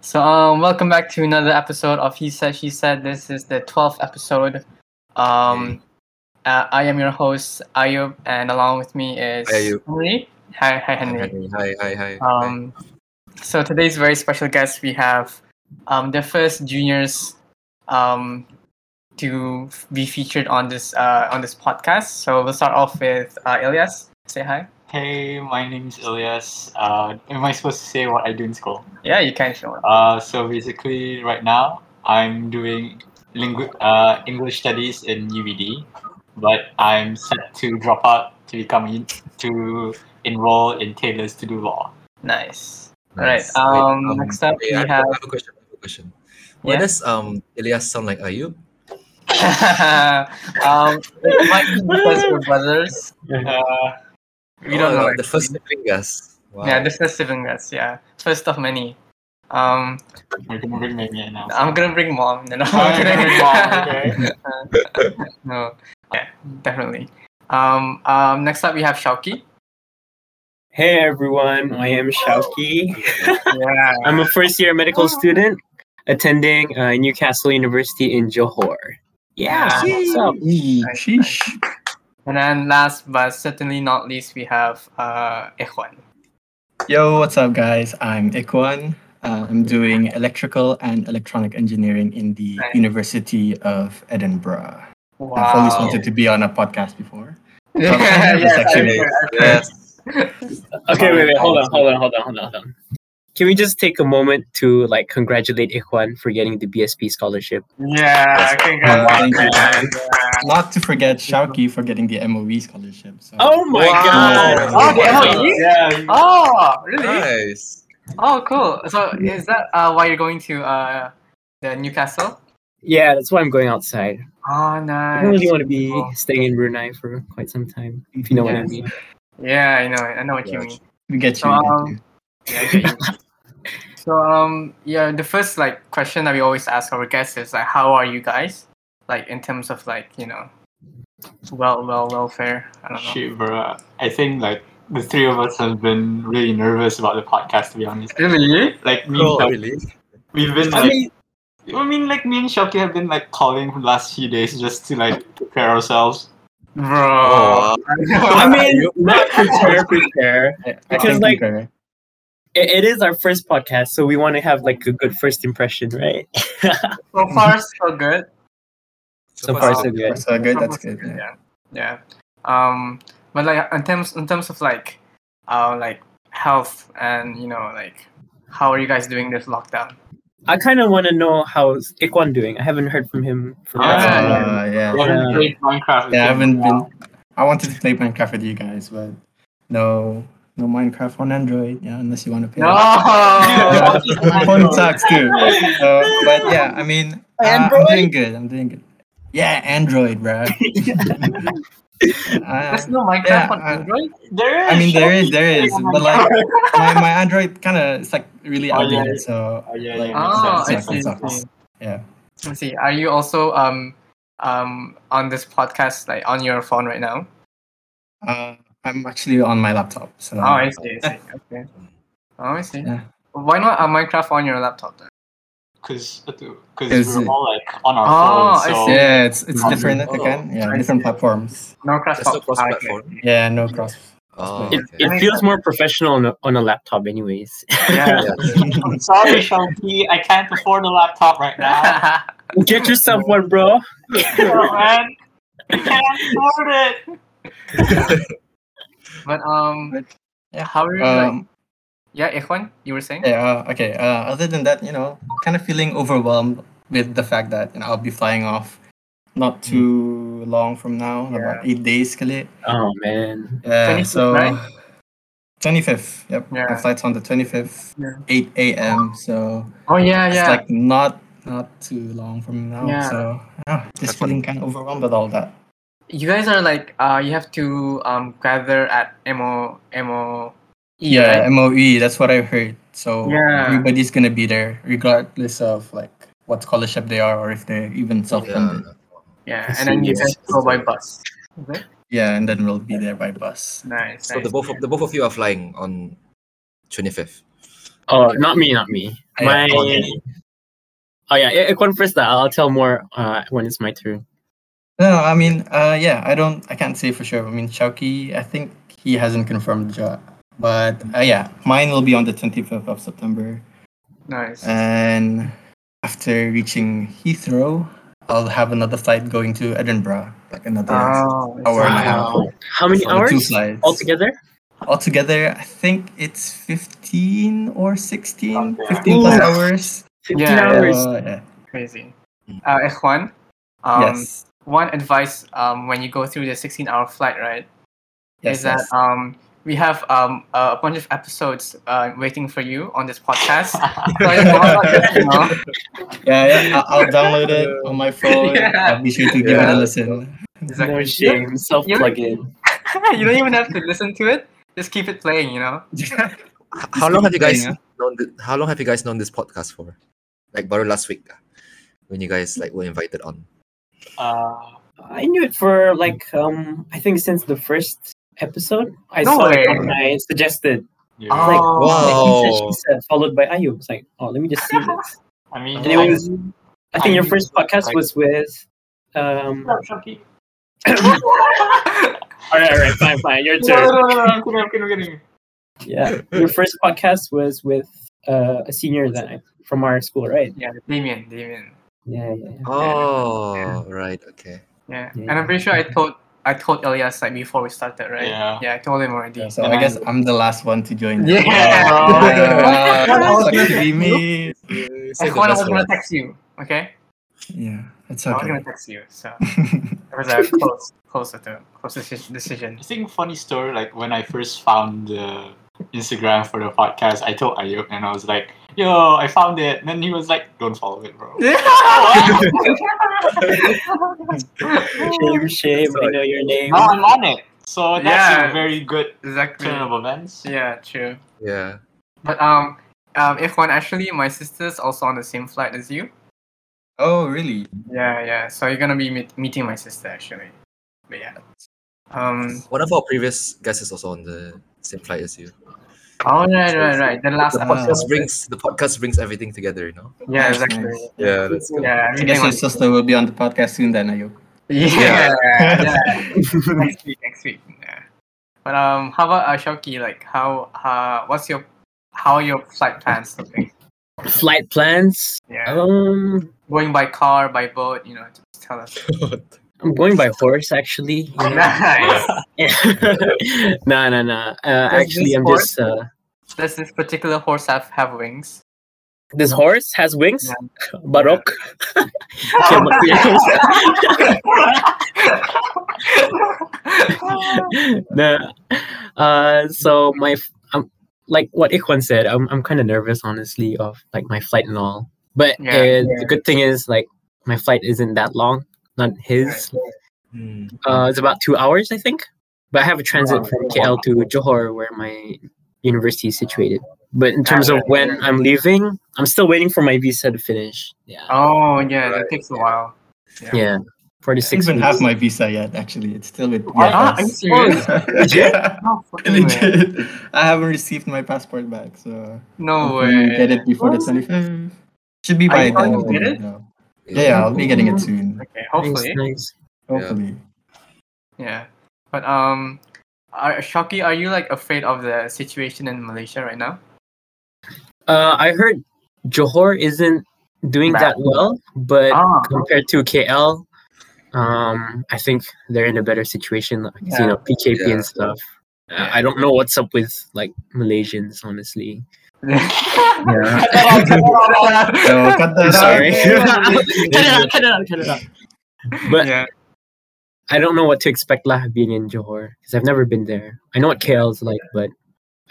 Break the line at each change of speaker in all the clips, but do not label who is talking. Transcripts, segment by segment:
So, um, welcome back to another episode of He Said, She Said. This is the 12th episode. Um, uh, I am your host, Ayub, and along with me is
Hi, Ayub.
Henry. Hi, hi, Henry.
Hi, hi, hi. hi.
Um, so, today's very special guest, we have um, the first juniors um, to f- be featured on this uh, on this podcast. So, we'll start off with uh, Ilyas. Say hi.
Hey, my name's Ilyas. Uh, am I supposed to say what I do in school?
Yeah, you can show up.
Uh, so basically, right now I'm doing lingu- uh, English studies in UBD, but I'm set to drop out to become in- to enroll in Taylor's to do law.
Nice.
Nice.
Alright,
Wait,
um, next up we
I
have-
I have a question. I have a question. Why
Yeah?
does um Elias sound like Ayub?
um, it might be because we're brothers.
Uh,
We don't know.
Oh, uh, the first sibling gas. Wow.
Yeah, this is sibling that's yeah. First of many. Um,
we're gonna bring maybe in now.
I'm gonna bring mom. No, no,
Oh, you're gonna bring mom, okay.
no. Yeah, definitely. Um, um, next up we have Shauki.
Hey everyone, I am Shauki.
Yeah.
I'm a first year medical student attending uh, Newcastle University in Johor. Yeah, what's up?
Sheesh. And then last but certainly not least, we have uh, Ikhwan.
Yo, what's up, guys? I'm Ikwan. Uh, I'm doing electrical and electronic engineering in the
Nice.
University of Edinburgh. I've always
Wow.
wanted to be on a podcast before.
yeah,
Yes,
actually.
Yes. yes.
Okay, wait, wait, hold on, hold on, hold on, hold on, hold on. Can we just take a moment to like congratulate Ikhwan for getting the BSP scholarship?
Yeah,
Thank you.
congratulations.
Not to forget Shauki for getting the MOE scholarship. So.
Oh my
Wow.
god!
Oh, they have you?
Yeah.
Oh, really?
Nice.
Oh, cool. So is that uh, why you're going to uh, the Newcastle?
Yeah, that's why I'm going outside.
Oh,
I
nice.
don't really want to be
Cool.
staying in Brunei for quite some time, if you know what I
Yes.
mean.
Yeah, I know. I know what you mean.
We get you.
Um,
we get you.
Yeah, I get you. so um, yeah, the first like question that we always ask our guests is like, how are you guys? Like in terms of like you know, well, well, welfare. I don't know.
Shit, bro. I think like the three of us have been really nervous about the podcast. To be honest,
Really?
like me,
Oh,
and Shauki,
really?
we've been
I
like.
mean,
I mean, like me and Shoki have been like calling for the last few days just to like prepare ourselves.
Bro.
Oh,
I mean, not prepare, prepare.
I- I
because,
think
like-
you're correct.
It, it is our first podcast, so we want to have like a good first impression, right?
So far, so good.
so far, so
so
good.
so good. That's
Almost
good. yeah.
Yeah. yeah. Um, but like in terms in terms of like, uh, like health and you know like, how are you guys doing this lockdown?
I kind of want to know how's Ikwan doing. I haven't heard from him for quite
Yeah.
some time.
Uh, yeah.
We haven't
Yeah.
played Minecraft. with
Yeah, I
him
haven't
in a while.
been. I wanted to play Minecraft with you guys, but no, no Minecraft on Android. Yeah, unless you want to play.
No.
My phone sucks too. So, but yeah, I mean, uh, I'm
Android?
doing good. I'm doing good. Yeah, Android, bro. Uh,
There's
I,
no Minecraft
Yeah,
on
uh,
Android.
There is.
I mean, there is, there is,
Oh my
but like my, my Android kind of it's like really
Oh, yeah.
outdated. So
Oh, yeah,
like,
yeah,
Oh,
makes
I
sense,
see.
makes
I
sense.
see.
yeah,
I see. Are you also um um on this podcast like on your phone right now?
uh, I'm actually on my laptop. So
Oh, I see. I see. Okay. Oh, I see.
Uh-huh. Yeah.
Why not uh, Minecraft on your laptop then?
Because
Is
we're
it-
all like on
Oh,
our
I
phones. so
see.
yeah, it's it's
Oh,
different
oh,
again. Yeah,
I
different
see.
platforms.
No cross
There's no cross platform.
Yeah, no cross.
Oh,
It,
okay.
it feels more professional on a, on a laptop, anyways.
Yeah.
I'm sorry, Shoki. I can't afford a laptop right now.
Get yourself one,
Oh,
bro.
man. I can't afford it.
but um,
But, yeah.
how are you? like,
Um,
yeah, Ikhwan, you were saying.
Yeah. Uh, okay. Uh, other than that, you know, kind of feeling overwhelmed with the fact that you know, I'll be flying off
Mm.
not too long from now, about eight days, kali.
Oh man.
Yeah.
25th,
so.
right?
25th. Yep.
Yeah.
My flight's on the 25th,
Yeah.
8 a.m. So
Oh yeah,
it's
yeah.
like not not too long from now.
Yeah.
So yeah, just
That's
feeling kind of overwhelmed with all that.
you guys are like uh, you have to um gather at mo mo.
Yeah. MOE. That's what I heard. So
E, Yeah.
everybody's gonna be there, regardless of like what scholarship they are or if they're even self-funded.
Yeah.
Yeah,
I
and then
see,
you
yes.
guys go by bus. Okay.
Yeah, and then we'll be there by bus.
Nice.
So the
nice.
both of the both of you are flying on 25th.
Oh, not me, not me.
I-
my
okay.
oh yeah, I- Ikwan first. That I'll tell more uh, when it's my turn.
No, no, I mean, uh, yeah, I don't, I can't say for sure. I mean, Chowky, I think he hasn't confirmed the job, but uh, yeah, mine will be on the 25th of September.
Nice.
And after reaching Heathrow, I'll have another flight going to Edinburgh, like another
Oh,
hour and a
wow.
half.
How many
for the Two
hours
flights.
altogether?
Altogether, I think it's 15 or 16,
Something.
15 plus
Ooh.
hours.
Fifteen
Yeah.
hours.
So, yeah.
Crazy. Uh, Ikhwan, um,
yes.
one advice um, when you go through the 16 hour flight, right,
Yes,
is that
yes.
um, we have um, a bunch of episodes uh, waiting for you on this podcast. Sorry for not listening, huh?
yeah, yeah. I- I'll download it on my phone.
Yeah.
I'll be sure to give it
Yeah.
a listen.
Exactly.
No shame. Self plug in.
you don't even have to listen to it. Just keep it playing, you know?
H- How long have you guys
Yeah.
known? Th- how long have you guys known this podcast for? Like, baru last week, ah, when you guys like were invited on.
Uh,
I knew it for like um I think since the first episode I
No
saw it
way.
when I suggested
yeah.
Oh.
like
Wow.
like, he said, she said, followed by Ayu. It's like oh let me just see this.
I mean,
And it was I think your
Ayu,
first podcast
like-
was with um
Shut up, Shopee.
all right all right fine fine your
No,
turn
no, no, no, I'm kidding, I'm kidding, I'm kidding.
yeah your first podcast was with uh, a senior that I, from our school right
yeah, Damien, Damien.
yeah yeah, yeah.
Oh, right. Okay.
Yeah.
Yeah.
And I'm pretty sure I told I told Elias like before we started, right?
Yeah.
I told him already.
So I guess I'm the last one to join.
Yeah.
Yeah,
Wow.
wow, sucks to be me.
If one I was gonna text you, okay?
Yeah, it's
I was
okay.
gonna text you, so it was a close, close, to, close deci- decision.
I think funny story, like when I first found the Instagram for the podcast, I told Ayub and I was like, yo, I found it. And then he was like, don't follow it, bro.
shame shame I know your name
Oh.
Now I'm on it. So that's
Yeah.
a very good
exactly.
turn of events.
Yeah, true.
Yeah.
But um, um, if one actually, my sister's also on the same flight as you.
Oh, really?
Yeah, yeah. So you're gonna be meet- meeting my sister actually. But yeah. Um.
One of our previous guests is also on the same flight as you.
Oh,
All right, right, right. The last
The
episode.
Ah.
podcast brings the podcast brings everything together, you know.
Yeah, exactly.
Nice.
Yeah, that's good.
Yeah, I'm
I guess
meeting my
your sister will be on the podcast soon then, Ayo.
Yeah, yeah.
Yeah.
next week, next week. Yeah. But um, how about uh, Shoki? Like, how uh, what's your how are your flight plans looking?
flight plans
Yeah,
um
going by car, by boat. You know, just tell us.
I'm going by horse actually. Yeah.
nice.
no, no, no. Uh, actually,
this
I'm
horse-
just. Uh,
Does this particular horse have have wings?
this horse has wings. Baroque. Okay,
Oh.
but- no. Uh, so my, f- um, like what Ikwan said, I'm I'm kind of nervous honestly of like my flight and all. But
Yeah,
uh,
yeah.
the good thing is like my flight isn't that long. Not his.
Hmm.
Uh, it's about two hours, I think. But I have a transit from KL to Johor, where my university is situated. But in terms of when I'm leaving, I'm still waiting for my visa to finish. Yeah,
oh yeah, that
Right,
takes a
yeah.
while.
yeah,
I
forty-six.
don't even
weeks.
have my visa yet, actually. It's still with
Ah, are you
VFS.
serious?
yeah.
No fucking way.
Legit. I haven't received my passport back, so
No
hopefully you get
way.
it before the 25th. Should be
Are
by
you going
then.
to get it?
though. Yeah, yeah, I'll be getting it soon.
Okay,
Nice,
hopefully.
nice.
Hopefully.
Yeah, but um, are, Shoki, are you like afraid of the situation in Malaysia right now?
Uh, I heard Johor isn't doing
Bad.
that well, but
Ah,
compared to KL, um, I think they're in a better situation. Like, You
Yeah.
know, PKP
Yeah.
and stuff. Uh,
Yeah.
I don't know what's up with like Malaysians, honestly. Yeah.
So, cut that
I'm
out.
sorry. cut it out, cut it out, cut it out. But
yeah,
I don't know what to expect lah being in Johor because I've never been there. I know what KL's like, but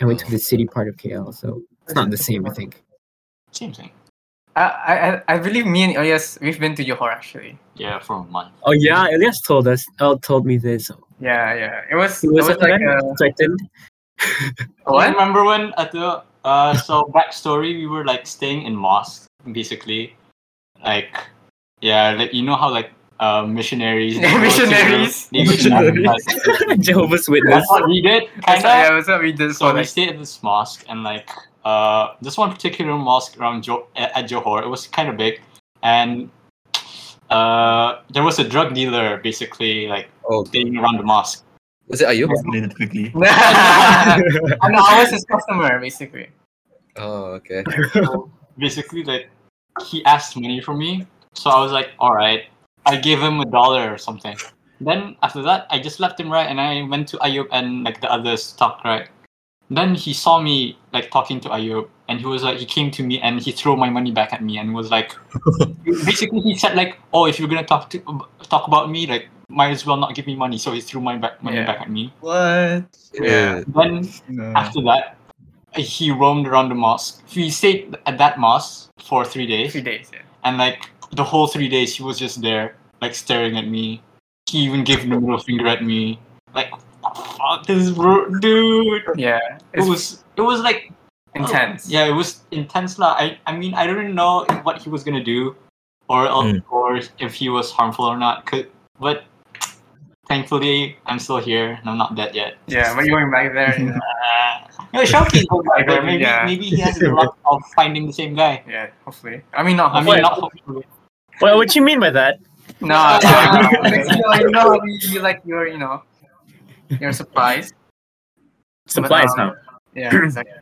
I went to the city part of KL, so it's not the same, I think.
Same thing.
I, I, I believe me and Elias, we've been to Johor actually.
Yeah, for a month.
Oh yeah, Elias told us. El told me this.
Yeah, yeah. It was,
He
it
was,
was like
like
a,
threatened.
I
what?
remember when at the uh so backstory we were like staying in mosque basically, like yeah like you know how like uh missionaries they go to-
Missionaries.
they go to
Missionaries.
mosque.
Jehovah's Witness.
that's what we did
That's, yeah,
kind of
that's what we did.
so
So
we stayed at this mosque and like uh, this one particular mosque around jo- at Johor. It was kind of big, and uh, there was a drug dealer basically like
Oh,
staying around the mosque.
was it Ayub?
Explain it quickly.
I'm always his customer, basically.
Oh, okay.
Basically, like he asked money from me, so I was like, all right. I gave him a dollar or something. Then after that, I just left him right, and I went to Ayub and like the others talked right. Then he saw me like talking to Ayub, and he was like, he came to me and he threw my money back at me and was like, basically he said like, oh, if you're gonna talk to talk about me, like might as well not give me money. So he threw my back money
Yeah.
back at me.
What? Ah,
Yeah.
Then
No.
after that, he roamed around the mosque. He stayed at that mosque for three days,
Three days, yeah.
and like the whole three days, he was just there, like staring at me. He even gave the middle finger at me. Like, fuck this bro, dude.
Yeah,
It
it's
was it was like
intense.
yeah, it was intense lah. I I mean I don't know what he was gonna do, or
Mm.
or if he was harmful or not. 'cause- but thankfully, I'm still here and I'm not dead yet.
yeah. But you went back there, you know.
Uh, no, Shawky goes by there. Maybe,
Yeah.
maybe he has a luck of finding the same guy.
yeah. Hopefully, I mean not.
I
Hopefully.
mean, not hopefully.
Well, what you mean by that?
no, no, no. Next you know, you know, you, you like your, you know, your supplies.
Supplies
But, um,
now.
Yeah, exactly.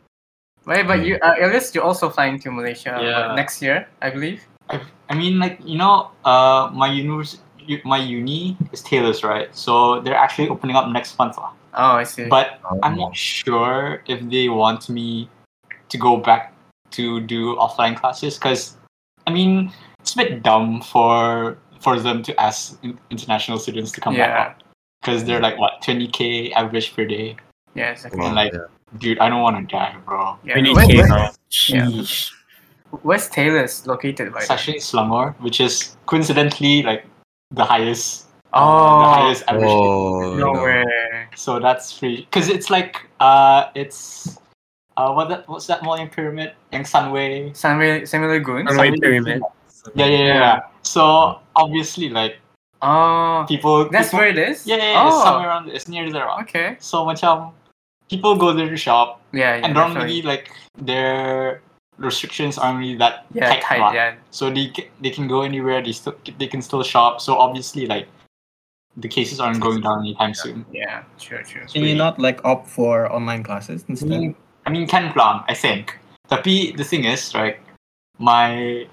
Wait, but you, uh, Elias, you're also flying to Malaysia uh,
Hmm. Yeah.
next year, I believe.
I mean, like you know, uh, my univers- u- my uni is Taylor's, right? So they're actually opening up next month, lah.
Oh, I see.
but
Um,
I'm not sure if they want me to go back to do offline classes because, I mean, it's a bit dumb for for them to ask in- international students to come
yeah,
back because they're like what 20k average per day.
yeah, exactly.
wow,
like-
yeah.
Dude, I don't want to die, bro.
Yeah.
We need
Where-
K
where-
now.
Yeah.
Sheesh.
Where's Taylor's located? By
It's
the way?
actually Slangor, which is coincidentally like the highest, the
oh,
highest average.
Oh,
no
no.
way.
So that's free because it's like uh, it's uh, what that what's that Malayan pyramid? Yang Sunway.
Samuel, Samuel Lagoon.
Sunway. Malayan pyramid.
Yeah, yeah, yeah, yeah. So obviously, like
Oh,
people.
that's
people,
where it is.
Yeah, yeah, yeah, it's
Oh,
somewhere around. It's near there.
okay.
So macam people go there to shop,
Yeah, yeah.
and normally
definitely.
like their restrictions aren't really that
yeah,
tight. lah.
tight. Yeah,
so they ca- they can go anywhere. They still they can still shop. So obviously, like the cases aren't going down anytime soon.
yeah. Sure, sure.
Can you not like opt for online classes
I
instead?
Mm.
mean, I mean can plan. I think. Tapi the thing is, right? My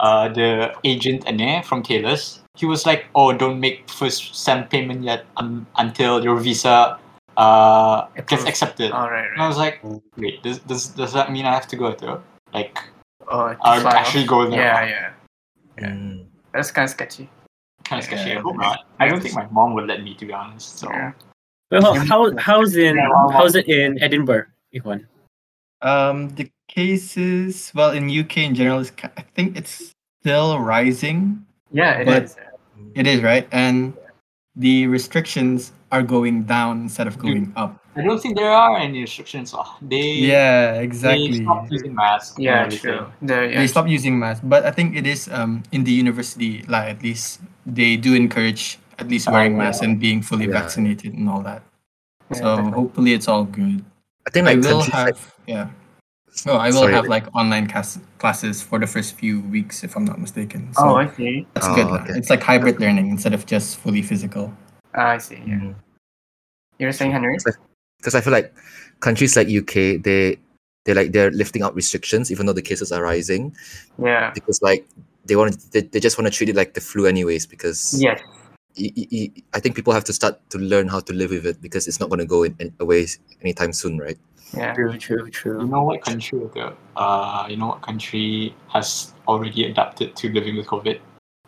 uh the agent Ane from Taylor's, he was like, oh, don't make first send payment yet un- until your visa uh
Approved.
gets
Ah.
accepted.
All right,
and I
right.
was like, wait, does does does that mean I have to go there? Like,
Oh, it's
I
fine.
actually go there.
Yeah, yeah.
Mm.
That's kind of sketchy.
Kind of sketchy.
Yeah.
I hope not. I don't think my mom would let me, to be honest. So
Yeah.
Well, how how's in
Yeah, well, well.
how's it in Edinburgh, Ikhwan?
Um, the cases, well, in UK in general, is ki- I think it's still rising.
Yeah, it
But-
is.
It is right, and the restrictions are going down instead of
Dude.
going up.
I don't think there are any restrictions. Oh, they
Yeah,
They
exactly.
stopped using masks. and
Yeah,
everything.
true. The, yeah.
They stopped using masks, but I think it is um in the university, like at least they do encourage at least
Oh,
wearing masks and being fully
Yeah.
vaccinated and all that.
yeah,
so
definitely.
hopefully it's all good.
I think
I
like
will
countries like-
have yeah. No, I will
Sorry.
have like online class- classes for the first few weeks if I'm not mistaken.
Oh,
So
I see.
that's
Oh,
good. lah.
okay.
It's like hybrid learning instead of just fully physical.
Ah, I see. Yeah. You were saying, Henry?
because mm, I feel like countries like UK, they they like they're lifting up restrictions even though the cases are rising
Yeah.
because like they want they, they just want to treat it like the flu anyways because
Yes.
y- y- y- I think people have to start to learn how to live with it because it's not going to go in, in, away s- anytime soon, right?
Yeah.
True, true,
You
true.
know what country? the- Uh, you know what country has already adapted to living with COVID?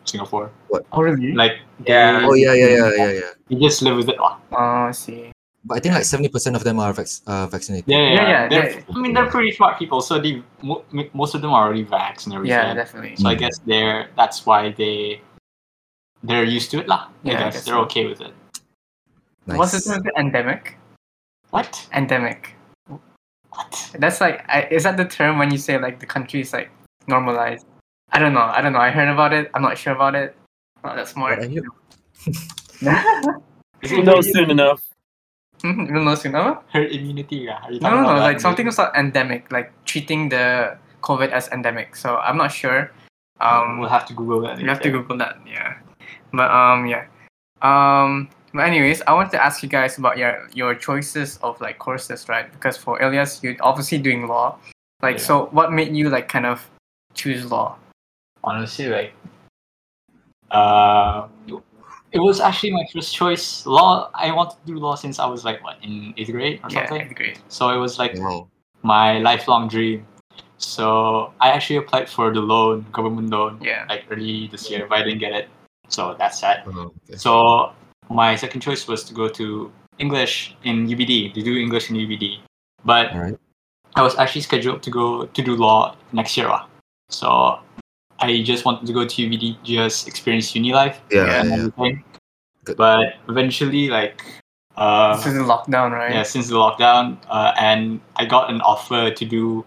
Singapore.
Oh, really?
Like
Yeah.
they,
Oh yeah, yeah, yeah, yeah, yeah.
they just live with it. Ah,
oh, I see.
But I think like seventy percent of them are vac- uh, vaccinated.
Yeah, yeah,
Yeah,
yeah.
yeah,
They're-
they-
I mean, they're pretty smart people, so they mo- m- most of them are already vaxxed and everything.
Yeah, definitely.
so I guess they're that's why they they're used to it
Yeah,
lah. I
I guess
guess they're
so.
okay with it.
Nice.
What's the term? for Endemic.
What?
Endemic.
What?
That's like, I, is that the term when you say like the country is like normalized? I don't know. I don't know. I heard about it. I'm not sure about it. Oh, that's
What
smart.
are you?
yeah,
We'll know soon enough.
Mhm, Illness, you know?
Herd immunity, yeah. Are you
No,
talking
no,
about
no.
that?
Like something about endemic, like treating the COVID as endemic. So I'm not sure. Um,
we'll have to Google that.
you have to
later.
Google that. Yeah. But um, yeah. Um, but anyways, I wanted to ask you guys about your your choices of like courses, right? Because for Elias, you're obviously doing law. Like,
Yeah.
so what made you like kind of choose law?
honestly like uh it was actually my first choice law i wanted to do law since i was like what in eighth grade or
Yeah,
something
eighth grade.
so it was like
Wow.
my lifelong dream so i actually applied for the loan government loan
Yeah.
like early this year but i didn't get it so that's sad
Oh, okay.
so my second choice was to go to english in ubd to do english in ubd but
All right.
I was actually scheduled to go to do law next year. ah. So I just wanted to go to UVD, just experience uni life
Yeah,
and
yeah.
everything.
Good.
But eventually, like, uh,
this is the lockdown, right?
yeah, since the lockdown, uh, and I got an offer to do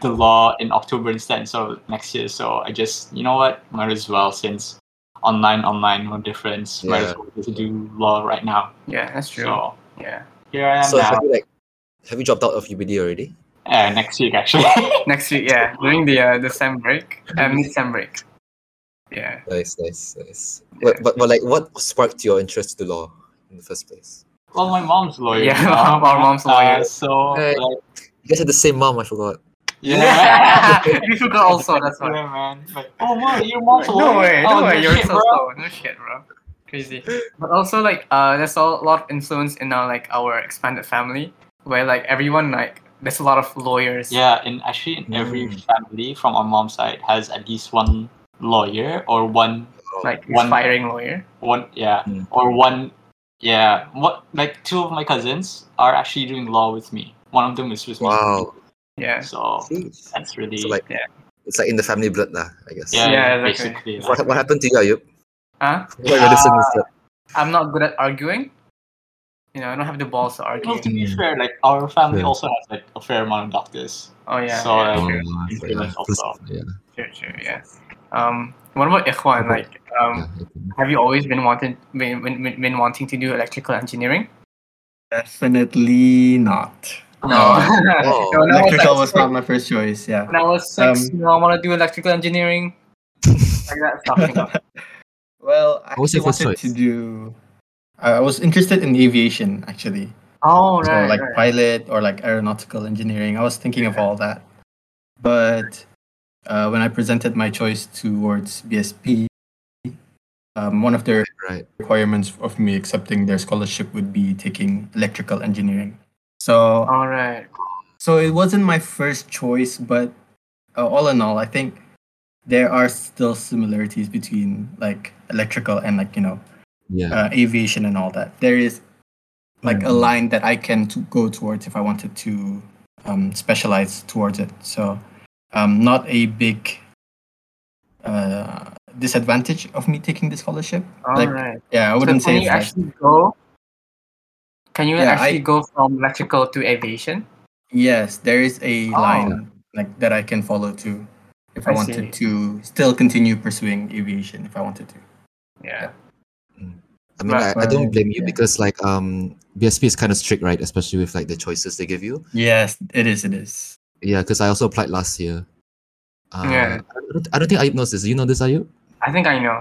the law in October instead, so next year. So I just, you know what, might as well since online, online, no difference. Might as
Yeah.
well just do law right now.
Yeah, that's true.
So
Yeah.
here I am
So
now.
have you like have you dropped out of UBD already?
Uh, next week, actually.
Next week, yeah, during the uh, the sem break, uh, mid sem break. Yeah.
Nice, nice, nice.
Yeah.
But, but but like what sparked your interest to law in the first place?
Well, my mom's a lawyer.
Yeah,
you know?
our mom's a lawyer.
Uh, so,
Hey.
like,
You guys had the same mom, I forgot.
yeah, man.
you forgot also. Oh, That's why.
Yeah, man. Like, oh, mom, your mom's a lawyer.
No way,
oh,
no way, you're
shit,
so
bro.
slow. No shit, bro. Crazy. But also like uh there's a lot of influence in our like our expanded family where like everyone like there's a lot of lawyers.
Yeah, and actually, in every
Hmm.
Mm.
family from our mom's side has at least one lawyer or one,
Oh,
Like
One-
inspiring lawyer.
one, yeah,
Mm.
or one, yeah. What, like, two of my cousins are actually doing law with me. One of them is with
wow.
Yeah.
me. So,
See?
that's really,
So like
Yeah.
it's like in the family blood lah, I guess.
yeah,
Yeah, exactly.
basically. like-
What, what happened to you, Ayub?
Huh?
What medicine is that?
I'm not good at arguing. You know, I don't have the balls to argue.
Well, to be
Mm.
fair, like, our family
Yeah.
also has, like, a fair amount of doctors.
Oh yeah.
So,
yeah,
um,
sure,
Yeah.
Influence also.
Yeah.
sure, sure, yeah. Um what about Ikhwan? Like um
yeah.
have you always been wanted been, been, been- been wanting to do electrical engineering?
Definitely not.
No.
No, no,
Oh.
it's
Electrical
like-
was not my first choice. Yeah.
when I was six,
Um,
you know, I want to do electrical engineering. like that stuff. You know?
well, I
What was your
actually
first
wanted
choice?
to do. I I was interested in aviation actually,
Oh,
so
right.
like
right.
pilot or like aeronautical engineering. I was thinking of all that, but uh, when I presented my choice towards BSP, um, one of their
Right.
requirements of me accepting their scholarship would be taking electrical engineering. So
All right.
so it wasn't my first choice, but uh, all in all, I think there are still similarities between like electrical and like you know
Yeah.
uh, aviation and all that. There is like a
Mhm.
line that I can to go towards if I wanted to um, specialize towards it. So um, not a big uh, disadvantage of me taking the scholarship.
All right.
Like, Yeah, I
So
wouldn't
can
say
you
it's like-
actually go? Can you
Yeah,
actually
I-
go from electrical to aviation?
Yes, there is a
Oh.
line like that I can follow to if I,
I
wanted to still continue pursuing aviation if I wanted to.
Yeah.
I mean,
Right,
I, I don't
right,
blame you
yeah.
because like um BSP is kind of strict, right? Especially with like the choices they give you.
Yes, it is. It is.
Yeah, because I also applied last year. Uh,
Yeah.
I don't, I don't think Ayub knows this. Do you know this, Ayub?
I think I know.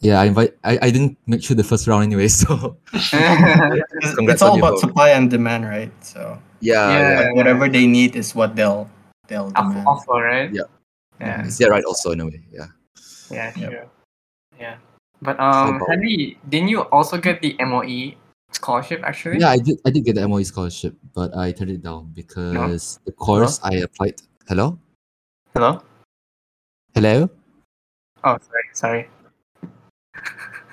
Yeah, I invite. I, I didn't make through the first round anyway, so
It's,
Congrats on
all
your vote.
about supply and demand, right? So
yeah, yeah,
Yeah.
whatever they need is what they'll they'll
Off-
demand.
Offer, right?
Yeah.
Yeah.
it's their right also in a way. Yeah.
Yeah.
Yep.
Sure. Yeah. But
How
um,
about-
Henry, didn't you also get the MOE scholarship actually?
Yeah, I did. I did get the MOE scholarship, but I turned it down because the course I applied. Hello,
Hello.
hello.
Oh, sorry. Sorry.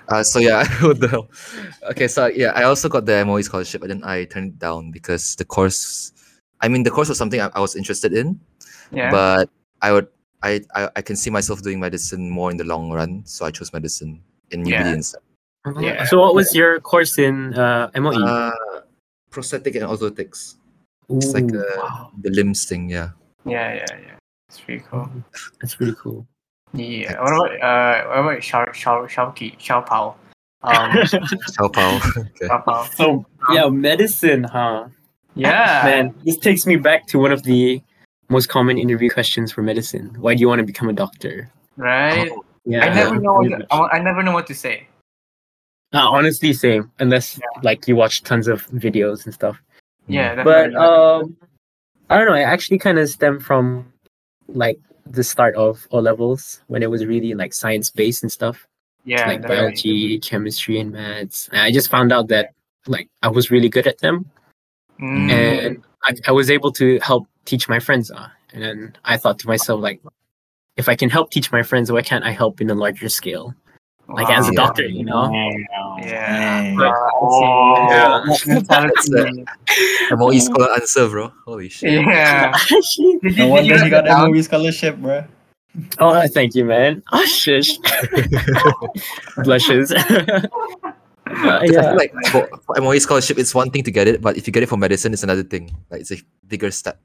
Uh, so yeah, what the hell? Okay, so yeah, I also got the MOE scholarship, but then I turned it down because the course. I mean, the course was something I, I was interested in,
Yeah.
but I would. I, I I can see myself doing medicine more in the long run, so I chose medicine in UBD
Yeah.
instead.
Yeah.
So, what was your course in uh, MOE?
Uh, prosthetic and orthotics. It's like
Ooh,
uh,
wow.
the limbs thing, yeah.
yeah. Yeah. Yeah. It's pretty cool.
That's pretty cool.
Yeah. What about uh? What about Shao Shao Shao Ki Shao Pao? Um,
Sao Paulo. Okay.
Davao.
So yeah, medicine, huh?
yeah.
Man, this takes me back to one of the most common interview questions for medicine. Why do you want to become a doctor?
Right.
Oh,
Yeah,
I never know. What
pretty
to,
much.
I I never know what to say.
Uh, honestly, same. Unless like you watch tons of videos and stuff.
Yeah.
but
definitely.
um, I don't know. It actually kind of stemmed from like the start of O levels when it was really like science based and stuff,
yeah.
like
definitely.
biology, chemistry, and maths. And I just found out that like I was really good at them,
Mm.
and I, I was able to help teach my friends. Uh, and then I thought to myself like. If I can help teach my friends, why can't I help in a larger scale? Like as a
Wow.
doctor, you know?
Damn.
Yeah.
Dang.
Oh.
Yeah. Mentality.
MOE E scholar answer, bro. Holy shit.
yeah.
Actually,
Did
No
did
wonder he
write
got
that
E.
down?
a movie scholarship, bro.
Oh, thank you, man. Oh, shush. Blushes. Uh,
Because I feel
yeah.
like for, for MOE scholarship, it's one thing to get it, but if you get it for medicine, it's another thing. Like it's a bigger step.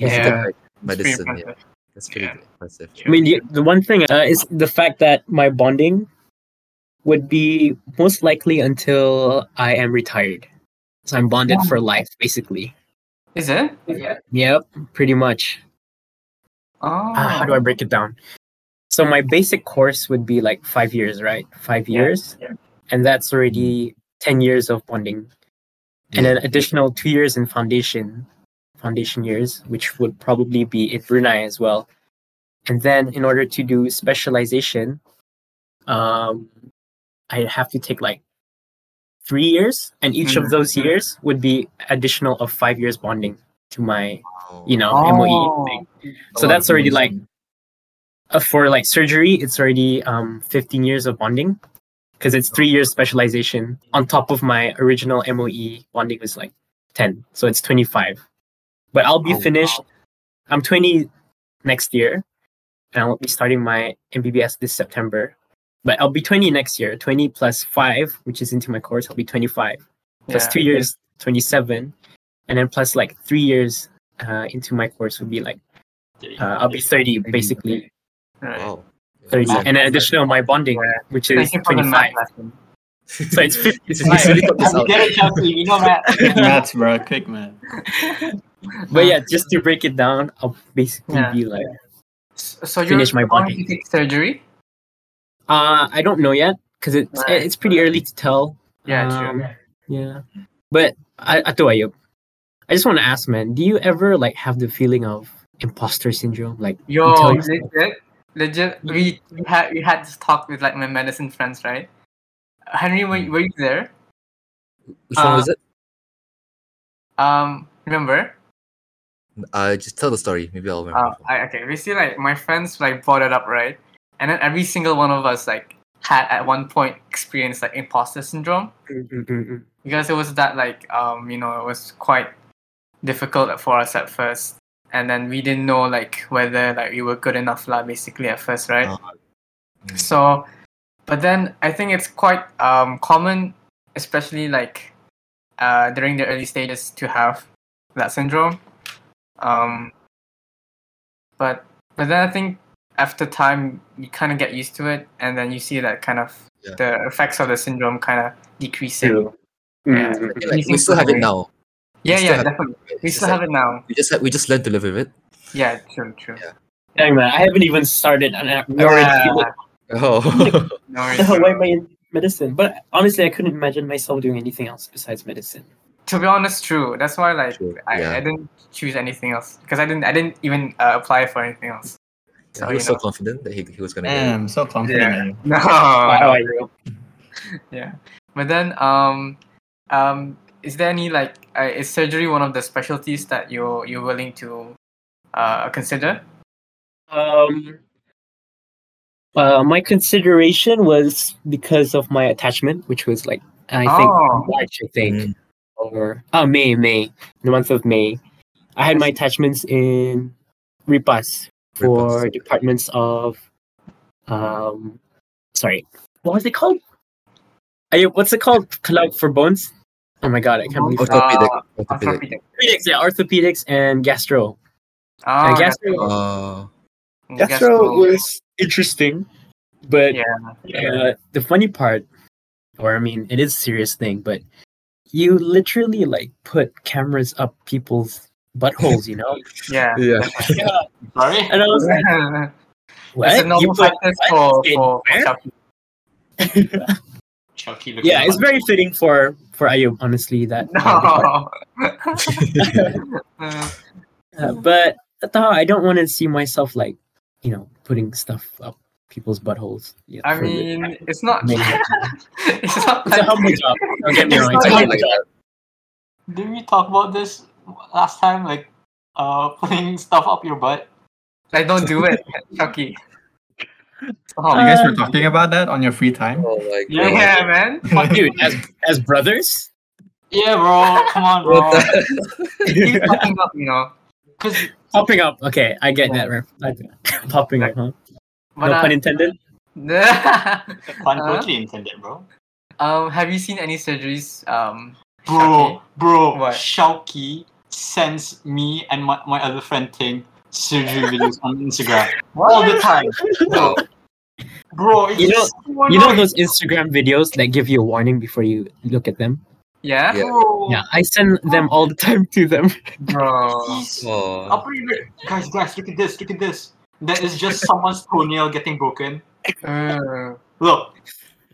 If you get,
Yeah.
like,
It's pretty
medicine. Yeah,
impressive.
that's pretty
Yeah.
impressive.
I mean, the, the one thing uh, is the fact that my bonding would be most likely until I am retired. So I'm bonded for life, basically.
Is it?
Yep, pretty much.
Oh.
Uh, how do I break it down? So my basic course would be like five years, right? Five
Yeah,
years.
yeah.
And that's already 10 years of bonding. and
Yeah.
an additional two years in foundation foundation years which would probably be in brunei as well and then in order to do specialization um i have to take like three years and each
Mm-hmm.
of those years would be additional of five years bonding to my you know moe
Oh.
thing so that's already like uh, for like surgery it's already um 15 years of bonding because it's three years specialization on top of my original moe bonding was like 10 so it's 25 but i'll be
Oh, wow.
finished i'm 20 next year and i'll be starting my mbbs this september but i'll be 20 next year 20 plus 5 which is into my course i'll be 25 plus
Yeah.
two years 27 and then plus like three years uh, into my course would be like uh, I'll be 30 basically.
Right.
Wow.
30.
Yeah.
And an additional my bonding, which is
Thank you for the
25.
math lesson.
So it's 50.
He's he's really got this
You
out.
get it, Chelsea. You know that.
Quick maths, bro. Quick math.
But yeah, just to break it down, I'll basically
Yeah.
be like,
So you're
Finish my
going
body.
to take surgery?
uh, I don't know yet because it's,
Right.
it's pretty early to tell.
Yeah,
Um,
true.
Yeah. But I, I thought I, I just want to ask, man, do you ever like have the feeling of imposter syndrome? Like, you
Yo,
tell yourself-
legit, legit. We we had we had this talk with like my medicine friends, right? Henry, were,
Mm.
were you there?
Which one
Uh,
was it?
Um, remember?
Uh, just tell the story. Maybe I'll remember.
Uh, I, okay, we see like my friends like brought it up, right? And then every single one of us like had at one point experienced like imposter syndrome
Mm, mm, mm, mm.
because it was that like um you know it was quite difficult for us at first, and then we didn't know like whether like we were good enough lah basically at first, right?
Oh. Mm.
So, but then I think it's quite um, common, especially like uh, during the early stages, to have that syndrome. Um, but but then I think after time you kind of get used to it, and then you see that kind of
Yeah.
the effects of the syndrome kind of decreasing.
True. Mm,
Yeah.
mm, mm.
Like, we
Anything
still have it
familiar?
now.
Yeah,
still
yeah,
have-
definitely.
It's
We
just
still
like-
have it now.
We just we just learned to live with it.
Yeah, true, true.
Yeah.
Dang, man, I haven't even started and I I already feel it.
no
Oh,
the
worries.
hell why am I in medicine? But honestly, I couldn't imagine myself doing anything else besides medicine.
to be honest, true. That's why like
True,
I, I
yeah.
didn't choose anything else because I didn't I didn't even uh, apply for anything else. So,
Yeah, he was
you
so
know.
confident that he, he was gonna get
Damn, so confident.
Yeah.
in you.
No,
Wow,
no.
I know.
But then um um is there any like uh, is surgery one of the specialties that you you're willing to uh consider?
Um, uh, my consideration was because of my attachment, which was like I think
Oh.
March, I think,
Mm.
or oh May, May, the month of May. I had my attachments in Ripas for
Ripas.
departments of, um, sorry, what was it called? Ay, what's it called? Cloud for bones. Oh my god, I can't believe
Ortho-
it.
orthopedic.
Uh,
orthopedic.
Orthopedic.
orthopedics, yeah, orthopedics and gastro.
Oh,
Uh, gastro,
Uh,
gastro-
Gastro was interesting, but
Yeah.
uh, the funny part or I mean, it is a serious thing, but you literally like put cameras up people's buttholes, you know?
Yeah.
Yeah.
Sorry?
And I was like, what?
It's a
You
normal
put
practice for,
what in
for, for
where?"
Shopee.
Chucky looking
yeah, it's
one.
very fitting for for Ayub, honestly. That
No. Uh,
Uh, but at the heart, I don't want to see myself like you know putting stuff up people's buttholes. Yeah,
I
for the-
mean, it's not.
Maybe.
it's not.
it's a humble job. Don't get me
It's not
wrong. It's a
like
humble job.
Did we talk about this last time? Like, uh, putting stuff up your butt.
Like, don't do it, Chucky. Oh,
you guys were talking about that on your free time.
Oh my
yeah,
god.
man.
Fuck, dude, as as brothers,
Yeah, bro. Come on,
What
bro.
the-
He's fucking up, you know.
Because
popping up. Okay, I get that. ref- I get- popping up, huh?
But,
no
uh,
pun intended.
pun
Uh-huh.
totally intended, bro.
um, have you seen any surgeries? Um,
Bro, bro.
What?
Shauki sends me and my, my other friend thing surgery videos on Instagram all the time.
Wow.
Bro, it's
You know-
just so
You know
annoying,
those Instagram videos that give you a warning before you look at them?
yeah,
Yeah.
bro.
Yeah, I send them all the time to them.
bro.
He's
Oh.
upper lip. Guys, guys, look at this, look at this. That is just someone's toenail getting broken.
Uh,
Look.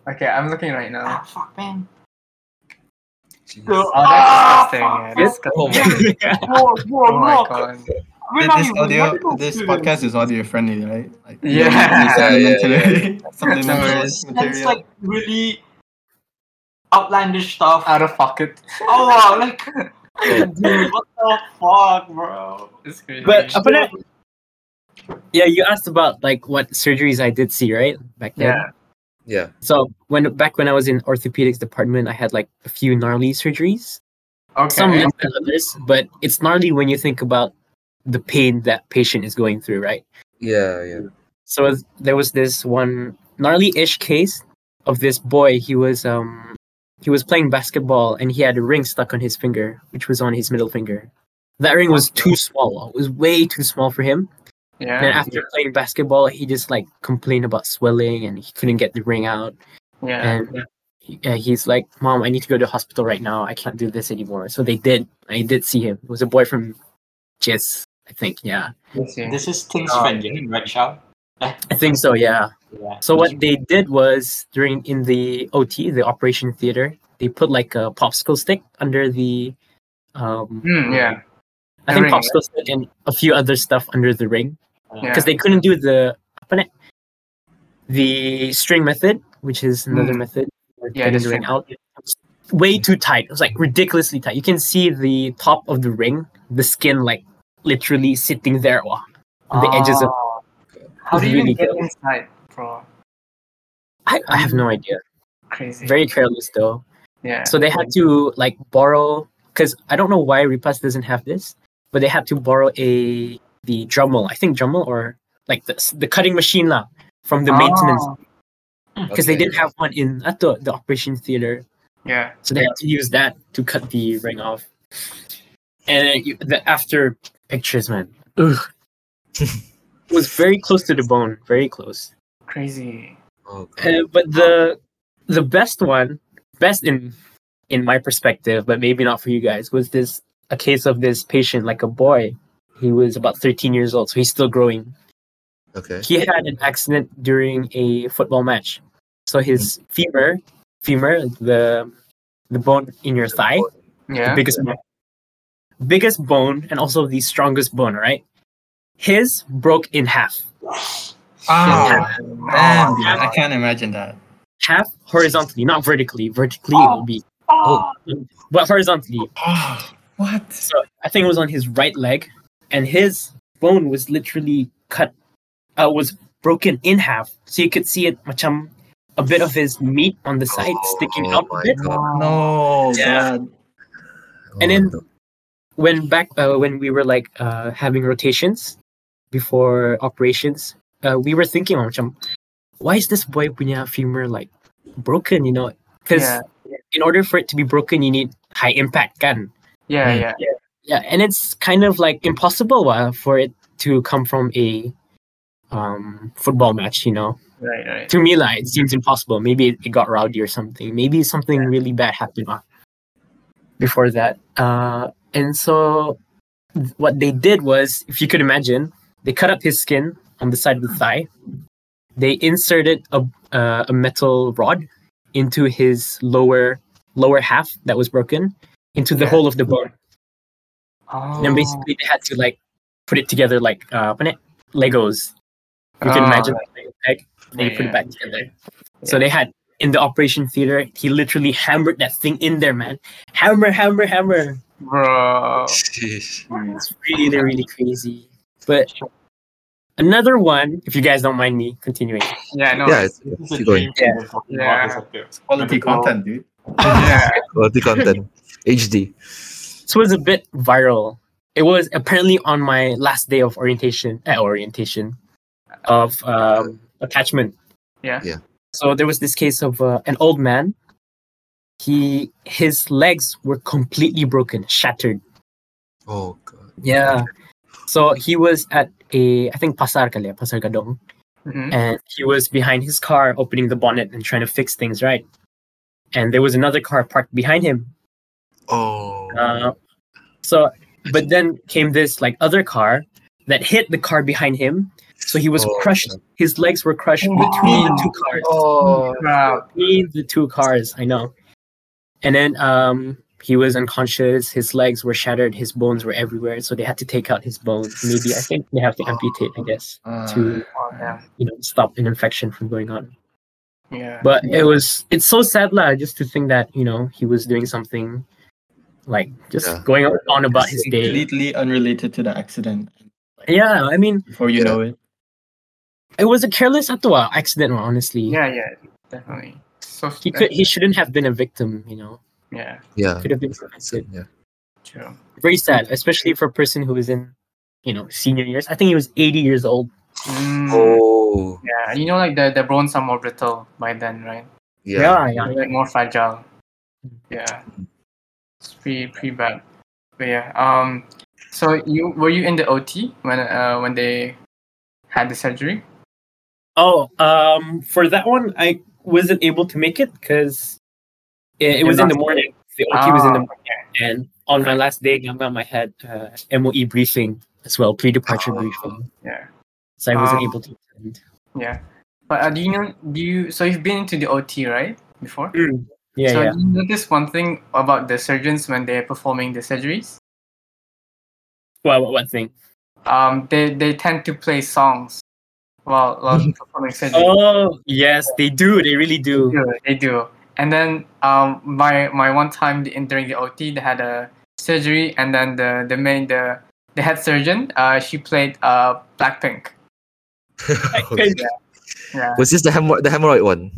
okay, I'm looking right now.
Ah, fuck, man.
jeez.
Oh,
Ah,
that's disgusting. Yeah,
fuck.
that's disgusting.
Oh my
Whoa, whoa,
Oh my
look.
god.
We're not
this
even
audio,
medical
this
students.
podcast is audio friendly, right? Like,
Yeah.
yeah,
Yeah, yeah,
No
Supplemental
worries.
And it's
material.
like really outlandish stuff.
Out of pocket.
oh, wow, like, dude, what the fuck, bro?
It's crazy.
But apa nak? Yeah, you asked about like what surgeries I did see, right? Back then.
yeah.
Yeah.
So when back when I was in orthopedics department, I had like a few gnarly surgeries.
Okay.
Some less than others, but it's gnarly when you think about the pain that patient is going through, right?
Yeah, yeah.
So as- there was this one gnarly-ish case of this boy. He was um he was playing basketball and he had a ring stuck on his finger, which was on his middle finger. That ring was too small. It was way too small for him.
yeah.
And then after playing basketball, he just like complained about swelling and he couldn't get the ring out.
yeah.
and he- uh, he's like, "Mom, I need to go to hospital right now. I can't do this anymore." So they did. I did see him. It was a boy from Jess, I think. Yeah,
Let's see.
This is Ting's
Oh.
friend, yeah, right, Shao?
I think so. Yeah.
Yeah.
So what they did was during in the OT, the operation theater, they put like a popsicle stick under the, um,
Hmm, yeah.
I
The
think
ring,
popsicle stick and a few other stuff under the ring
Yeah.
Yeah.
because they couldn't do the apa na- the string method, which is another
Mm.
method. for
Yeah,
getting
the
the ring
string.
out. It was way too tight. It was like ridiculously tight. You can see the top of the ring, the skin like literally sitting there wah, on the edges of.
Oh. How do you
really
even get
good.
inside, bro? Ah.
I, I have no idea.
Crazy.
Very careless though.
yeah.
So they had to like borrow because I don't know why Repass doesn't have this, but they had to borrow a the Dremel, I think Dremel or like the s- the cutting machine lah from the maintenance
Oh,
because Mm,
Ah, Okay.
they didn't have one in at the, the operation theater,
yeah.
so they had to use that to cut the ring off. And then you, the after pictures, man, ugh, It was very close to the bone, very close.
Crazy.
Oh, God.
Uh, but the the best one, best in in my perspective, but maybe not for you guys, was this a case of this patient, like a boy. He was about 13 years old, so he's still growing.
Okay.
He had an accident during a football match, so his femur, femur, the the bone in your thigh, the
Yeah.
biggest bone, biggest bone, and also the strongest bone. Right, his broke in half,
Ah, man,
Oh,
I can't imagine that.
half horizontally, not vertically. Vertically, it would be
Oh,
but horizontally.
Ah, what?
So I think it was on his right leg, and his bone was literally cut, uh, was broken in half. So you could see it, macam, a bit of his meat on the side sticking
Oh
out a
my
bit.
God.
No,
Yeah.
God.
And
Oh,
then
no.
when back uh, when we were like uh, having rotations before operations, uh, we were thinking, macam, why is this boy punya femur like broken? You know, because
Yeah.
in order for it to be broken, you need high impact, gun.
Yeah. Yeah.
Yeah, and it's kind of like impossible uh, for it to come from a um, football match, you know.
Right, right.
To Mila, it seems impossible. Maybe it, it got rowdy or something. Maybe something really bad happened uh, before that. Uh, and so th- what they did was, if you could imagine, they cut up his skin on the side of the thigh. They inserted a, uh, a metal rod into his lower lower half that was broken, into the hole of the bone.
Oh.
And then basically they had to like put it together like uh, what it- Legos. You can
Ah,
imagine like a Lego egg, and then you
Yeah,
put
yeah.
it back together. So they had in the operation theater, he literally hammered that thing in there, man. Hammer, hammer, hammer.
bro.
Sheesh.
It's really, really crazy. But another one, if you guys don't mind me continuing.
Yeah, no.
Yeah, it's
This is a
Keep going.
dream thing we're talking about,
Yeah.
it's up there. Medical.
Quality content, dude.
yeah.
quality content. HD.
This was a bit viral. It was apparently on my last day of orientation, at orientation, of um, attachment.
Yeah.
Yeah.
So there was this case of uh, an old man. He his legs were completely broken, shattered.
Oh god.
Yeah. So he was at a I think pasar kali, pasar gadong.
Mhm.
and he was behind his car opening the bonnet and trying to fix things right and there was another car parked behind him
Oh.
uh, so but then came this like other car that hit the car behind him so he was
Oh,
crushed his legs were crushed between the two cars
Oh.
Wow.
between the two cars i know and then um he was unconscious his legs were shattered his bones were everywhere so they had to take out his bones maybe i think they have to amputate i guess
Uh,
to
Oh,
Uh.
damn.
you know stop an infection from going on
Yeah.
but it was it's so sad lah, just to think that you know he was doing something like just
Yeah.
going on about his day
completely unrelated to the accident.
yeah i mean
Before you
Yeah.
know it,
it was a careless atwa accident lah, honestly
yeah, yeah, definitely. So
he could he shouldn't have been a victim you know
Yeah,
Yeah.
could have been
So,
protected.
yeah.
true.
very sad especially for a person who was in you know senior years i think he was 80 years old
Mm,
Oh.
Yeah, and you know, like the, the bones are more brittle by then, right?
Yeah.
yeah, Hmm.
They're, like more fragile. Yeah, it's pretty pretty bad. But yeah, um, so you were you in the OT when uh when they had the surgery?
oh um for that one i wasn't able to make it because it, it
You're
was in
not-
the morning the OT was in the
Ah.
morning and on my last day Gamgam, I had uh, MOE briefing as well pre-departure
Oh.
briefing
Ah. Yeah,
so I wasn't
Ah.
able to attend
yeah. But uh, do you know? Do you? So you've been into the OT, right? Before.
yeah
Hmm. so
yeah
do you notice one thing about the surgeons when they're performing the surgeries?
well what, what thing
Um, they they tend to play songs while while performing surgery.
oh yes they do they really do
do. They do. And then um, my my one time in, during the OT, they had a surgery, and then the the main the the head surgeon, uh, she played uh Blackpink.
Pink,
Yeah.
Was this the hemorrhoid, the hemorrhoid one?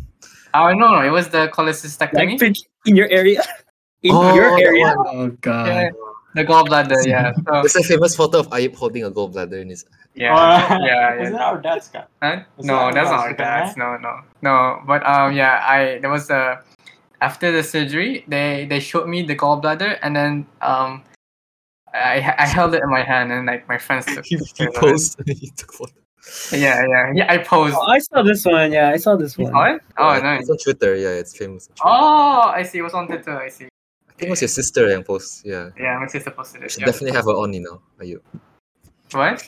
Uh, no, no, it was the cholecystectomy.
Blackpink in your area in
Oh,
your
that
area
one.
oh god,
Yeah, the gallbladder. Yeah. So,
There's a famous photo of Ayub holding a gallbladder in his.
yeah. Yeah.
Is
yeah.
that our dad's guy?
Huh?
Is
No,
that
that's not
what I
our
was
dad's. No, no, no. But um, yeah, I there was a after the surgery, they they showed me the gallbladder, and then um, I I held it in my hand, and like my friends took
He, he
pictures of it.
posed. and he took photo.
Yeah, yeah, yeah. I posed.
oh, I saw this one yeah I saw this
You
one
saw it? Oh,
Yeah,
nice.
It's on Twitter. Yeah, it's famous. on Twitter.
Oh, I see. It was on Twitter. I see.
I think it was your sister yang post. Yeah.
Yeah, my sister posted
You
it.
should
Yeah.
definitely have her on, you know. Ayub.
What?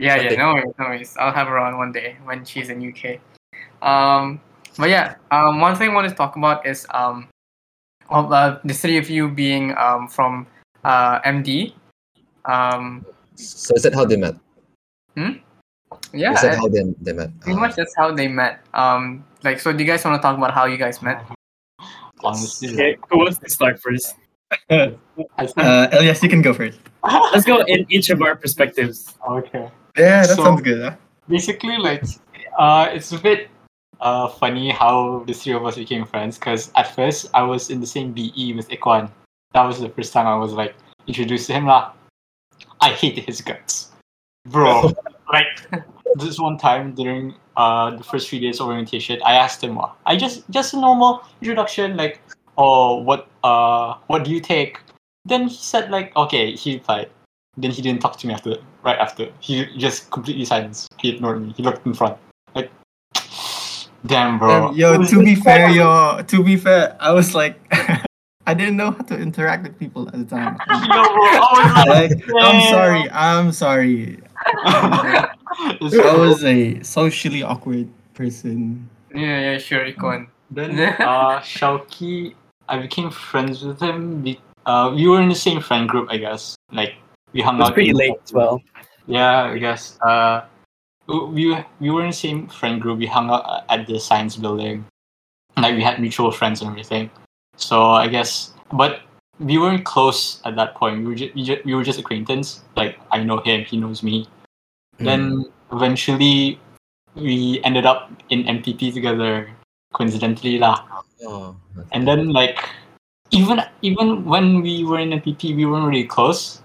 Yeah, yeah.
Something.
No worries, no worries. I'll have her on one day when she's in UK. Um, but yeah. Um, one thing I want to talk about is um, of, uh, the three of you being um from uh MD. Um,
So is that how they met?
yeah.
is that
I-
how they, they met?
Pretty much that's how they met. Um, like, so do you guys want to talk about how you guys met?
Honestly,
okay
like,
who wants to start first
I think.
Uh, Elias, you can go first.
let's go in each of our perspectives
okay.
Yeah, that
So-
sounds good. Huh?
Basically, like, uh, it's a bit uh funny how the three of us became friends. Cause at first I was in the same BE with Ikwan. That was the first time I was like introduced to him lah. I hated his guts, bro. like this one time during uh the first few days of orientation, I asked him, "What? I just just a normal introduction, like, oh, what uh, what do you take?" Then he said, like, okay, he replied, Then he didn't talk to me after right after. He just completely silenced. He ignored me. He looked in front. Like damn bro.
Um, yo, to be fair, yo, to be fair, I was like, I didn't know how to interact with people at the time.
Yo, bro, I was like,
like, I'm sorry, I'm sorry.
It's
I
cool.
was a socially awkward person.
Yeah, yeah, sure, Ikon.
Then uh, Shauki, I became friends with him. Be- uh, we were in the same friend group, I guess. Like we hung
It's
out.
pretty
in-
late as well.
Yeah, I guess. Uh, we we were in the same friend group. We hung out uh, at the science building. Like we had mutual friends and everything. So I guess, but we weren't close at that point. We were just, we, just, we were just acquaintance. Like I know him, he knows me.
Ah.
Hmm.
Then eventually, we ended up in MPP together. Coincidentally, lah.
Oh, okay.
And then like even even when we were in MPP, we weren't really close.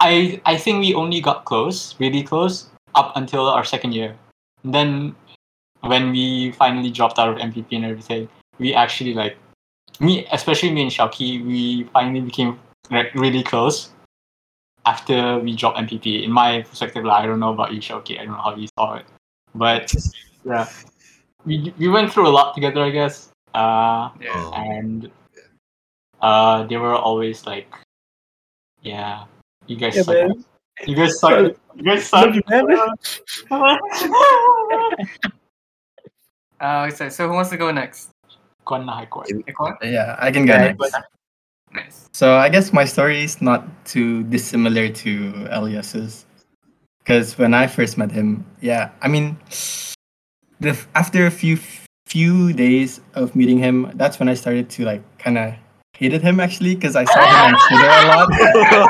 I I think we only got close, really close, up until our second year. And then when we finally dropped out of MPP and everything, we actually like me, especially me and Shauki, we finally became like really close after we dropped MPP. In my perspective, like, I don't know about you, Shauki. I don't know how you saw it, but yeah, we we went through a lot together, I guess. Uh,
Yeah.
Oh.
and uh, they were always like, "Yeah, you guys
Yeah,
suck.
man.
You guys suck. You guys suck."
Mm-hmm.
Uh, so, so who wants to go next?
Kwan na high court.
Ikon?
Yeah, I can go
Yeah,
next.
Nice.
So I guess my story is not too dissimilar to Elias's, because when I first met him, yeah, I mean, the f- after a few few days of meeting him, that's when I started to like kind of hated him actually, because I saw him on Twitter a lot.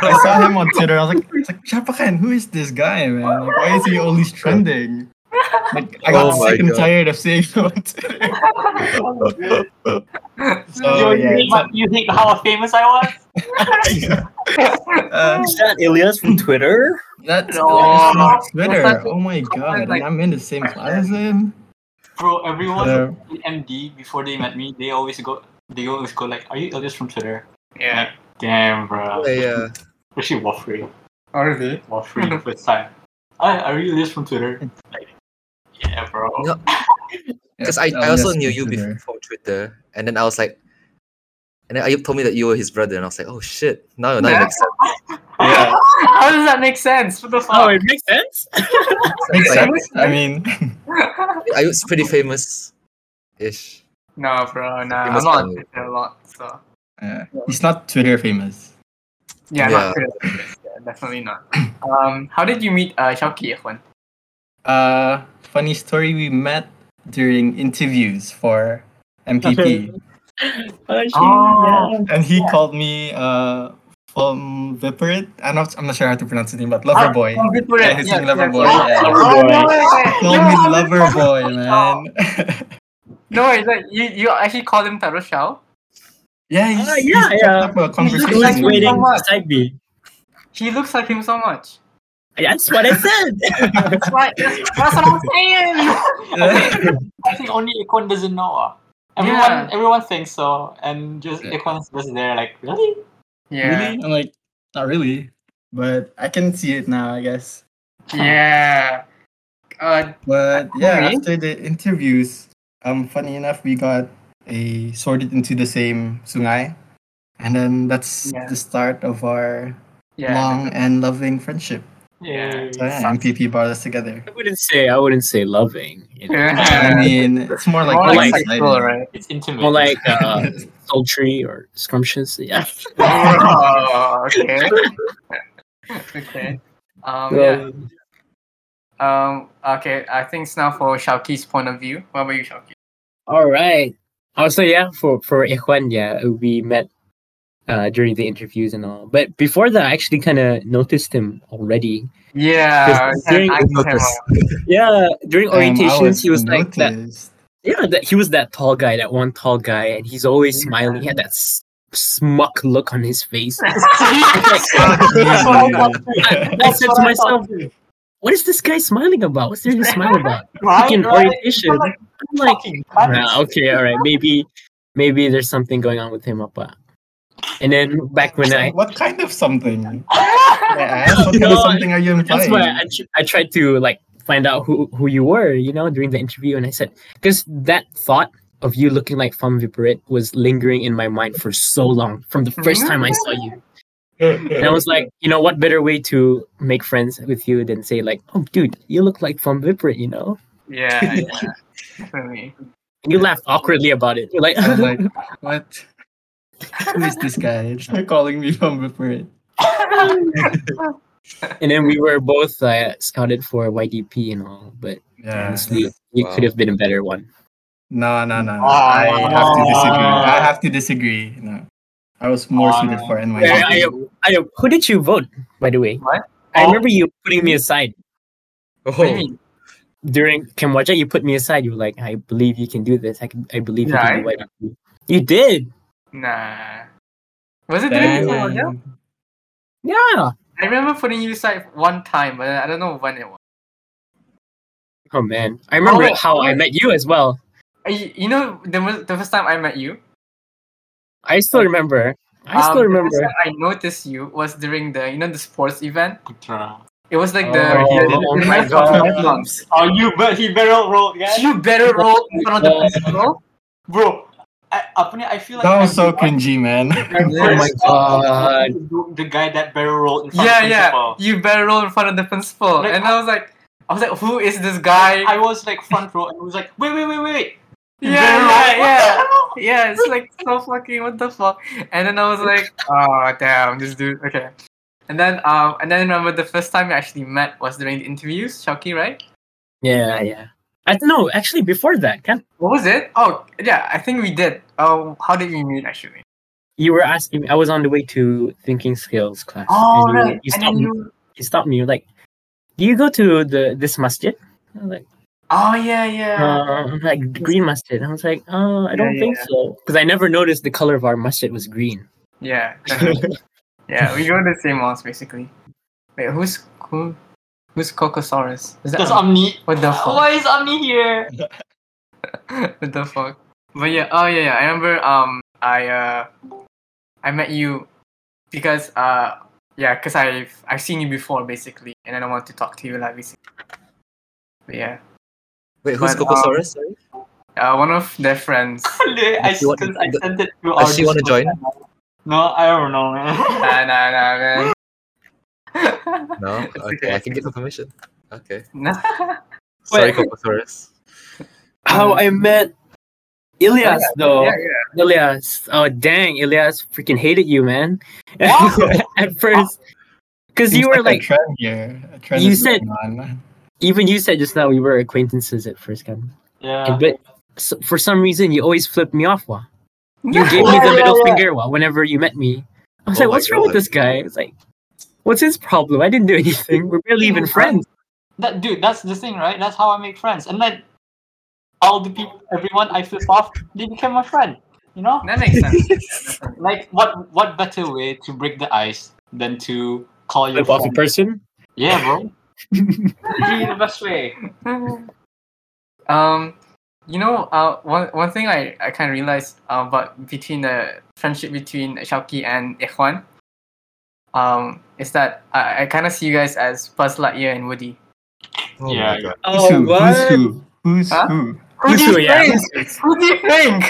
I saw him on Twitter. I was like, it's like "Siapa kan? who is this guy, man? Like, why is he always trending? Like, I
Oh
got
my
sick and
God.
tired of seeing him on Twitter.
you,
So Oh, yeah,
hate
it's-
what- you hate how famous I was?
uh,
Is that Elias from Twitter?
That's
No.
that's not
That's
Twitter.
not-
Oh my god, and
like-
I'm in the same class as him.
Bro, everyone
Yeah.
in MD before they met me, they always go. They always go like, "Are you Elias from Twitter?"
Yeah.
Damn, bro.
yeah.
Especially Wafri.
Or really?
Wafri first time. I are you Elias from Twitter? Like, yeah, bro.
No, Because I,
Oh,
I also knew you before from Twitter, and then I was like, and then Ayub told me that you were his brother, and I was like, oh shit, now now it makes sense.
Yeah.
How does that make sense? What the
Oh,
fuck?
it makes sense.
Makes
Like,
sense. I mean,
Ayub's pretty famous, ish.
no, bro, no. I'm not on
Famous family.
Twitter a lot, so.
uh, he's not Twitter famous.
Yeah, not
Yeah.
Twitter. Yeah, definitely not. Um, how did you meet uh, Shauki, Ikon?
Uh, funny story. We met during interviews for MPP,
Oh.
and he called me uh from Viperit. I'm not. I'm not sure how to pronounce his name, but Lover Boy.
Oh, good for
Yeah,
it.
he's
Yeah,
in Loverboy,
yeah.
yeah. Call me Lover Boy,
Oh.
man.
No, it's like you, you actually called him Taro Shao.
yeah, he's,
Uh,
Ah,
he's
yeah,
kept
yeah.
up a
I was
conversation. with
waiting
me.
much.
beside me.
He looks like him so much.
That's what I said.
That's right. That's, that's what I'm saying.
I think only Ikon doesn't know. ah. Everyone,
Yeah.
everyone thinks so, and just
Yeah.
Ikon's just there, like really.
Yeah.
Really? I'm like, not really. But I can see it now, I guess.
Yeah. Uh,
But
Oh,
yeah,
Alright.
after the interviews, um, funny enough, we got a sorted into the same sungai, and then that's
Yeah.
the start of our
yeah.
long and loving friendship.
Yeah.
So yeah,
Sucks.
MPP brought us together.
I wouldn't say. I wouldn't say loving. You know?
I
yeah.
mean, it's more like
More like
excited.
sexual, right?
It's intimate.
More like uh, sultry or scrumptious. Yeah.
Oh, okay. okay. Um, yeah. Um, okay, I think it's now for Shauki's point of view. What about you, Shauki?
All right. Also, yeah, for for Ikhwan, yeah, we met uh, during the interviews and all. But before that, I actually kind of noticed him already.
Yeah,
Because
I
during-
I know him
Notice.
well.
Yeah, during
Um, I
orientations, he was like that.
noticed.
Yeah, that he was that tall guy, that one tall guy, and he's always smiling. He had that s- smug look on his face.
That's what I thought
I said to myself, "What is this guy smiling about? What's there to smile about?" Freaking orientation.
Like,
I'm like, "Ah, okay, all right, maybe, maybe there's something going on with him, apa. And then back when I
What kind of something? I asked? What
No,
kind of something are you
That's
implying?
why I, tr- I tried to like find out who who you were, you know, during the interview, and I said because that thought of you looking like Fam Viparit was lingering in my mind for so long from the first time I saw you. And I was like, you know, what better way to make friends with you than say like, oh, dude, you look like Fam Viparit, you know?
Yeah, yeah. definitely.
And you laughed awkwardly about it. You're like,
I was like, what? Who is this guy? They're calling me from Viparit.
and then we were both uh, scouted for YDP and all, but
Yeah.
honestly,
Wow.
you could have been a better one.
No, no, no. no.
Ah.
I have to disagree. I have to disagree. No. I was more suited for
Ah. Yeah, I,
NYC.
I, who did you vote, by the way?
What? Oh.
I remember you putting me aside
What do you
Oh,
mean?
during Kemwaja. You put me aside. You were like, "I believe you can do this. I can, I believe you
Yeah,
can do it." You did.
Nah. Was it during the Cambodia?
Damn.
Yeah.
I remember putting you aside one time, but I don't know when it was.
Oh man, I remember
Oh,
how I
oh.
met you as well.
Uh, You, you know, the, mo- the first time I met you,
I still remember. I
um,
still
The first
remember.
time I noticed you was during the, you know, the sports event.
Putra.
It was like the.
Oh,
the-
oh
the-
my
the-
God.
Oh, you but he barrel rolled, guys.
You better roll in front of the principal.
Bro, I, apparently I feel like
That was so
everyone-
cringy, man.
Oh my God.
The- The guy that barrel rolled in front
Yeah,
of
yeah.
principal.
You better roll in front of the principal.
Like,
and I was like, I was like, who is this guy?
I was like front row and was like, wait, wait, wait, wait.
yeah,
Barrel
yeah,
roll.
yeah. Yeah, it's like so fucking what the fuck. And then I was like, oh damn, this dude. Okay. And then um, and then remember the first time we actually met was during the interviews, Chucky, right?
Yeah, yeah. I don't know. Actually, before that, can
What was it? Oh yeah, I think we did. Oh, how did we meet actually?
you were asking. I was on the way to thinking skills class.
Oh right.
and you, you
and then
stopped me.
you.
You stopped me. You're like, "Do you go to the this masjid?" I was like.
Oh yeah, yeah.
uh, like green mustard. And I was like, oh, I
Yeah, yeah,
don't think so, because I never noticed the color of our mustard was green.
Yeah. definitely. yeah, we go to the same malls basically. Wait, who's who, who's Cocosaurus? Is that
That's Omni.
what the fuck?
Why is Omni here?
what the fuck? But yeah, oh yeah, yeah. I remember um I uh I met you because uh yeah, because I've I've seen you before basically and then I want to talk to you like basically. But yeah.
wait, who's
But, um,
Cocosaurus? Sorry?
Uh, one of their friends.
I,
She want-
since I sent it to our
Does she want to
Discord.
join?
No, I don't know, man.
nah nah nah man.
No.
It's
Okay, I can give her permission. Okay.
Nah.
Sorry,
Wait.
Cocosaurus.
How I met Ilyas though.
yeah, yeah.
Ilyas. Oh dang, Ilyas freaking hated you, man. At first, because you
Seems
were
a
like,
trend here. A trend
You
is
said-
going on.
even you said just now we were acquaintances at first, Ken.
Yeah.
But so, for some reason, you always flipped me off. Wa. You gave me the middle finger wa, whenever you met me. I was
Oh my
like, what's wrong with
God.
this guy? It's like, what's his problem? I didn't do anything. We're barely even friends.
That dude, that's the thing, right? That's how I make friends. And then all the people, everyone I flip off, they became my friend. You know,
That makes sense. Yeah, definitely.
like what what better way to break the ice than to call your
flip off
friend?
a person.
Yeah, bro. Be the best way.
um, you know, uh, one one thing I, I kind of realized uh, about between the friendship between Shauki and Ikhwan, um, is that I, I kind of see you guys as Buzz Lightyear and Woody.
Oh
Yeah,
my god.
Who's who?
Oh,
Who's who? Who's
Huh?
who?
Who do you
Usu, Oh, yeah.
think? Who do you think?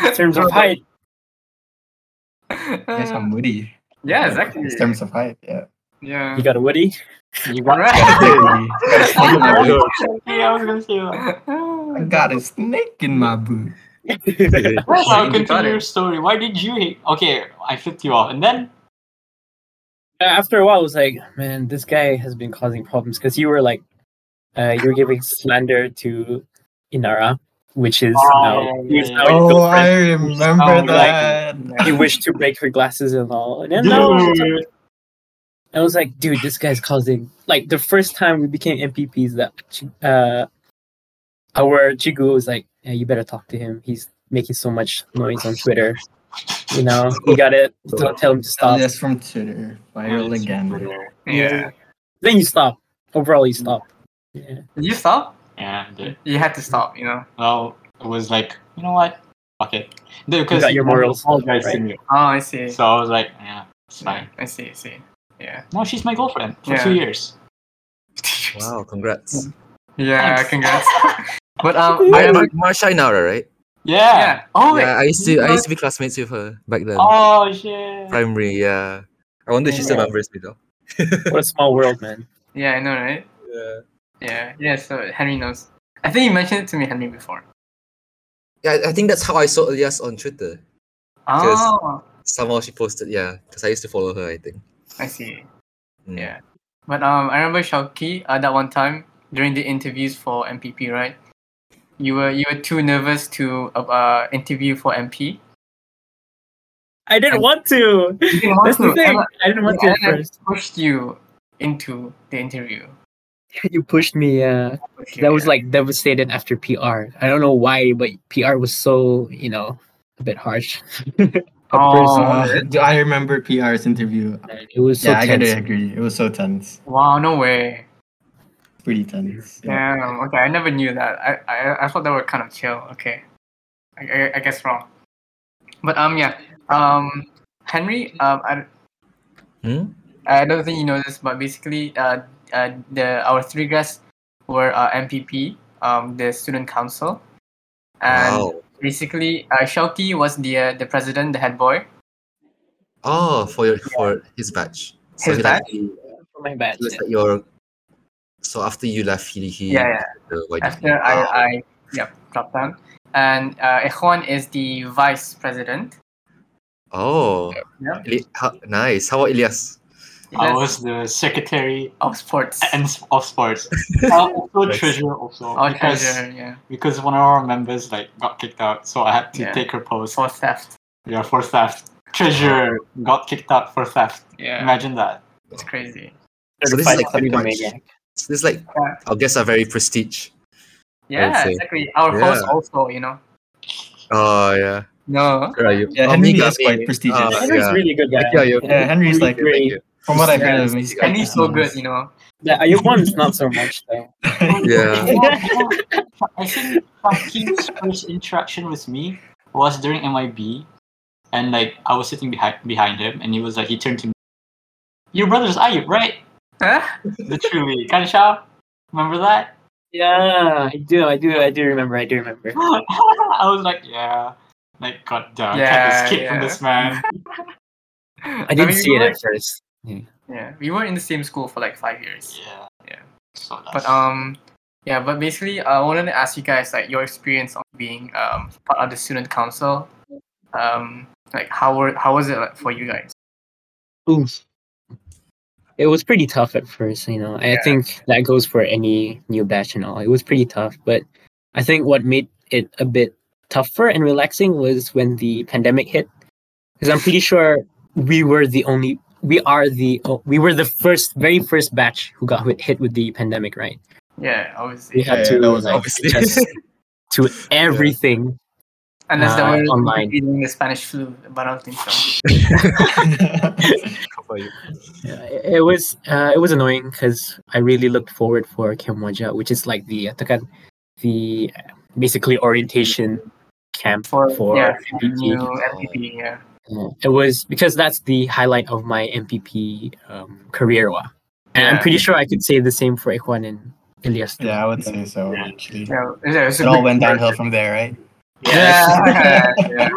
In terms of height,
Yes, I'm Woody.
Uh, yeah, exactly.
In terms of height, yeah.
Yeah.
you got a Woody.
You got
Alright.
I
Oh my god.
Yeah, I was gonna say that.
got a snake in my boot.
Uh,
Well,
You
I'll
got
continue
it.
your story. Why did you hate? Okay, I flipped you off, and then
After a while, I was like, man, this guy has been causing problems because you were like, uh, you were giving slander to Inara, which is
Oh,
now,
yeah,
who is
yeah,
now your
Oh, I
girlfriend.
remember
Oh, like-
that.
He wished to break her glasses and all. And then
Dude.
I was like- I was like, dude, this guy's causing. Like the first time we became MPPs, that chi- uh, our Chigu was like, yeah, you better talk to him. He's making so much noise on Twitter. You know, you gotta don't tell him to stop.
Elias Oh, from Twitter, viral again.
yeah.
then you stop. Overall, you stop. Yeah.
Did you stop?
Yeah, dude.
You had to stop. You know.
Well, it was like, you know what? Fuck it. Because
got your morals,
All guys
right?
senior.
Oh, I see.
So I was like, yeah. It's fine.
I see, I see. Yeah.
Now she's my girlfriend for
Yeah.
two years.
Wow, congrats.
Yeah,
Thanks.
congrats. but um, I
I
am,
Mar- Marsha Inara, right?
Yeah.
Yeah.
Oh, wait.
yeah, I used to I used to be classmates with her back then.
oh shit.
Primary, yeah. I wonder if she still remembers me though.
What a small world, man.
yeah, I know, right?
Yeah.
Yeah, yeah. So Henry knows. I think you mentioned it to me, Henry, before.
Yeah, I- I think that's how I saw Elias on Twitter.
Oh,
Somehow she posted, yeah, because I used to follow her. I think.
I see.
Mm.
Yeah. But um, I remember Shauki uh, that one time during the interviews for MPP, right? You were you were too nervous to uh, uh interview for MP.
I didn't want
You
to.
didn't want
That's the
to.
thing.
Emma-
I didn't want to
Yeah,
at
and I
first.
pushed you into the interview.
You pushed me. Yeah,
Pushed you,
that was
yeah.
like devastated after PR. I don't know why, but PR was so you know a bit harsh. at
Oh.
Uh, do I remember PR's interview.
first, man. it was so
yeah, I
tense.
gotta agree. It was so tense.
wow, no way.
Pretty tense. Yeah.
Damn. Okay, I never knew that. I I, I thought they were kind of chill. Okay, I, I, I guess wrong. But um yeah um Henry um I
Hmm?
I don't think you know this, but basically uh, uh the our three guys were uh, MPP um the student council, and
Wow.
basically uh, Shauki was the uh, the president, the head boy.
Oh, for your for his batch.
His
he
batch?
Like, he
For my bad.
was like your. So after you left, he he.
Yeah, yeah.
The YDP.
After
Wow.
I I yep dropped down, and uh, Ekhwan is the vice president.
Oh.
Yeah.
Eli- how- nice. How about Elias?
I
Yes.
was the secretary
of sports.
and s- of sports. uh, also
Nice.
treasurer also
Oh,
because
treasure, yeah.
because one of our members like got kicked out, so I had to
Yeah.
take her post.
For theft.
Yeah, for theft. Treasurer got kicked out for theft.
Yeah,
Imagine that.
it's crazy.
So this is like pretty much.
Maniac.
So this is like
Yeah.
our guests are very prestige.
Yeah,
see.
exactly. Our
Yeah.
host also, you know.
Oh yeah.
No.
Where are you?
Yeah,
Oh,
Henry
Miga,
is quite
Miga.
prestigious.
Ah,
Henry's
yeah.
really good guy.
Yeah, you're-
Yeah, Henry's like-
Thank
great.
you.
From what I've
Yeah,
heard,
it's-
of him, he's
And he's so good,
prestigious.
you know.
The Ayupon's not so much though.
Yeah.
I think Faki's first interaction with me was during MIB, and like I was sitting behind behind him, and he was like he turned to me, "Your brother's Ayub, right?
Huh?
Literally, Kansha, remember that?"
Yeah, I do, I do, I do remember, I do remember.
I was like, "Yeah." Like, god damn,
Yeah,
can't escape from
yeah.
this man.
I didn't
mean,
see
we
it
were-
at first.
Yeah, we were in the same school for like five years.
Yeah.
Yeah.
So
But
that's-
um, yeah. But basically, uh, I wanted to ask you guys like your experience on being um part of the student council. Um, like how were how was it like, for you guys?
Oof. It was pretty tough at first, you know. I
Yeah.
think that goes for any new batch and all. It was pretty tough, but I think what made it a bit tougher and relaxing was when the pandemic hit. Because I'm pretty sure we were the only, we are the, oh, we were the first, very first batch who got hit- hit with the pandemic, right?
Yeah, obviously.
We had
Yeah, yeah,
to
that was
like,
obviously.
adjust to everything.
Unless
uh,
there was
online.
reading the Spanish flu, but I don't think so.
How about you?
Yeah, it- it was uh, it was annoying because I really looked forward for Kemwaja, which is like the tekan, the uh, basically orientation camp for, for
yeah,
MPP.
new MPP, yeah.
Yeah, It was because that's the highlight of my MPP um, career. Wa. And I'm
Yeah.
pretty sure I could say the same for Ikhwan and Ilyas. too.
Yeah, I would say so actually.
Yeah, it was- it was a
It all
good
went
start.
downhill from there, right?
Yeah, yeah,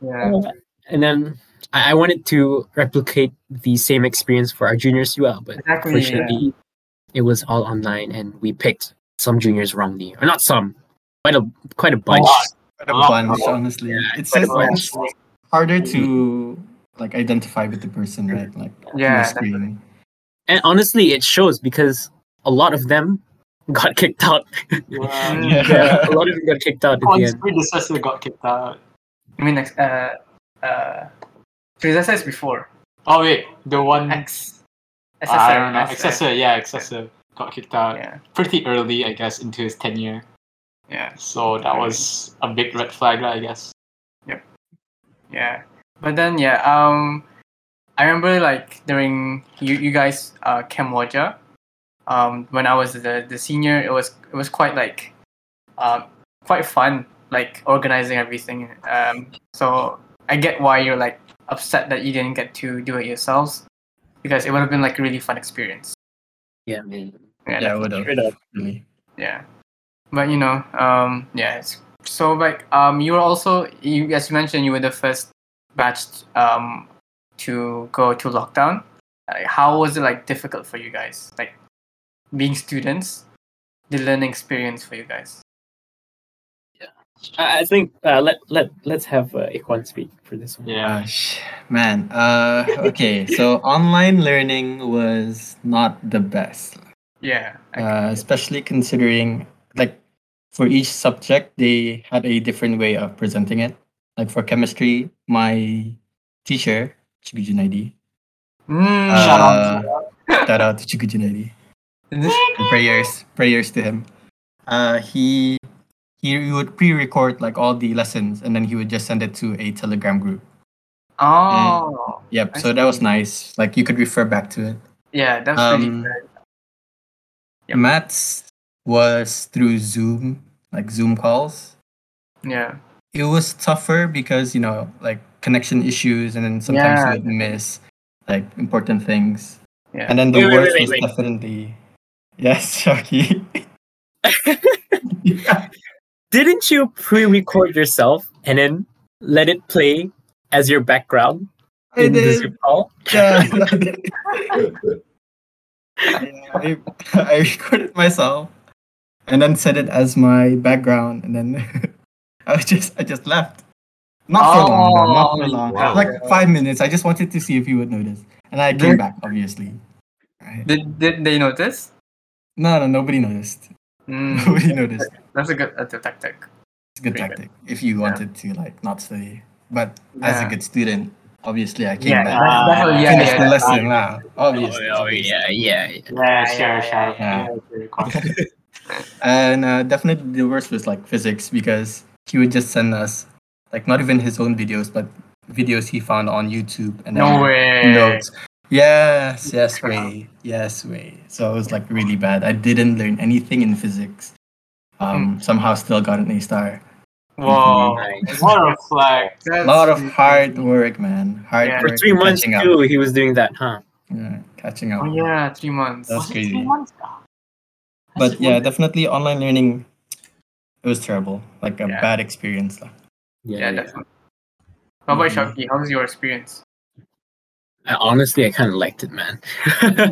yeah.
Uh, And then I, I wanted to replicate the same experience for our juniors as well, but
Exactly. Yeah.
Fortunately, it was all online, and we picked some juniors wrongly, or not some, quite a quite a bunch.
lot.
Quite a
Lot.
bunch, honestly. it's
quite a
it's harder to like identify with the person, right? Like on
Yeah,
the screen.
And honestly, it shows because a lot of them got kicked out.
Yeah.
Mm.
a
Yeah.
lot of them got kicked out at the
One's
end.
predecessor got kicked out.
I mean, ex- uh, uh, because I said this before.
Oh wait, the one
Ex.
I don't know.
ex-
Excessor, yeah, excessor got kicked out
Yeah,
pretty early, I guess, into his tenure.
yeah,
So that was a big red flag, I guess.
yeah. But then, yeah. Um, I remember like during you, you guys uh Cambodia, um, when I was the the senior, it was it was quite like, um, quite fun like organizing everything. Um, so I get why you're like upset that you didn't get to do it yourselves because it would have been like a really fun experience.
Yeah, man.
Yeah, I would have. Really.
Yeah. But you know, um, yeah. It's, so like, um, you were also, you, as you mentioned, you were the first batch um to go to lockdown. Like, how was it like difficult for you guys? Like being students, the learning experience for you guys.
I I think uh, let let let's have uh, Ikwan speak for this one.
Yeah.
Gosh, man. Uh, okay, so online learning was not the best,
Yeah.
uh, especially considering like for each subject they had a different way of presenting it. Like for chemistry, my teacher Chiku Junaidi.
Mm,
Shout out
uh, shout out to Chiku Junaidi. and prayers prayers to him uh he he would pre-record like all the lessons and then he would just send it to a telegram group
oh.
yep
I
so that was nice like you could refer back to it
Yeah, that's really
Um,
good. Yep.
maths was through zoom like zoom calls
Yeah.
it was tougher because you know like connection issues and then sometimes
Yeah.
you would miss like important things
Yeah.
and then the
Wait, wait,
worst
wait,
was
wait.
definitely yes Sharky.
Didn't you pre-record yourself and then let it play as your background in
I
the
did.
Zoom call?
Yeah. I, I recorded myself and then set it as my background and then I was just I just left. Not for long, though, not for
Oh,
long.
wow.
Like five minutes. I just wanted to see if you would notice. And I came
There-
back, obviously. Right.
Did did they notice?
No, no, nobody noticed.
Mm,
Nobody noticed.
that's a good that's a tactic.
It's a good
Pretty good.
tactic if you wanted to like not study. But as
Yeah.
a good student, obviously I came
Yeah,
back.
that's, that's how,
Uh,
yeah, yeah, Oh,
Finished the
that's-
lesson now. Obviously. obviously.
yeah, yeah.
Yeah, sure, sure.
Yeah.
Yeah.
And uh, definitely the worst was like physics because he would just send us like not even his own videos, but videos he found on YouTube and
No
then
way.
notes. Yes, yes, way, yes, way. So it was like really bad. I didn't learn anything in physics. Um, somehow still got an A star.
Whoa.
What a flag.
A
That's-
lot of hard work, man. Hard
Yeah.
work.
For three
and
months
catching
too,
Up.
he was doing that, huh?
Yeah, catching up.
Oh yeah, three months.
That's
Was it three
crazy.
months?
But yeah, definitely online learning. It was terrible. Like a
Yeah.
bad experience. lah.
Yeah, definitely. How about
Mhm.
Shaki? How was your experience?
I, honestly, I kind of liked it, man.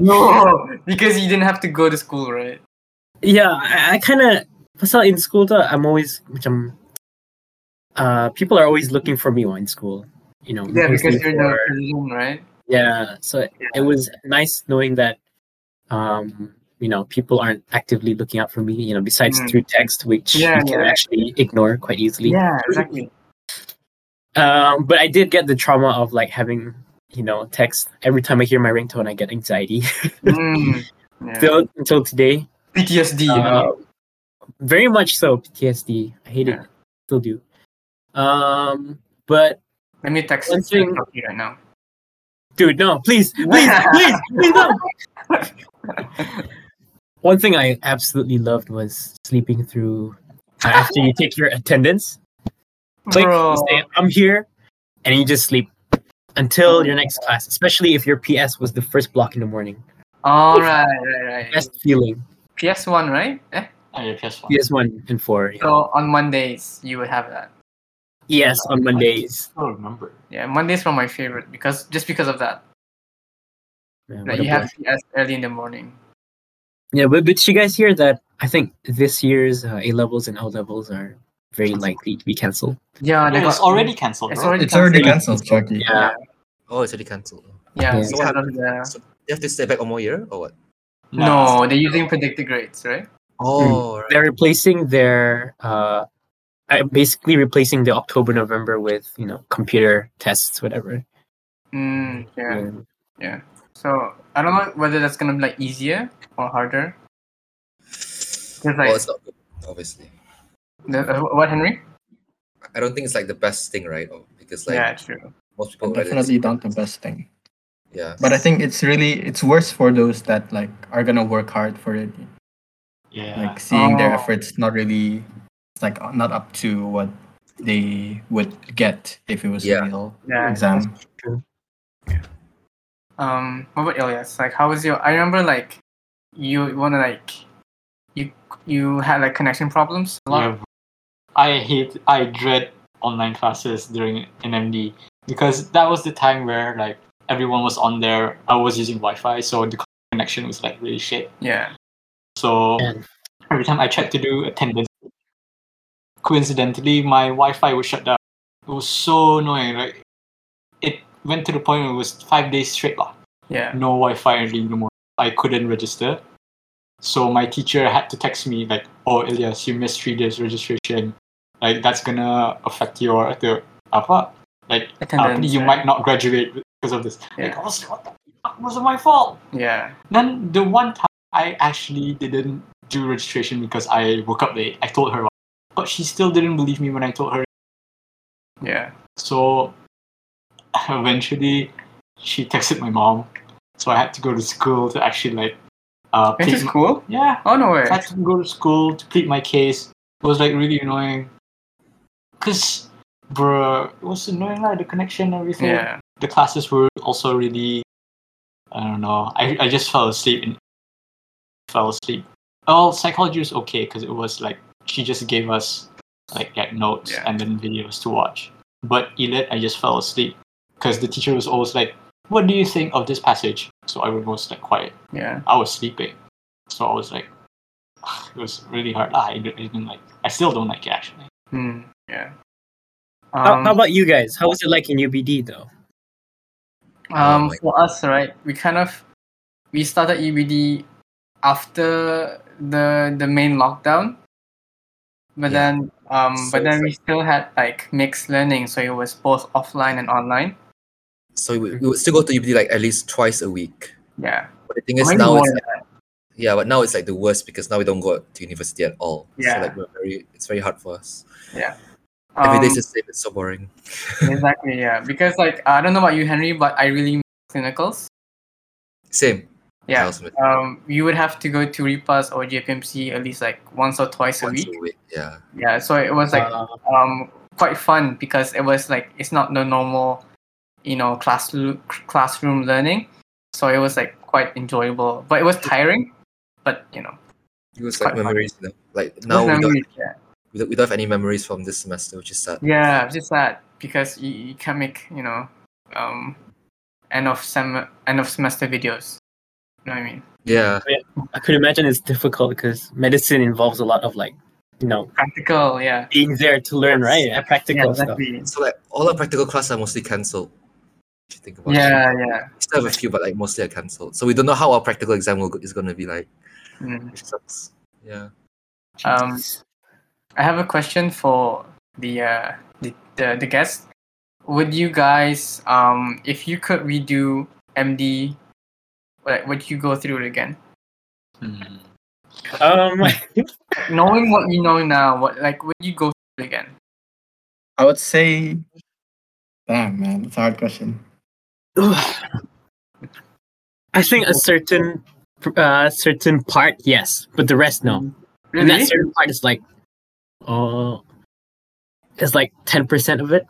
no, because you didn't have to go to school, right?
yeah, I, I kind of. Pasal in school, though, I'm always macam. Uh, people are always looking for me while in school. You know.
Yeah, because you're
mostly
in
for-
the prison, right?
Yeah, so it was nice knowing that, um, you know, people aren't actively looking out for me. You know, besides
Mm.
through text, which
Yeah,
you can
yeah.
actually ignore quite easily.
Yeah, exactly.
Um, but I did get the trauma of like having, you know, text every time I hear my ringtone, I get anxiety.
Mm, yeah.
Till until today,
PTSD, you know?
Uh, very much so PTSD. I hate it, still do. Um, but
Let me text
one thing-
Shaki right now.
dude, no, please, please, please, please, no. One thing I absolutely loved was sleeping through uh, after you take your attendance. Click,
Bro.
you say, I'm here, and you just sleep until your next class, especially if your PS was the first block in the morning.
All right, right, right.
Best feeling.
PS1, right? Eh?
Oh, yeah, PS1.
PS1 and 4. yeah.
So on Mondays, you would have that.
Yes, on Mondays.
I don't remember.
Yeah, Mondays were my favorite because just because of that.
Yeah, what
That
a
you
blast.
have PS early in the morning.
Yeah, but, but you guys hear that I think this year's uh, A levels and O levels are very likely to be cancelled.
Yeah, they
No, it's
got-
already cancelled.
It's
bro.
already
It's already
cancelled.
cancelled, Chucky.
Yeah.
Oh, it's already cancelled.
Yeah,
Yeah.
because
So what
of the-
So you have to stay back one more year or
Mm.
what?
No, they're using predicted grades, right?
Oh, right.
They're replacing their, uh, uh, basically replacing the October, November with, you know, computer tests, whatever.
Mm, yeah.
And
So I don't know whether that's gonna be like easier or harder. Because like,
well, Oh, it's not good, obviously.
the, uh, what Henry?
I don't think it's like the best thing, right? Or- Because like
yeah, true.
most people rather-
Definitely not the best thing.
Yeah.
But I think it's really it's worse for those that like are gonna work hard for it.
Yeah.
Like seeing their
Oh.
efforts not really it's like not up to what they would get if it was
Yeah.
a real
Yeah.
exam.
Um, what about Elias? Like, how was your? I remember like you wanna like you you had like connection problems a lot.
Yeah. I hate, I dread online classes during NMD because that was the time where like everyone was on there. I was using Wi-Fi, so the connection was like really shit.
Yeah. Oh,
So
Yeah.
every time I tried to do attendance, coincidentally, my Wi-Fi was shut down. It was so annoying. Like it went to the point where it was five days straight. lah.
Yeah.
no Wi-Fi in the morning. I couldn't register. So my teacher had to text me like, "Oh, Elias, you missed three days registration. Like that's gonna affect your the apa? Like uh,
Attendance.
you
yeah.
might not graduate because of this. Like,
Yeah.
I was like, what the fuck? wasn't my fault.
Yeah.
Then the one time I actually didn't do registration because I woke up late. I told her, but she still didn't believe me when I told her
Yeah.
so eventually, she texted my mom. So I had to go to school to actually like uh,
Which
plead
is
my-
cool.
yeah.
Oh no way.
I had to go to school to plead my case. It was like really annoying. Cause, bruh, it was annoying like the connection and everything.
Yeah.
The classes were also really, I don't know. I I just fell asleep and fell asleep. Well, psychology was okay because it was like she just gave us like like notes
Yeah.
and then videos to watch. But elit, I just fell asleep because the teacher was always like, "What do you think of this passage?" So I was most like quiet.
Yeah.
I was sleeping, so I was like, it was really hard. Ah, I didn't- I didn't like. I still don't like it actually.
Hmm. Yeah.
how,
Um,
how about you guys? How was it like in UBD though?
um,
Oh my-
for us, right? We kind of we started EBD after the the main lockdown, but
Yeah.
then um,
So
but then
it's
we still had like mixed learning, so it was both offline and online.
So we, we would still go to UBD like at least twice a week.
Yeah.
But the thing is
Maybe
now
more
it's
than
like, yeah, but now it's like the worst because now we don't go to university at all.
Yeah.
So like we're very it's very hard for us.
that.
Every day's
Um,
the same. It's so boring.
exactly yeah because like i don't know about you henry but i really miss clinicals
Same. I
yeah
also miss
um you would have to go to repass or jpmc at least like once or twice a
once
week
a week. Yeah.
yeah so it was like
Uh,
um quite fun because it was like it's not the normal you know class classroom learning so it was like quite enjoyable but it was tiring but you know
It was
quite
like
fun.
memories, you know. Like
it was
now we don't,
memories, yeah.
we don't we don't have any memories from this semester, which is sad.
yeah it's just that because you, you can make you know um end of sem end of semester videos you know what i mean
Yeah.
I could imagine it's difficult because medicine involves a lot of like, you know,
practical yeah
being there to learn, right? Yeah, practical stuff.
So like all our practical classes are mostly cancelled. If you think about it.
Yeah, yeah.
We still have a few, but like mostly are cancelled. So we don't know how our practical exam will, is gonna be like.
Mm.
Which sucks. Yeah.
Um,
Jeez.
I have a question for the uh, the, the the guest. Would you guys, um, if you could redo MD, like, would you go through it again?
um,
Knowing what you know now, what like would you go through it again?
I would say, damn man, it's a hard question.
I think a certain, uh, certain part, yes, but the rest, no. And
Really?
that certain part is like, oh, it's like ten percent of it.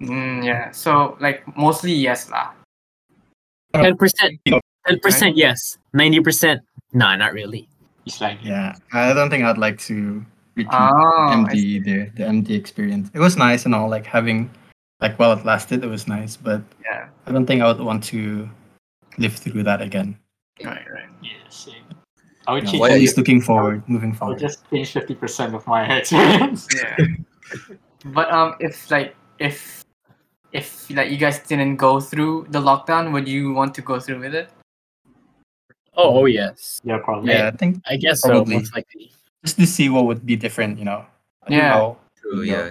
Mm, yeah. So like mostly yes lah.
Ten percent, ten percent, yes. Ninety percent, nah, not really.
It's like
Yeah, I don't think I'd like to repeat
Oh, I
MD
see.
either. The MD experience. It was nice and all, like having, like while it lasted, it was nice. But
yeah.
I don't think I would want to live through that again.
Right, right.
yeah, same. I would
You know,
change.
why are
always
you-
looking forward, moving
I would
forward.
just change fifty percent of my experience.
Yeah. but um, if like if if like you guys didn't go through the lockdown, would you want to go through with it?
Oh, oh yes,
yeah, probably.
Yeah, I think
I guess
Probably.
so. Most likely.
just to see what would be different. You know. I think
Yeah.
I'll-
True,
Yeah.
yeah.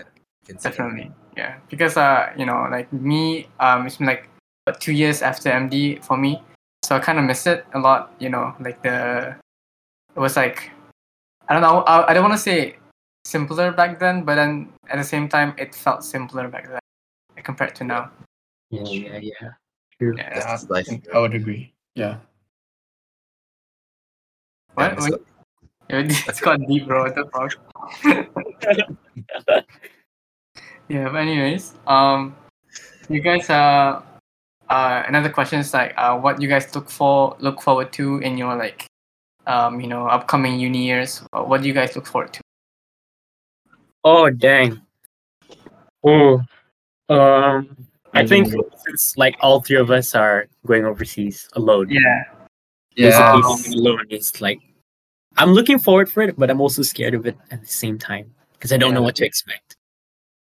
Can see that.
Definitely. Yeah. Because uh, you know, like me, um, it's been like about two years after MD for me, so I kind of miss it a lot. You know, like the it was like I don't know. I, I don't want to say simpler back then, but then at the same time, it felt simpler back then compared to now.
Yeah, yeah, yeah.
Yeah.
Yeah,
That's life.
I think I would agree. Yeah.
Yeah,
What?
it's
Wait, it's got deep, bro. What the fuck? Yeah, but anyways, um, you guys uh, uh, another question is like, uh, what you guys look for, look forward to in your like, um, you know, upcoming uni years. Uh, What do you guys look forward to?
Oh dang. Oh, um, I think since like all three of us are going overseas alone,
Yeah,
Yeah.
basically being alone is like, I'm looking forward for it, but I'm also scared of it at the same time because I don't know what to expect.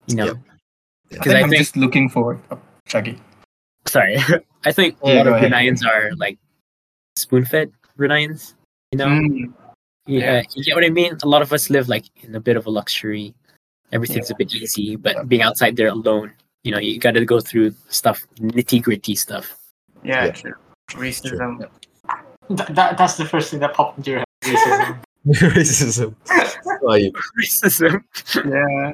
You know,
Yep.
I
because
think
I
I'm
think
just looking forward. Oh, Chucky.
sorry, I think a
Yeah,
lot
go
of
ahead.
Bruneians are like spoon-fed Bruneians. You know,
Mm-hmm.
Mm,
yeah, you get what I mean. A lot of us live like in a bit of a luxury. Everything's a bit easy, but being outside there alone, you know, you got to go through stuff, nitty gritty stuff.
yeah,
Yeah.
true. Racism.
Th- that, that's the first thing that popped into your head. Racism.
Racism. Why you-
Racism.
Yeah,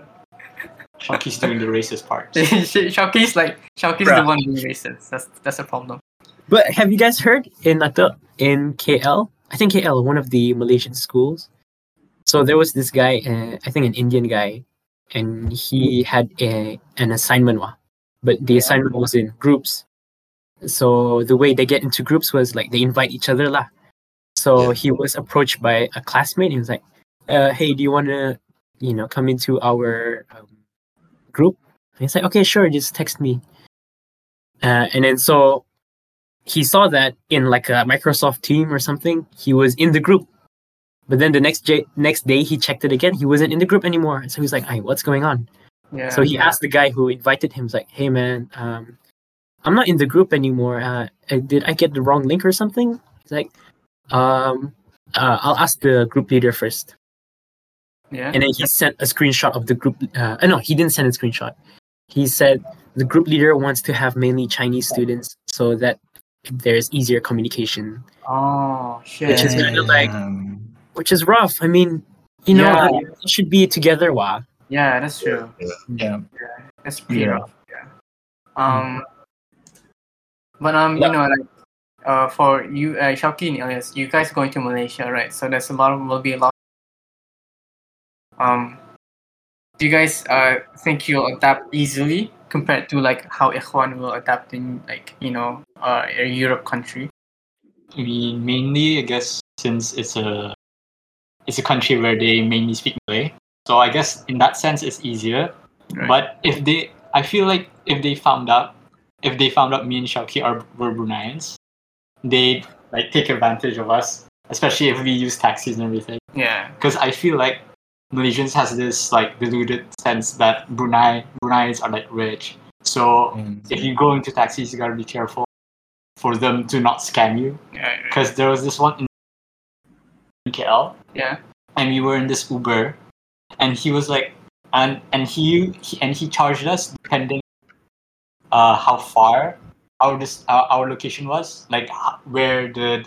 Chucky's doing the racist part.
Shawky's like Shawky's the
Bruh.
one being racist. That's that's a problem.
But have you guys heard in Nata, in KL? I think KL, one of the Malaysian schools. So there was this guy, uh, I think an Indian guy, and he had a, an assignment, wa. but the assignment was in groups. So the way they get into groups was like they invite each other lah.
Yeah.
So he was approached by a classmate. He was like, uh, "Hey, do you want to, you know, come into our um, group?" And he's like, "Okay, sure. Just text me." Uh, and then so he saw that in like a Microsoft team or something, he was in the group. But then the next j- next day he checked it again, he wasn't in the group anymore. So he was like, "Hey, what's going on?"
Yeah.
So he asked the guy who invited him, he's like, "Hey man, um, I'm not in the group anymore. Uh, uh, did I get the wrong link or something?" He's like, um, uh, "I'll ask the group leader first.
Yeah.
And then he sent a screenshot of the group. Uh, uh, no, he didn't send a screenshot. He said the group leader wants to have mainly Chinese students so that there's easier communication,
Oh shit.
Which is
yeah.
kinda like-
Damn.
which is rough. I mean, you know,
Yeah.
uh, it should be together, wah.
that's true.
yeah.
That's pretty
Yeah.
rough. Um, but um, you
Yeah.
know, like uh, for you, uh, Shawky and Elias, you guys going to Malaysia, right? So there's a lot of will be a lot. Um, do you guys uh think you'll adapt easily compared to like how Ikhwan will adapt in like you know uh, a Europe country?
I mean, mainly, I guess, since it's a it's a country where they mainly speak Malay, so I guess in that sense it's easier.
Right.
But if they, I feel like if they found out, if they found out me and Shauki are were Bruneians, they'd like take advantage of us, especially if we use taxis and everything.
Yeah,
Because I feel like Malaysians has this like deluded sense that Brunei Bruneians are like rich, so if you go into taxis, you gotta be careful for them to not scam you.
yeah, right.
Because there was this one in KL,
yeah,
and we were in this Uber, and he was like, and and he, he and he charged us depending, uh, how far our dis- uh, our location was, like h- where the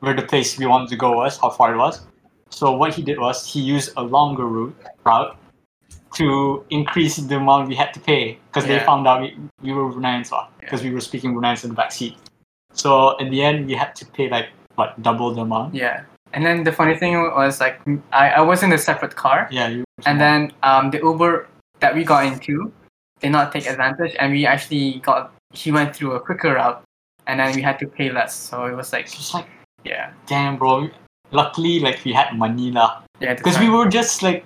where the place we wanted to go was, how far it was. So what he did was he used a longer route route to increase the amount we had to pay because they
Yeah.
found out we, we were Bruneians because we were speaking Bruneians in the back seat. So in the end, we had to pay like what double the amount.
yeah. And then the funny thing was like I, I was in a separate car.
Yeah, you
And then um, the Uber that we got into did not take advantage, and we actually got he went through a quicker route, and then we had to pay less. So it was like,
it's just like
yeah,
damn, bro. Luckily, like we had Manila
yeah,
because we were just like,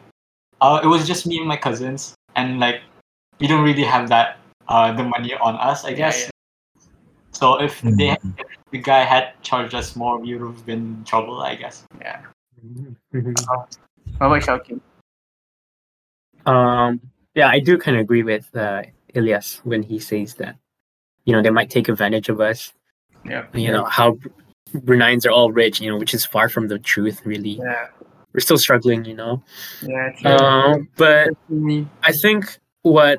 uh, it was just me and my cousins, and like we don't really have that uh the money on us,
Yeah,
I guess.
yeah.
So if they
Mhm.
if the guy had charged us more, we would have been in trouble, I guess.
Mm-hmm. What about Shawky?
Um, yeah, I do kind of agree with uh, Ilyas when he says that, you know, they might take advantage of us.
Yeah.
You know, how Br- Bruneians are all rich, you know, which is far from the truth, really.
Yeah,
We're still struggling, you know.
yeah, true.
Um, but
Mm,
I think what.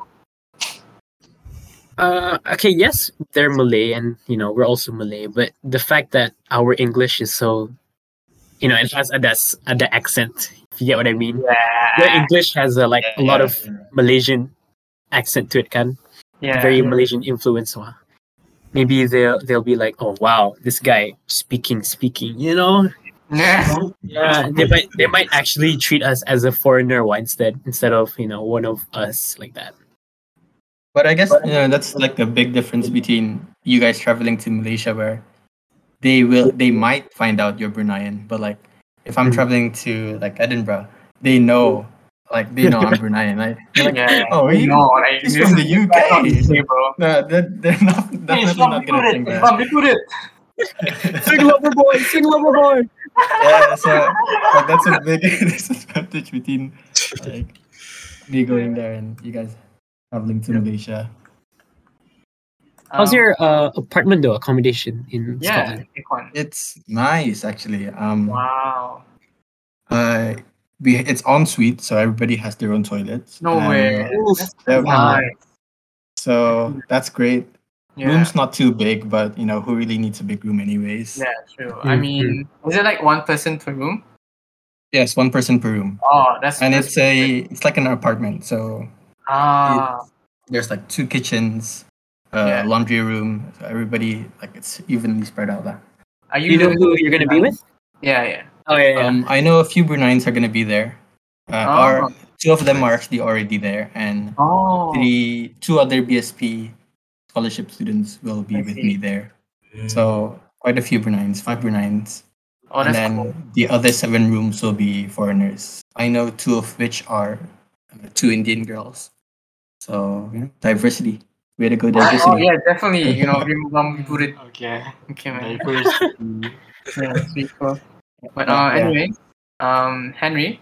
Uh, okay, yes, they're Malay, and you know we're also Malay. But the fact that our English is so, you know, it has a that s- a that accent. If you get what I mean, the
yeah,
English has a, like a lot of Malaysian accent to it, kan?
yeah,
Very Malaysian influence, wah. Maybe they'll they'll be like, oh wow, this guy speaking, speaking, you know.
yeah,
Yeah, they might they might actually treat us as a foreigner, wah, instead instead of you know one of us like that.
But I guess you know that's like the big difference between you guys traveling to Malaysia, where they will they might find out you're Bruneian, but like if I'm traveling to like Edinburgh, they know like they know I'm Bruneian. Like, they're like,
Yeah.
oh, he,
no, like,
he's from
that's not
the
the
UK.
same, bro.
No, they're, they're not definitely not gonna think that.
Sing lover boy, sing lover boy.
yeah, so but that's a big disadvantage between like me going there and you guys traveling to Malaysia.
How's
Um,
your uh, apartment though? Accommodation in
yeah?
Scotland.
pick one.
It's nice actually. Um,
Wow.
uh, we it's en suite, so everybody has their own toilets.
No
and-
way. That's
Yeah,
nice.
So that's great.
Yeah.
Room's not too big, but you know who really needs a big room anyways?
Yeah, true. I mean, is it like one person per room?
Yes, one person per room,
Oh, that's
and
that's
it's a it's like an apartment. So
ah,
there's like two kitchens,
Yeah.
uh, laundry room. So everybody like it's evenly spread out. There.
are you,
You know who you're gonna be with?
Yeah, yeah.
Oh yeah, yeah.
Um, I know a few Bruneians are gonna be there. Uh,
Oh.
Or two of them are actually already there, and
Oh,
three two other BSP scholarship students will be
I
with
see.
me there. So quite a few Bruneians, five Bruneians,
oh,
and
that's
then
cool.
the other seven rooms will be foreigners. I know two of which are uh, two Indian girls. So you know, diversity. We had to go
Oh,
diversity.
yeah, definitely. You know, we mum put it.
Okay.
Okay, man.
Very good.
Yeah, that's pretty cool. But
Yeah,
uh,
yeah.
anyway, um, Henry,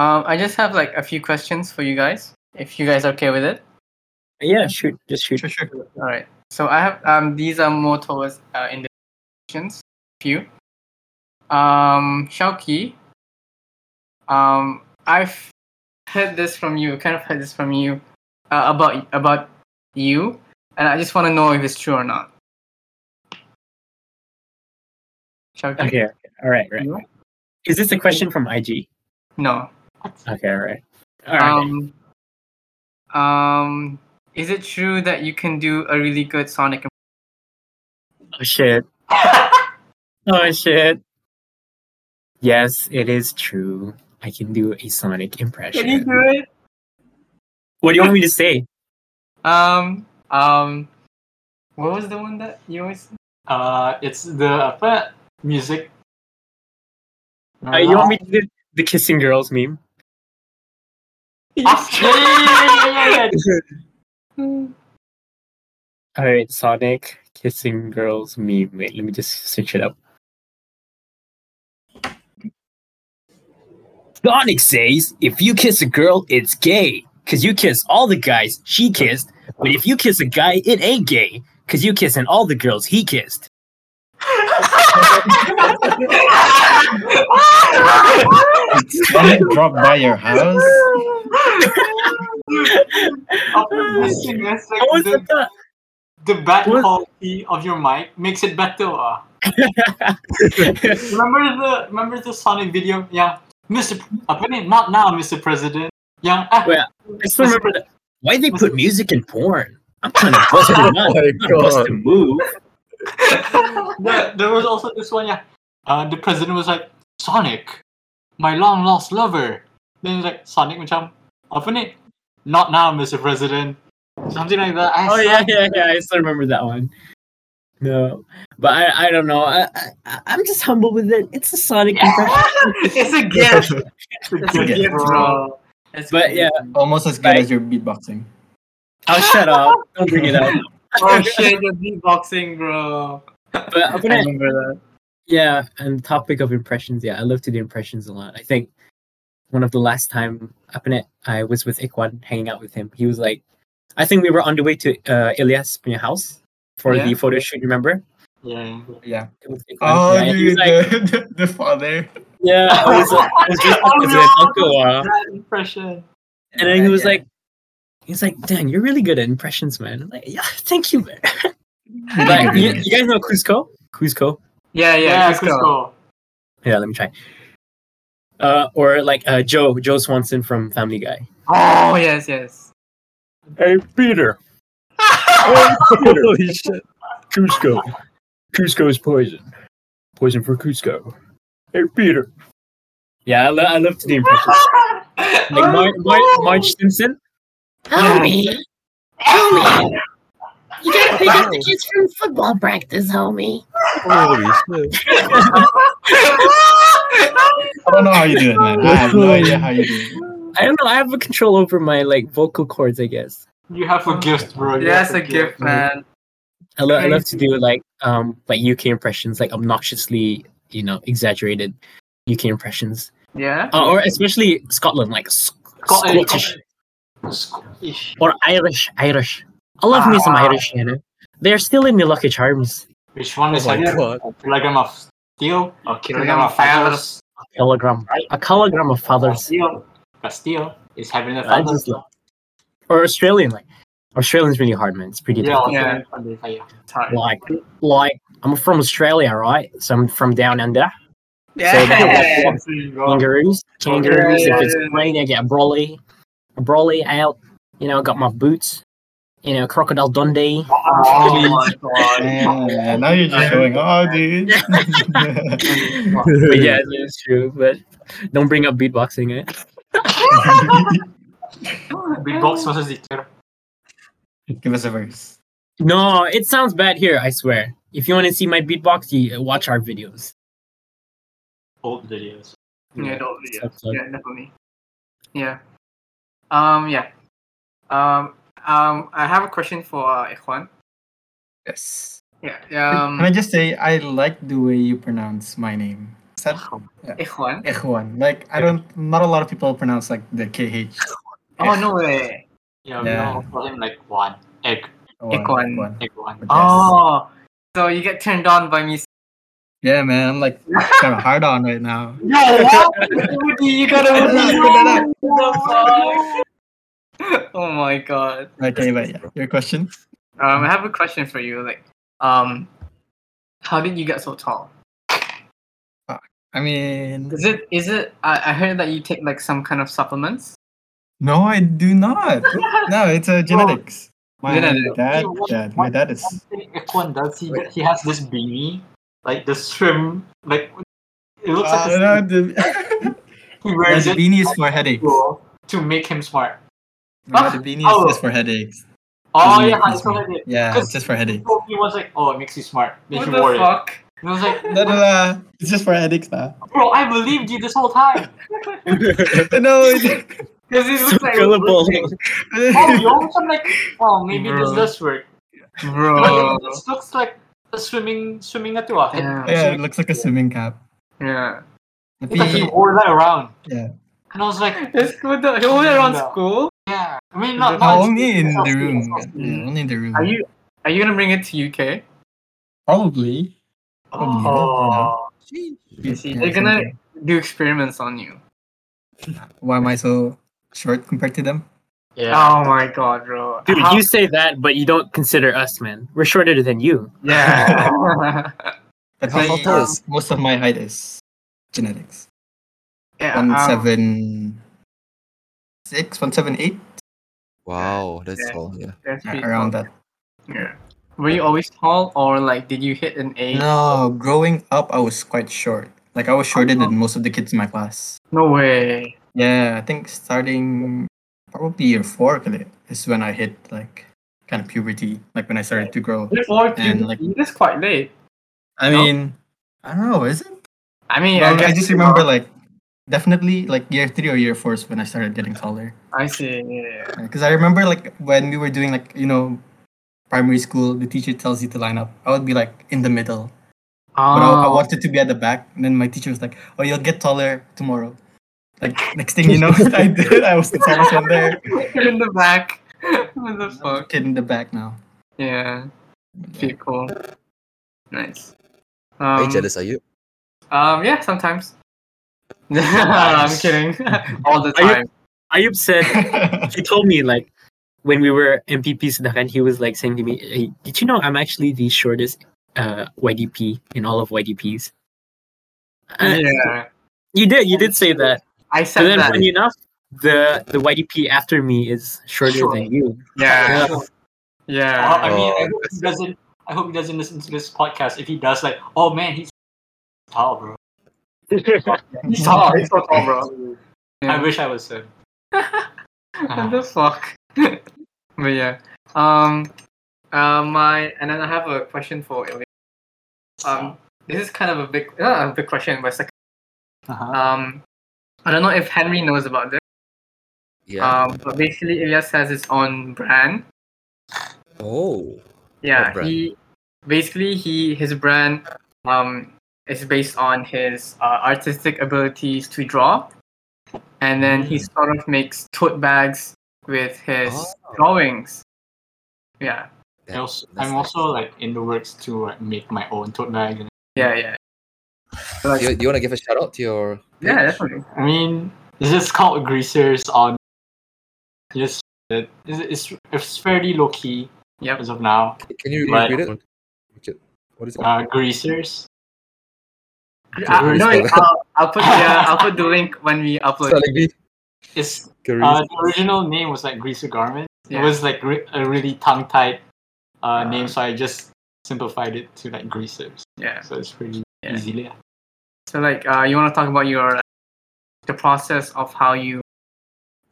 um, I just have like a few questions for you guys, if you guys are okay with it.
yeah, shoot, just shoot.
Sure, sure.
All right. So I have um these are more towards uh in the questions few. Um Shauki. Um I've heard this from you, kind of heard this from you uh, about about you and I just want to know if it's true or not. Shauki.
Okay, okay. all right, right.
you?
Is this a question from IG?
No.
Okay, all right. All right.
Um um is it true that you can do a really good sonic
oh shit. Oh shit. Yes, it is true. I can do a sonic impression.
it?
What do you want me to say?
Um, um, what was the one that you always?
Uh, it's the apa music.
Uh, you want me to do the kissing girls meme?
Ah, yeah, yeah, yeah, yeah, yeah, yeah.
All right, Sonic kissing girls meme. Wait, let me just switch it up. Sonic says, if you kiss a girl, it's gay. Because you kiss all the guys she kissed, but if you kiss a guy, it ain't gay. Because you kissing all the girls he kissed.
Sonic dropped by your house.
After listening, it's like the,
that?
the bad
what-
quality of your mic makes it better. ah. remember the remember the Sonic video? Yeah, Mr. P- Apa ni? Not now, Mr. President. Yeah. ah,
Wait, I still remember that. Why they put music in porn? I'm trying to bust a nut.
Oh my
I'm trying to bust a move.
there, there was also this one, yeah. Uh, the president was like, Sonic, my long lost lover. Then he's like, Sonic, macam, apa ni? Not now, Mr. President. Something like that. I saw-
oh yeah, yeah, yeah. I still remember that one. No, but I, I don't know. I, I, I- I'm just humble with it. It's a Sonic impression,
it's a gift. It's a
Good
gift, bro. It's
but yeah.
Almost as good
Right.
as your beatboxing.
I'll shut up. Don't bring it up.
Oh shit, the beatboxing, bro.
But I'm
I
gonna,
remember that.
yeah, and the topic of impressions. Yeah, I love to do impressions a lot. I think one of the last time up in it, I was with Ikwan hanging out with him. He was like, I think we were on the way to uh, Ilyas' punya house for
Yeah.
the photo shoot. Remember?
yeah.
Yeah.
It was Ikwan,
Oh,
yeah, and he was
dude,
like-
the, the, the father.
Yeah, I was like, I was just
Oh,
with
no.
an uncle, uh,
That impression.
and then he was
Yeah.
like, he's like, "Dang, you're really good at impressions, man." I'm like, yeah, thank you, man. like, you, you guys know Cusco? Cusco?
Yeah, yeah,
Yeah,
yeah Cusco.
Cusco.
Yeah, let me try. Uh, or like uh, Joe, Joe Swanson from Family Guy.
Oh yes, yes.
Hey, Peter.
Holy shit!
Cusco. Cusco is poison. Poison for Cusco. Hey, Peter. Yeah, I, lo- I love to do impressions. Like Mar- Mar- Marge Simpson.
Help me.
Homie! You gotta pick up the kids from football practice, homie.
Holy shit.
I don't know how you do it, man. I have no idea how you do it.
I don't know. I have a control over my like vocal cords, I guess.
You have a gift, bro. You
That's
have
a gift, man.
I, lo- I love to
Crazy.
do like um like UK impressions, like obnoxiously, you know, exaggerated UK impressions,
Yeah.
uh, or especially Scotland, like sc-
Scotland.
Scottish
Scottish.
or Irish, Irish. I love me some Irish, you know. They're still in the Lucky Charms.
Which one is
Oh my
heavier?
God.
A kilogram of steel? A kilogram of feathers?
A kilogram, a kilogram of fathers,
Steel. A steel is having a
I just
feathers.
love- or Australian. Like Australian's really hard, man. It's pretty
Yeah,
difficult.
Yeah.
yeah.
Sorry.
Like, like I'm from Australia, right? So I'm from down under.
Yeah.
kangaroos. Kangaroos. If it's
Yeah.
green, I get a brolly. A brolly out. You know, I got my boots. You know, crocodile Dundee.
Oh my god.
Yeah, now you're just going, oh, dude.
but yeah, it's true. But don't bring up beatboxing, eh?
Beatbox versus teacher.
Give us a verse.
No, it sounds bad here. I swear. If you want to see my beatbox, you uh, watch our videos.
Old videos.
Yeah, totally. Yeah.
Stuff like-
yeah, definitely. Yeah. Um. Yeah. Um. Um. I have a question for uh, Ikhwan.
Yes.
Yeah.
Can I
Um.
just say, I like the way you pronounce my name. Is that
Ikhwan.
Ikhwan? Like, I don't, not a lot of people pronounce like the KH.
Oh no way.
Yeah,
Yeah.
we all call him like one. Egg.
Ikhwan.
Egg one.
Oh. So you get turned on by me.
Yeah, man. I'm like kind of hard on right now.
No, what? Woody, you gotta
Put that up,
oh my god.
Okay, but yeah, your question.
Um, I have a question for you. Like, um, how did you get so tall?
I mean,
Is it is it? I, I heard that you take like some kind of supplements.
no, I do not. No, it's a genetics. My
Genetic.
dad, dad, my dad is.
Ekwan does he? He has this beanie, like the shrimp, like it looks
Uh,
like a
no,
shrimp.
the,
he
no,
wears
the
it
beanie is for headaches.
to- to make him smart.
No, the beanie
Oh.
is just for headaches.
Oh
Doesn't
yeah,
make
I
me
saw
smart.
it.
Yeah,
Because-
it's just for headaches.
He was like, oh, it makes you smart. Then
What
he
the
wore it.
fuck?
And I was like,
No, no, no, it's just for headaches now.
bro, I believed you this whole time.
no, it-
Because it looks
So
like
gullible.
Oh, you always I'm like, oh, maybe this
Bro.
does work.
bro.
Oh.
But this looks like a swimming swimming ah. at
Yeah.
yeah, it looks like a swimming cap.
Yeah.
The
It's like he
beanie-
wore that around.
Yeah.
And I was like,
It's good though. He went around
No.
school.
yeah. I mean, not,
no,
not
only Oh, in
not-
the room.
not-
Yeah, only in the room.
Are you are you gonna bring it to UK?
Probably.
Oh,
You see,
Yeah,
they're gonna
something.
do experiments on you.
Why am I so short compared to them?
yeah.
Oh my god, bro.
Dude,
How-
you say that, but you don't consider us, man. We're shorter than you.
yeah.
That's
How
how
tall is-
most of my height is genetics.
yeah.
One
um,
seven six, one seven eight,
Wow, that's
Yeah.
all. Yeah.
that's pretty
around
cool.
that.
Yeah. Were you always tall, or like, did you hit an age?
No, growing up, I was quite short. Like I was shorter than most of the kids in my class.
No way.
Yeah, I think starting probably year four kali, is when I hit like kind of puberty, like when I started to grow.
Before
And,
you,
like-
that's quite late.
I
No.
mean, I don't know, is it?
I mean, I,
Well,
guess
I just remember like definitely like year three or year four is when I started getting taller.
I see. Yeah.
Because I remember like when we were doing like you know primary school, the teacher tells you to line up. I would be like in the middle, but I, I
Oh,
wanted to be at the back. And then my teacher was like, "Oh, you'll get taller tomorrow." Like next thing you know, I did. I was the tallest one there.
you're in the back. what the fuck?
Kid in the back now.
Yeah. Pretty cool. Nice.
Are
Um,
you jealous? Are you?
Um, yeah, sometimes. I'm kidding. All the
Are you-
time.
Are you upset? he told me like when we were MPP Sudakan, he was like saying to me, hey, "Did you know I'm actually the shortest uh, YDP in all of YDPs?" Uh,
yeah.
You did, you did say that.
I
But
said
then,
that.
funny enough, the the YDP after me is shorter
Short.
than you.
Yeah.
Oh,
Yeah.
I mean,
Oh,
I hope he doesn't. I hope he doesn't listen to this podcast. If he does, like, oh man, he's tall, bro.
He's tall. He's so tall, bro.
I wish I was him.
what the fuck? but yeah. Um, uh, my and then I have a question for Ilya. Um, this is kind of a big, not a big question, but it's like,
Uh-huh.
um, I don't know if Henry knows about this.
Yeah.
Um, but basically, Ilyas has his own brand.
oh.
Yeah,
brand?
he basically he his brand um is based on his uh, artistic abilities to draw, and then he
Mm.
sort of makes tote bags with his
Oh.
drawings. Yeah,
That-
I also,
that's
I'm
nice.
also like in the works to like, make my own tote bag. and-
yeah, yeah,
Do you, want to give a shout out to your?
yeah. Definitely.
I mean, it's just called greasers on. Just it- it's it's, it's fairly low key
Yep.
as of now.
Can you
Right.
read it? Okay. What is it?
Uh, greasers.
I,
Where
Uh, no,
is that?
I'll, I'll put yeah, I'll put the link when we upload.
Spelling bee?
It's
Grease.
uh, the original name was like greaser garment.
Yeah. Uh-huh.
It was like re- a really tongue tied uh, name, so I just simplified it to like greasers.
Yeah.
So it's pretty
Yeah.
easy. Yeah.
So like, uh, you want to talk about your the process of how you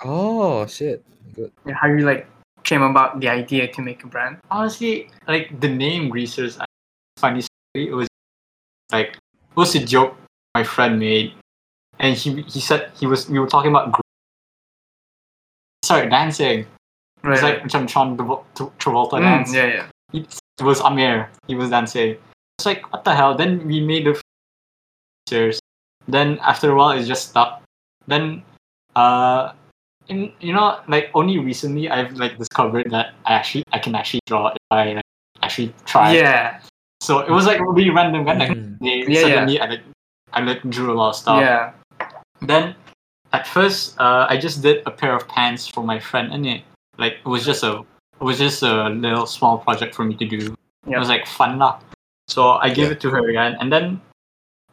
oh shit. Good.
how you like came about the idea to make a brand?
honestly, like the name Greasers, I- funny story. It was like it was a joke my friend made, and he he said he was we were talking about gr- sorry dancing. It was like John John
Mm,
Travolta dance.
yeah, yeah.
It was Amir. He was dancing. It's like what the hell. Then we made the Greasers. Then after a while, it just stopped. Then, uh. In, you know, like only recently I've like discovered that I actually I can actually draw if I like, actually try.
Yeah, Mm-hmm.
So it was like really random when like
Mm.
they
Yeah,
suddenly I like I like drew a lot of stuff.
yeah.
Then at first uh, I just did a pair of pants for my friend and it like it was just a it was just a little small project for me to do.
Yeah.
It was like fun lah. So I gave
Yeah.
it to her again and then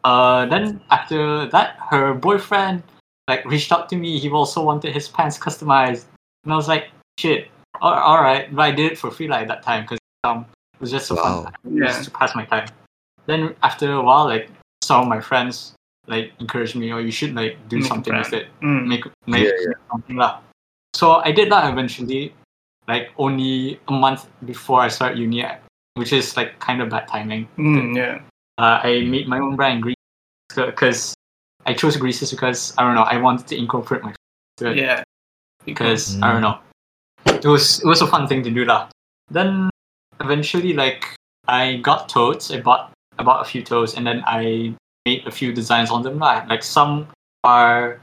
uh then after that her boyfriend like reached out to me, he also wanted his pants customized. And I was like, shit, all, all right. But I did it for free like that time because um, it was just a
Wow.
fun time
Yeah.
just to pass my time. Then after a while, like some of my friends like encouraged me, or you should like
Make
do
a
something with it,
Mm.
make make
Yeah, yeah.
something lah. So I did that eventually, like only a month before I start uni, which is like kind of bad timing.
Mm, yeah.
Uh, I made my own brand Greece because I chose Greases because I don't know I wanted to incorporate my Good.
Yeah.
because I
Mm-hmm.
don't know. It was it was a fun thing to do lah. Then eventually like I got totes, I bought I bought a few totes and then I made a few designs on them lah. Like some are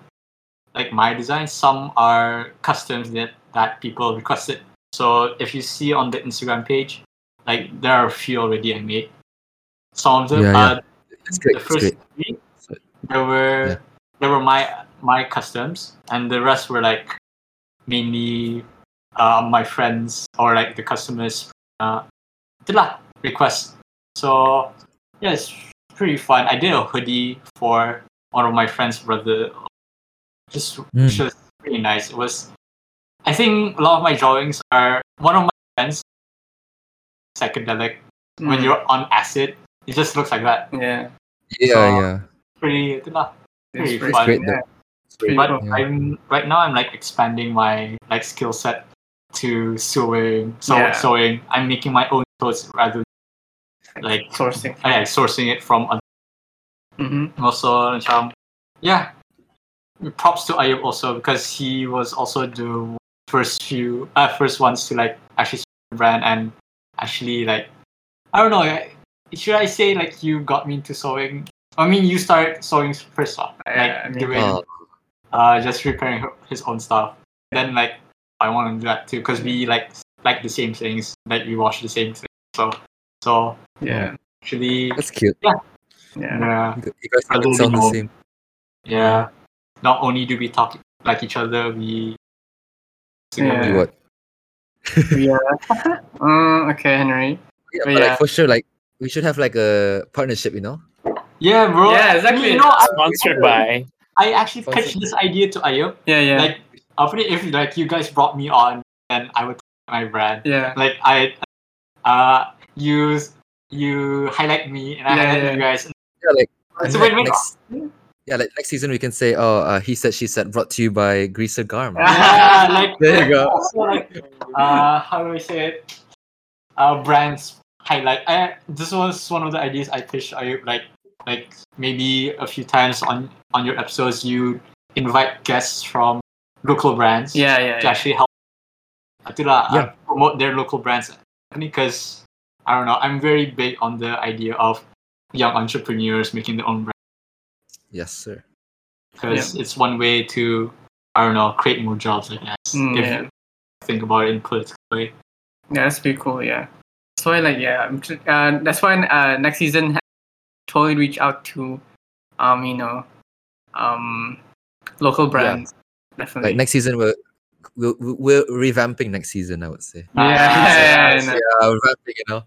like my designs, some are customs that, that people requested. So if you see on the Instagram page, like there are a few already I made. Some of them
Yeah, yeah.
are
It's great.
the
It's
first
great.
three,
So-
there were
Yeah.
there were my my customs, and the rest were like mainly uh, my friends or like the customers uh, did like request. So yeah, it's pretty fun. I did a hoodie for one of my friend's brother. Just
Mm.
which was really nice. It was I think a lot of my drawings are one of my friends psychedelic. When
Mm.
you're on acid, it just looks like that.
Yeah.
Yeah,
So-
yeah.
Pretty lah.
It's
It's
pretty
fun.
Great
fun,
though.
yeah.
It's great.
but
Yeah.
I'm right now I'm like expanding my like skill set to sewing. So
Yeah.
sewing, I'm making my own clothes rather than like
Sourcing.
I like sourcing it from other
Mm-hmm.
also macam, yeah. Props to Ayub also because he was also the first few uh, first ones to like actually support the brand and actually like I don't know I- should I say like you got me into sewing? I mean you started sewing first off. Like
Yeah, I mean-
doing
Oh,
uh, just repairing her- his own stuff. Then like I want to do that too because we like like the same things, like we watch the same things. So so
Yeah.
actually
that's cute.
Yeah.
yeah
You gu- you guys
Rather
don't
than
sound the
all-
same.
yeah. Not only do we talk like each other, we
Yeah.
You what?
Yeah. uh, okay, Henry.
Yeah,
But
but
yeah.
like for sure, like we should have like a partnership. You know?
yeah, bro.
Yeah, exactly.
You know, I,
Sponsored by.
I actually
Sponsored.
pitched this idea to Ayub.
Yeah, yeah.
Like, after if like you guys brought me on, then I would my brand.
yeah.
like I uh you you highlight me and I
Yeah,
highlight
yeah.
you guys.
Yeah, like
It's a
like,
win-win.
next, Yeah, like next season we can say, oh, uh, he said, she said, brought to you by Greaser Garm.
like,
There you go.
also like, uh, how do I say it? Our brand's highlight. I, this was one of the ideas I pitched. I like, like maybe a few times on on your episodes, you invite guests from local brands
Yeah, yeah,
to
yeah.
actually help uh, to uh,
Yeah.
promote their local brands. Because I don't know, I'm very big on the idea of young entrepreneurs making their own brand
Yes, sir.
because it's one way to I don't know create more jobs. I guess
Mm,
if
yeah.
you think about it in political way.
Yeah, that's pretty cool. Yeah, that's why like yeah, I'm tr- uh, that's why uh, next season totally reach out to um you know um local brands definitely.
Like next season we're we're, we're revamping next season. I would say.
yeah, yeah, Mm-hmm.
So,
yeah,
yeah, revamping. You know,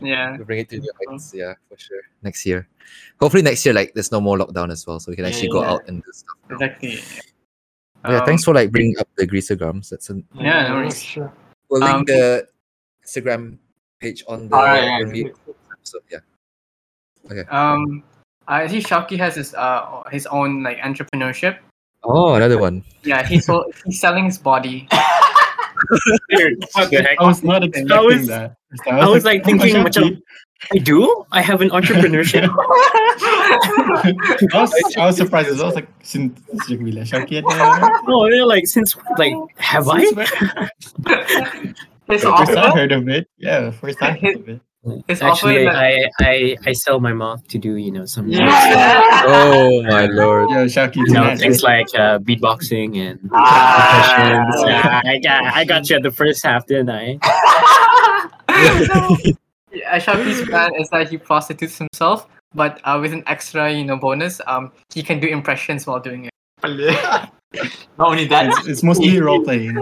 yeah,
we bring it to new heights. Yeah, for sure. Next year, hopefully next year like there's no more lockdown as well, so we can
Yeah,
actually go
yeah.
out and do stuff. now.
exactly.
yeah,
Um,
thanks for like bringing up the greaser grams. That's an
Yeah, no worries.
sure.
we'll
Um,
link the Instagram page on the
Alright, yeah,
when we- so yeah.
Um, I see Shauki has his uh his own like entrepreneurship.
Oh, another one.
Yeah, he's sold, he's selling his body.
Dude, what the heck?
I was not expecting
was-
that.
I was like thinking,
oh,
macam, I do? I have an entrepreneurship?
Shopee. I was, I was surprised. as well. I was like, since Jacquila, Shopee, I
no, you know, Oh, like since like have I?
Since when?
His
first I
offer,
heard of it. Yeah, first I heard of it.
his
Actually,
offer.
I, I I sell my mouth to do you know some
Yeah.
Oh my lord.
Yo, Shopee,
you know
tonight,
things like uh, beatboxing and
Ah.
percussions. Yeah, I got I got you at the first half, didn't I?
Yeah, Shafi's plan is that he prostitutes himself, but uh, with an extra, you know, bonus, um, he can do impressions while doing it.
Not only that,
It's, it's mostly role playing.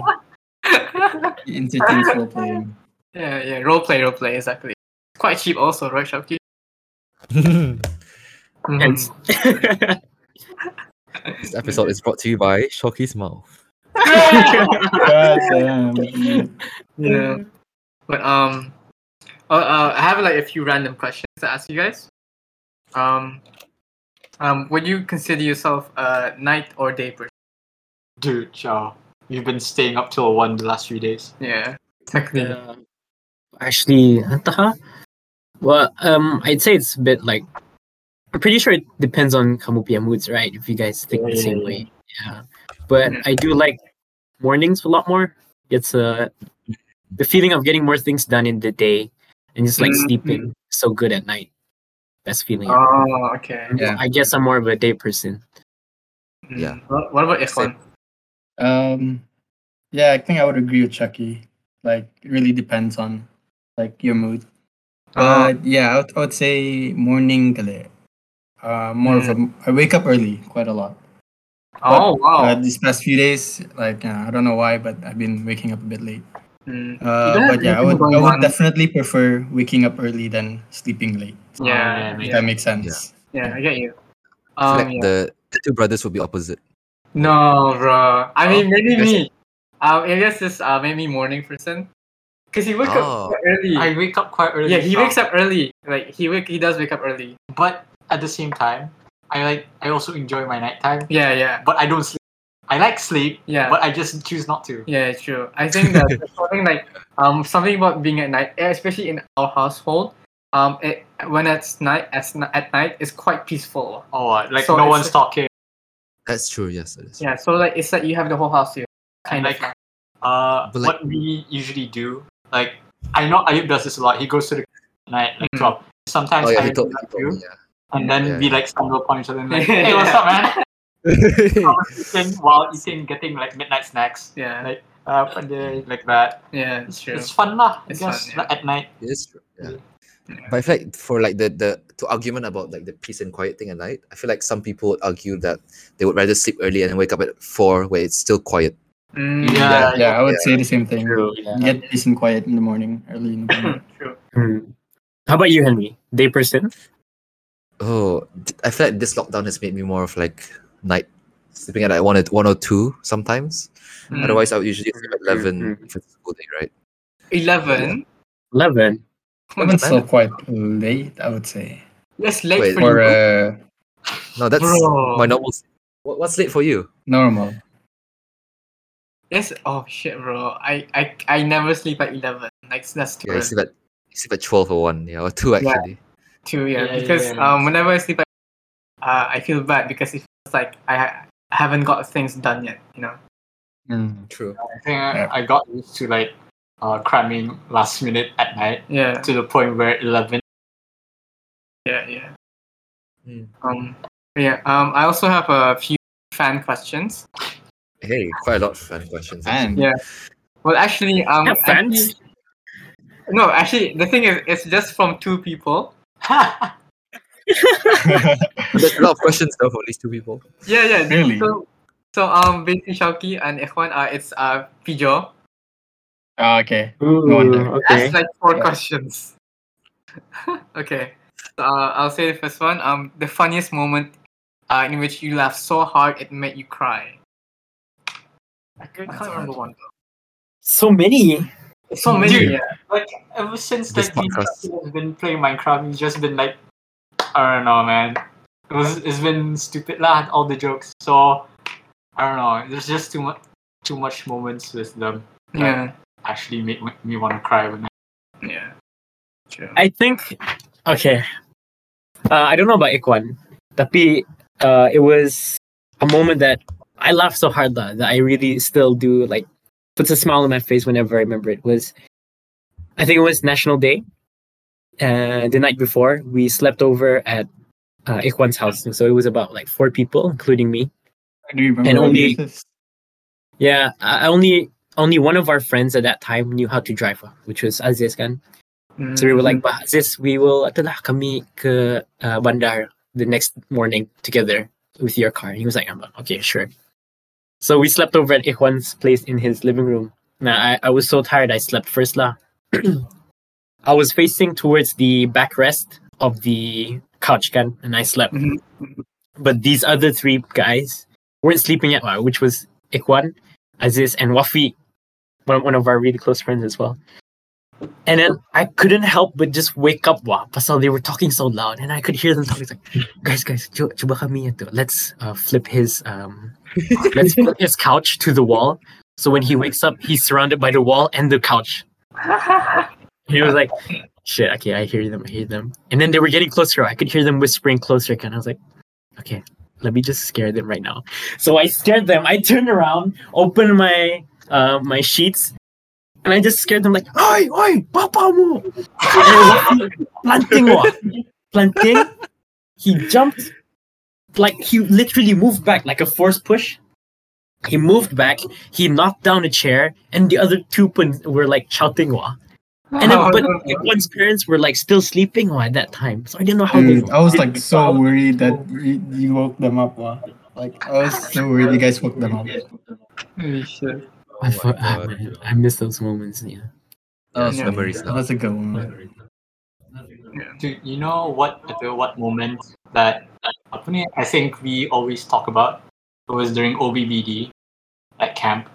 Intense role playing.
yeah, yeah, role play, role play, exactly. Quite cheap, also, right, Shafi?
this
Um,
Hence-
episode is brought to you by Shoki's Mouth.
God damn.
Yeah. But um, uh, uh, I have like a few random questions to ask you guys. Um, um, would you consider yourself a night or day person?
dude, yo, you've been staying up till one the last few days.
Yeah, technically.
Uh, actually, entah. Well, um, I'd say it's a bit like. I'm pretty sure it depends on Kamupia moods, right? If you guys think the
Yeah,
same
yeah,
way, yeah. But
Yeah.
I do like mornings a lot more. It's uh, the feeling of getting more things done in the day, and just like
Mhm.
sleeping so good at night. Best feeling.
Oh, okay.
Yeah.
I guess I'm more of a day person.
Yeah.
Mm. What, what about Ikhwan?
Um, yeah, I think I would agree with Chucky. Like, it really depends on like your mood.
Uh,
But yeah, I would, I would say morning kali. Uh, more of a, I wake up early quite a lot.
Mm. oh, wow.
Uh, these past few days, like uh, I don't know why, but I've been waking up a bit late.
Mm,
Uh,
don't have
but yeah, I
anything
would,
going
I would
on.
definitely prefer waking up early than sleeping late.
Oh, yeah,
yeah,
If
yeah,
that makes sense.
yeah, I get you.
I feel
Um,
like
yeah.
the, the two brothers would be opposite.
No, bro. Oh, I mean, maybe
Yes.
me. Um, I guess this uh, maybe morning person, cause he wake
Oh.
up quite early.
I wake up quite early.
yeah, he
now,
wakes up early. Like he wake, he does wake up early.
but at the same time, I like I also enjoy my nighttime,
Yeah, yeah,
but I don't sleep. I like sleep,
yeah,
but I just choose not to.
yeah. True. I think that there's something like um something about being at night, eh, especially in our household. Um, it, when it's night, at, ni- at night, it's quite peaceful.
Oh, uh, like
So
no
it's-
one's talking.
That's true. Yes, it is.
Yeah, so like it's like you have the whole house here, kind
like,
of. Like,
Uh,
But, like-
what we usually do, like I know Ayub does this a lot. He goes to the night like
Mm.
club. Sometimes
Oh yeah, he
I do
told, he
that
told
too,
me. Yeah.
and then
Yeah,
we
yeah.
like stumble upon each other and like, hey, what's up, man? I was eating while eating, getting like midnight snacks,
yeah,
uh, and, uh, like that.
yeah, it's true.
It's fun lah. I
It's
guess
fun, yeah.
like, at night.
It is true. Yeah.
Yeah.
But I feel like for like the, the to argument about like the peace and quiet thing at night, I feel like some people would argue that they would rather sleep early and wake up at four where it's still quiet.
Mm,
Yeah,
Yeah, yeah, I would say the same thing.
Yeah.
Get peace and quiet in the morning, early in the morning.
true.
Hmm. How about you, Henry? Day person?
Oh, d- I feel like this lockdown has made me more of like night sleeping at like one at one or two sometimes.
Mm.
Otherwise, I would usually sleep at
Mm,
eleven
mm.
for the school day, right?
Eleven.
Eleven.
Even so, quite late, I would say.
That's late
Wait,
for
Or
you.
uh,
No, that's
Bro.
my normal. s- Um, What, what's late for you?
Normal.
Yes. Oh shit, bro. I I, I never sleep at eleven. Like that's too
Yeah, you
early.
sleep at you sleep at twelve or one. Yeah, or two
Yeah.
actually.
too. Yeah,
Yeah, yeah,
because
yeah, yeah.
um, whenever I sleep, at, uh, I feel bad because it feels like I, ha- I haven't got things done yet. You know.
Mm.
True.
I think I,
Yeah.
I got used to like uh, cramming last minute at night
Yeah.
to the point where 11.
Yeah. Yeah.
Hmm.
Um. Yeah. Um. I also have a few fan questions.
Hey, quite a lot of fun questions. actually.
And
Yeah. Well, actually, um,
Have fans?
actually- no, actually, the thing is, it's just from two people.
There's a lot of questions though for these two people.
Yeah, yeah.
really?
So, so um, basically, Shauki and Ikhwan, uh, it's uh, Pijo.
Oh, okay.
Ooh,
wonder.
That's
okay.
like four
Yeah.
questions. okay. So, uh, I'll say the first one. Um, the funniest moment uh, in which you laughed so hard it made you cry. I can't
That's
remember one.
So many.
So many.
Dude.
Yeah.
Like ever since
This
like we
podcast.
have been playing Minecraft, we've just been like, I don't know, man. It was it's been stupid lah. All the jokes. So I don't know. There's just too much too much moments with them
Yeah.
actually make me- me want to cry when I
Yeah. True.
I think okay. Uh, I don't know about Ikwan, tapi uh, it was a moment that I laughed so hard lah, that I really still do like puts a smile on my face whenever I remember it. Was I think it was National Day, uh, the night before we slept over at uh, Ikwan's house, so it was about like four people, including me.
Do you remember
And
what
only-
this is?
Yeah, I I only only one of our friends at that time knew how to drive, lah, which was Aziz kan. So we were like, bah, sis, we will, itulah kami ke uh, bandar the next morning together with your car. And he was like, I'm like, okay, sure. So we slept over at Ikhwan's place in his living room. Now I, I was so tired, I slept first lah. I was facing towards the backrest of the couch can, and I slept.
Mhm.
But these other three guys weren't sleeping yet, uh, which was Ikhwan, Aziz, and Wafi, one, one of our really close friends as well. And then I couldn't help but just wake up wah, pasal they were talking so loud and I could hear them talking it's like guys guys cu- cuba kami itu. let's uh, flip his um let's flip his couch to the wall so when he wakes up he's surrounded by the wall and the couch. he was like shit okay I hear them I hear them and then they were getting closer I could hear them whispering closer and I was like okay let me just scare them right now. So I scared them. I turned around, opened my uh, my sheets, and I just scared them like, "Oi, oi, papa mo!" planting what? Planting. He jumped, like he literally moved back like a force push. He moved back. He knocked down a chair, and the other two pun- were like shouting "wah." And then, but one's parents were like still sleeping "wah" at that time, so I didn't know how they.
Dude, Mm, I was like so worried that you you woke them up. Wow. Like I was so worried you guys woke them up.
Holy shit.
I,
Oh my
fo- I,
God.
I miss those moments. Yeah.
Those
Yeah.
memories
That
now.
was a good one.
Dude, you know what the what moment that apa ni, I think we always talk about it was during OBBD at camp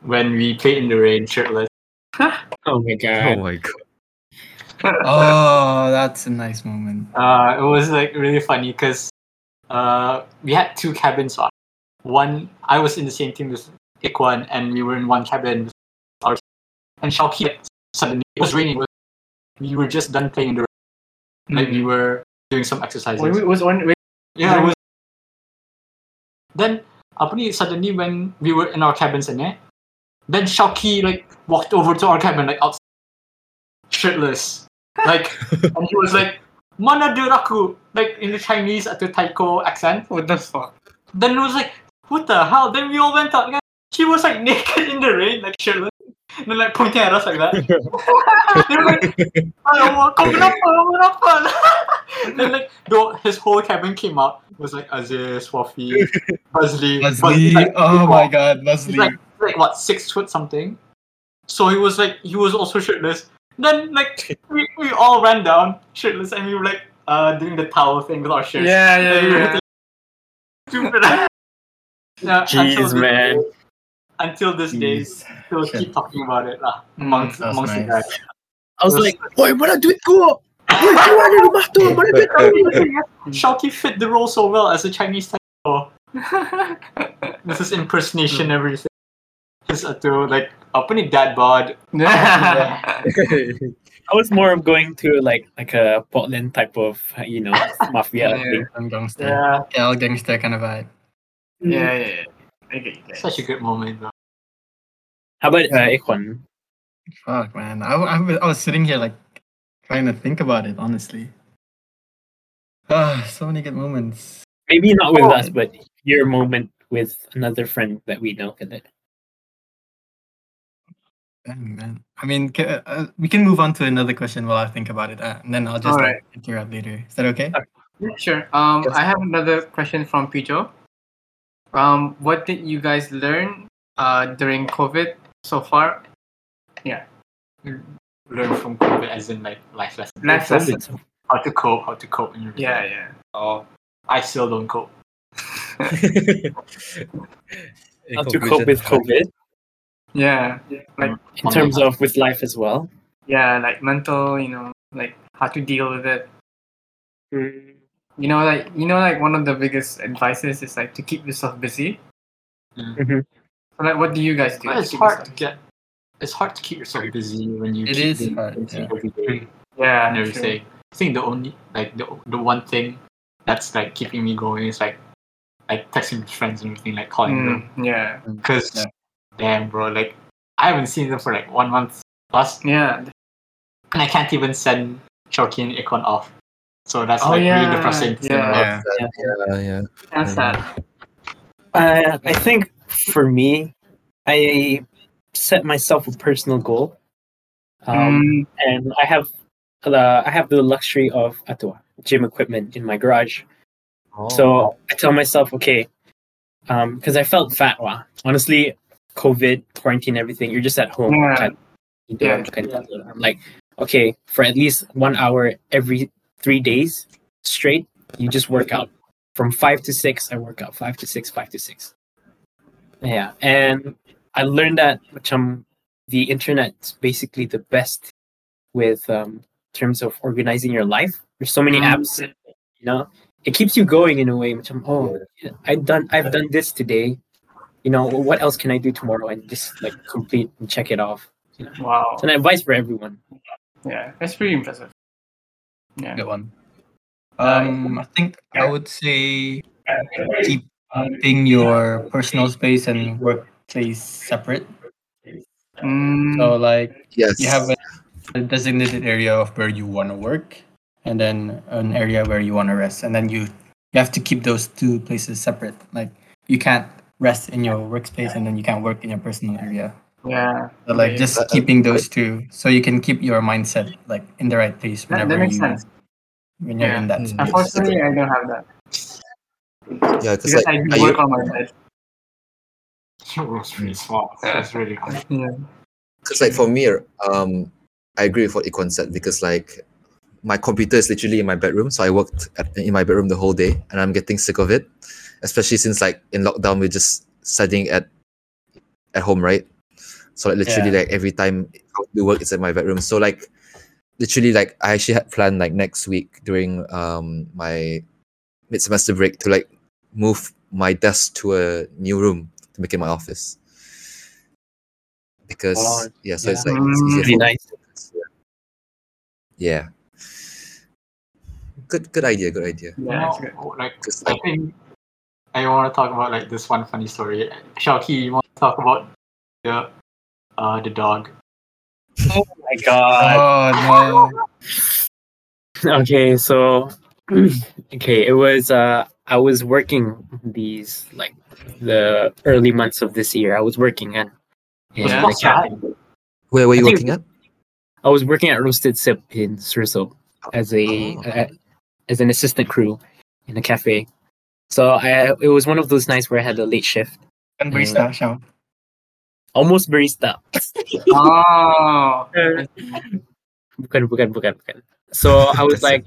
when we played in the rain shirtless.
Oh
Oh
my god.
my god.
Oh, that's a nice moment.
Uh, it was like really funny because uh, we had two cabins. on. One, I was in the same team with Ikwan, and we were in one cabin. With our, and Shauki like, suddenly it was raining. We were just done playing in the rain. Like we were doing some exercises.
When we- was when we-
Yeah, it was. Then, apa ni, suddenly when we were in our cabins in there, then Shauki like walked over to our cabin like outside, shirtless, like, and he was like, "Mana duraku?" Like in the Chinese at the Taiko accent.
what the fuck?
Then it was like, "What the hell?" Then we all went out. and She was like naked in the rain, like shirtless, and then like pointing at us like that. they were like, "Ayaw, kau kenapa? Kau kenapa?" then like the, his whole cabin came out was like Aziz, Wafi, Buzzy.
Leslie, oh my god,
He's
Leslie.
like, like what six foot something. So he was like he was also shirtless. Then like we, we all ran down shirtless and we were like uh doing the towel thing with our shirts.
Yeah, yeah,
Like, we were
yeah.
Stupid. yeah, until
Jeez,
this
man.
day- until this day,
Jeez.
still
Shit.
keep talking about it lah. Amongst
That's
amongst the
nice.
guys.
I was
Yes.
like, "Oi, what I do it cool?"
Shouty fit the role so well as a Chinese title. this is
Hmm.
impersonation everything. This is to like apa ni dad bod.
I was more of going to like like a Portland type of you know mafia
Yeah.
thing.
I'm gangster.
yeah,
Yeah, all gangster kind of vibe.
yeah, yeah. Okay, okay.
Such a good moment though.
How about uh, Ikon?
Fuck, man. I, I, was, I was sitting here like trying to think about it, honestly. Ah, so many good moments.
Maybe not with us, but your moment with another friend that we know. Khaled.
Dang, man. I mean, ca- uh, we can move on to another question while I think about it, uh, and then I'll just like,
Alright.
interrupt later. Is that okay?
Yeah, Sure. Um,
Yes.
I have another question from Pijo. Um, what did you guys learn uh, during COVID so far?
Learn from COVID as in like life lessons.
Life lessons.
How to cope, how to cope in your
Yeah, yeah.
Oh, I still don't cope.
In
How to
conclusion,
cope with COVID
Yeah, like
in terms of with life as well.
yeah, like mental, you know, like how to deal with it.
Mm.
You know, like you know, like one of the biggest advices is like to keep yourself busy.
Mhm.
So, like, what do you guys do? to
But it's
keep
hard to
yourself-
get. It's hard to keep yourself busy when you.
It
keep
is
doing
hard,
something
yeah.
every day
Yeah,
and
true.
everything. I think the only like the the one thing that's like keeping me going is like like texting friends and everything, like calling them.
Mm, yeah,
Because
Yeah.
damn, bro, like I haven't seen them for like one month plus,
yeah.
and I can't even send Chucky and Ikon off. So that's
Oh,
like
yeah,
really depressing. to think
yeah.
about.
Yeah.
Yeah, yeah.
That's that.
Uh, I think for me, I set myself a personal goal, um,
Um,
and I have the I have the luxury of atua gym equipment in my garage.
Oh.
So I tell myself, okay, because I felt fat. Wow. Honestly, COVID, quarantine, everything, you're just at home.
Yeah.
Can't you do-
Yeah.
can't do- I'm like, okay, for at least one hour every three days straight, you just work out. From five to six, I work out. Five to six, five to six. Yeah. And I learned that macam, the internet's basically the best with um, terms of organizing your life. There's so many
Mm.
apps, you know, it keeps you going in a way. Which I'm, oh, I've done, I've done this today. You know, what else can I do tomorrow? And just like complete and check it off.
Mm, wow.
It's an advice for everyone.
Yeah, that's pretty impressive. Yeah.
Good one.
Uh,
Um, I think I would say
Yeah.
keeping your personal space and workplace separate.
Mm,
So, like,
yes.
you have a, a designated area of where you want to work and then an area where you want to rest and then you you have to keep those two places separate like you can't rest in your workspace and then you can't work in your personal area
yeah.
so like
Yeah,
just
that-
keeping those two so you can keep your mindset like in the right place
That,
whenever
that makes
you
sense.
when you're
Yeah.
in that
Mm.
space
Unfortunately, I don't have that
yeah, because
because I
like,
do
are you-
work on my bed.
Your room's really small. So it's really hard.
Yeah.
'cause, like for me, um, I agree with what Ikon said because like my computer is literally in my bedroom, so I worked at, in my bedroom the whole day, and I'm getting sick of it, especially since like in lockdown we're just studying at at home, right? So like literally like every time I do work, it's in my bedroom. So like literally like I actually had planned like next week during um my mid semester break to like move my desk to a new room to make it my office. Because
Wow.
yeah, so it's
Yeah.
like it's
Mm.
easier
Pretty
for-
nice. Oh
yeah. Good good idea, good idea.
You
Yeah, it's good.
know, oh, like
'Cause,
I
like,
think I want to talk about like this one funny story. Shalky, you want to talk about the uh the dog?
Oh my god.
oh no
okay so okay it was uh i was working these like the early months of this year i was working and
Was
and
Fox
I can't-
where were you
think-
working at?
i was working at roasted sip in Surso as a
Oh.
uh, as an assistant crew in a cafe so i it was one of those nights where i had a late shift
and barista Shao.
almost barista
Oh,
bukan, bukan, bukan, bukan. So I was like,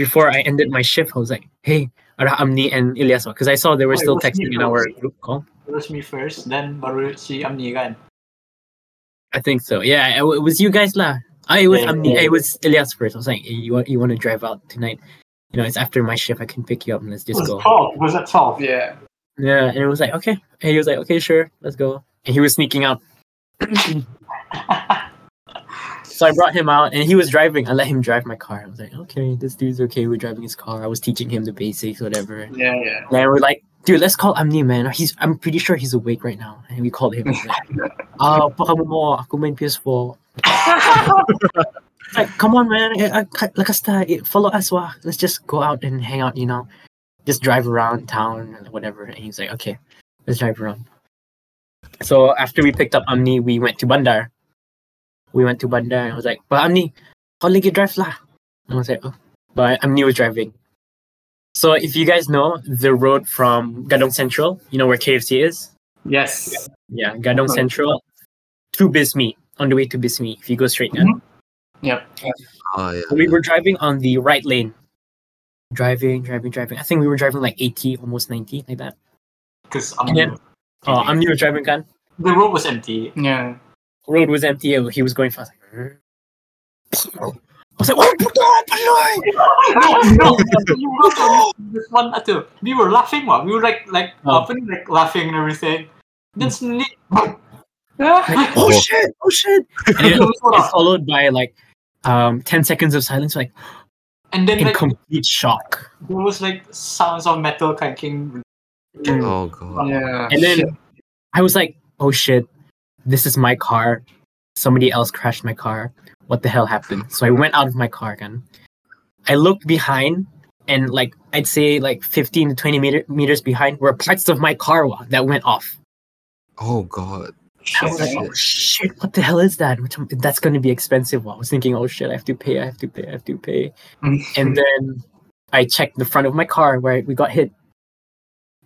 before I ended my shift, I was like, hey, ada Amni and Ilyas, because I saw they were
Oh, it
still
was me
texting in our
first.
group call.
It was me first, then baru si Amni kan.
I think so. Yeah, it, wa- it was you guys lah. I was,
Yeah,
I mean,
yeah.
it was Elias first. I was like, "Hey, you want, you want to drive out tonight? You know, it's after my shift. I can pick you up and let's
It
just
was
go.
12. Was it 12?
Yeah.
Yeah, and it was like, okay. And he was like, okay, sure, let's go. And he was sneaking out. so I brought him out and he was driving. I let him drive my car. I was like, okay, this dude's okay with driving his car. I was teaching him the basics, whatever. And
Yeah. Yeah.
then we're like, dude, let's call Amni, man. He's I'm pretty sure he's awake right now. And we called him. He's like, Ah, apa kamu mau? Aku main PS4. Like, come on, man. Eh, ah, ka- Lakas ta. Eh, Follow us, wah. Let's just go out and hang out, you know. Just drive around town and whatever. And he's like, okay, let's drive around. So after we picked up Amni, we went to Bandar. We went to Bandar and I was like, but Amni, how late you drive lah? And I was like, oh. But Amni was driving. So if you guys know the road from Gadong Central, you know where KFC is?
Yes.
Yeah, Gadong Central to Bismi, on the way to Bismi, if you go straight down.
Yep.
Oh yeah.
So we were driving on the right lane. Driving, driving, driving. I think we were driving like 80, almost 90, like that.
Because um,
Yeah. Oh, I'm new driving gun.
the road was empty.
Yeah.
Road was empty. and He was going fast. I was like, oh, Pinoy, Pinoy!
no, you wrote on this one too. We were laughing, what? We were like, like,
Oh. Mm.
often like laughing and everything. Then suddenly,
Like, oh
Oh.
shit, oh shit. And then it was followed by like um, 10 seconds of silence, like
and then
in
like
complete shock.
there was like sounds of metal clanking.
Oh god.
Yeah.
And then I was like, oh shit, this is my car. Somebody else crashed my car. What the hell happened? So I went out of my car again. I looked behind and like I'd say like 15 to 20 meter- meters behind were parts of my car wa- that went off.
Oh god.
I was like, oh shit, what the hell is that? Which, that's going to be expensive. wa." I was thinking, oh shit, I have to pay, I have to pay, I have to pay. And then I checked the front of my car where we got hit.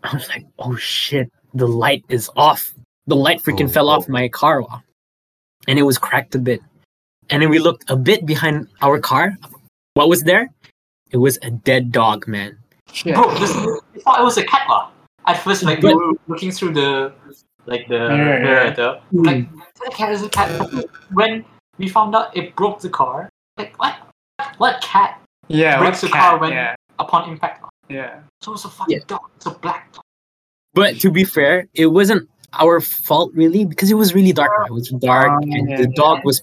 I was like, oh shit, the light is off. The light freaking
Oh,
fell off
oh.
my car. wa. And it was cracked a bit. And then we looked a bit behind our car. What was there? It was a dead dog, man.
Yeah.
Bro, this, we thought it was a cat, lah. At first, like we
But-
were looking through the, like the
Mirror,
mirror,
yeah.
the-
Hmm.
like the cat is a cat. But When we found out it broke the car, like what? What cat?
Yeah.
breaks
what
the car
cat?
when-
Yeah.
Upon impact,
Yeah.
so it was a fucking dog. It's a black dog.
But to be fair, it wasn't our fault really because it was really dark. right? It was dark,
Oh,
and
yeah,
the dog was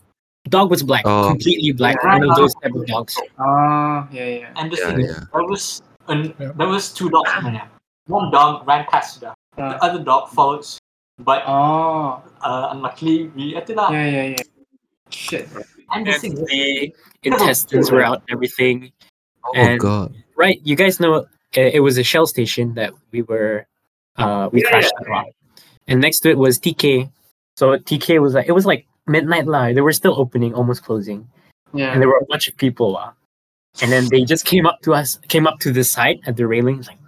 dog was black,
Oh.
completely black.
Yeah.
One of those type of dogs.
Oh. Yeah. Yeah.
And the
Yeah,
thing is,
yeah.
there was an,
Yeah.
there was two dogs in there. One dog ran past the dog.
Uh,
The other dog followed, suit. but
oh.
uh, unluckily we ate it up.
Yeah. Yeah. Yeah. Shit.
And the thing
And
is,
the intestines were out, and everything.
Oh
And-
god.
Right, you guys know uh, it was a shell station that we were uh we
Yeah,
crashed at, and next to it was TK. So TK was like it was like midnight live. They were still opening, almost closing.
Yeah.
and there were a bunch of people. Uh, and then they just came up to us, came up to the side at the railing. Like,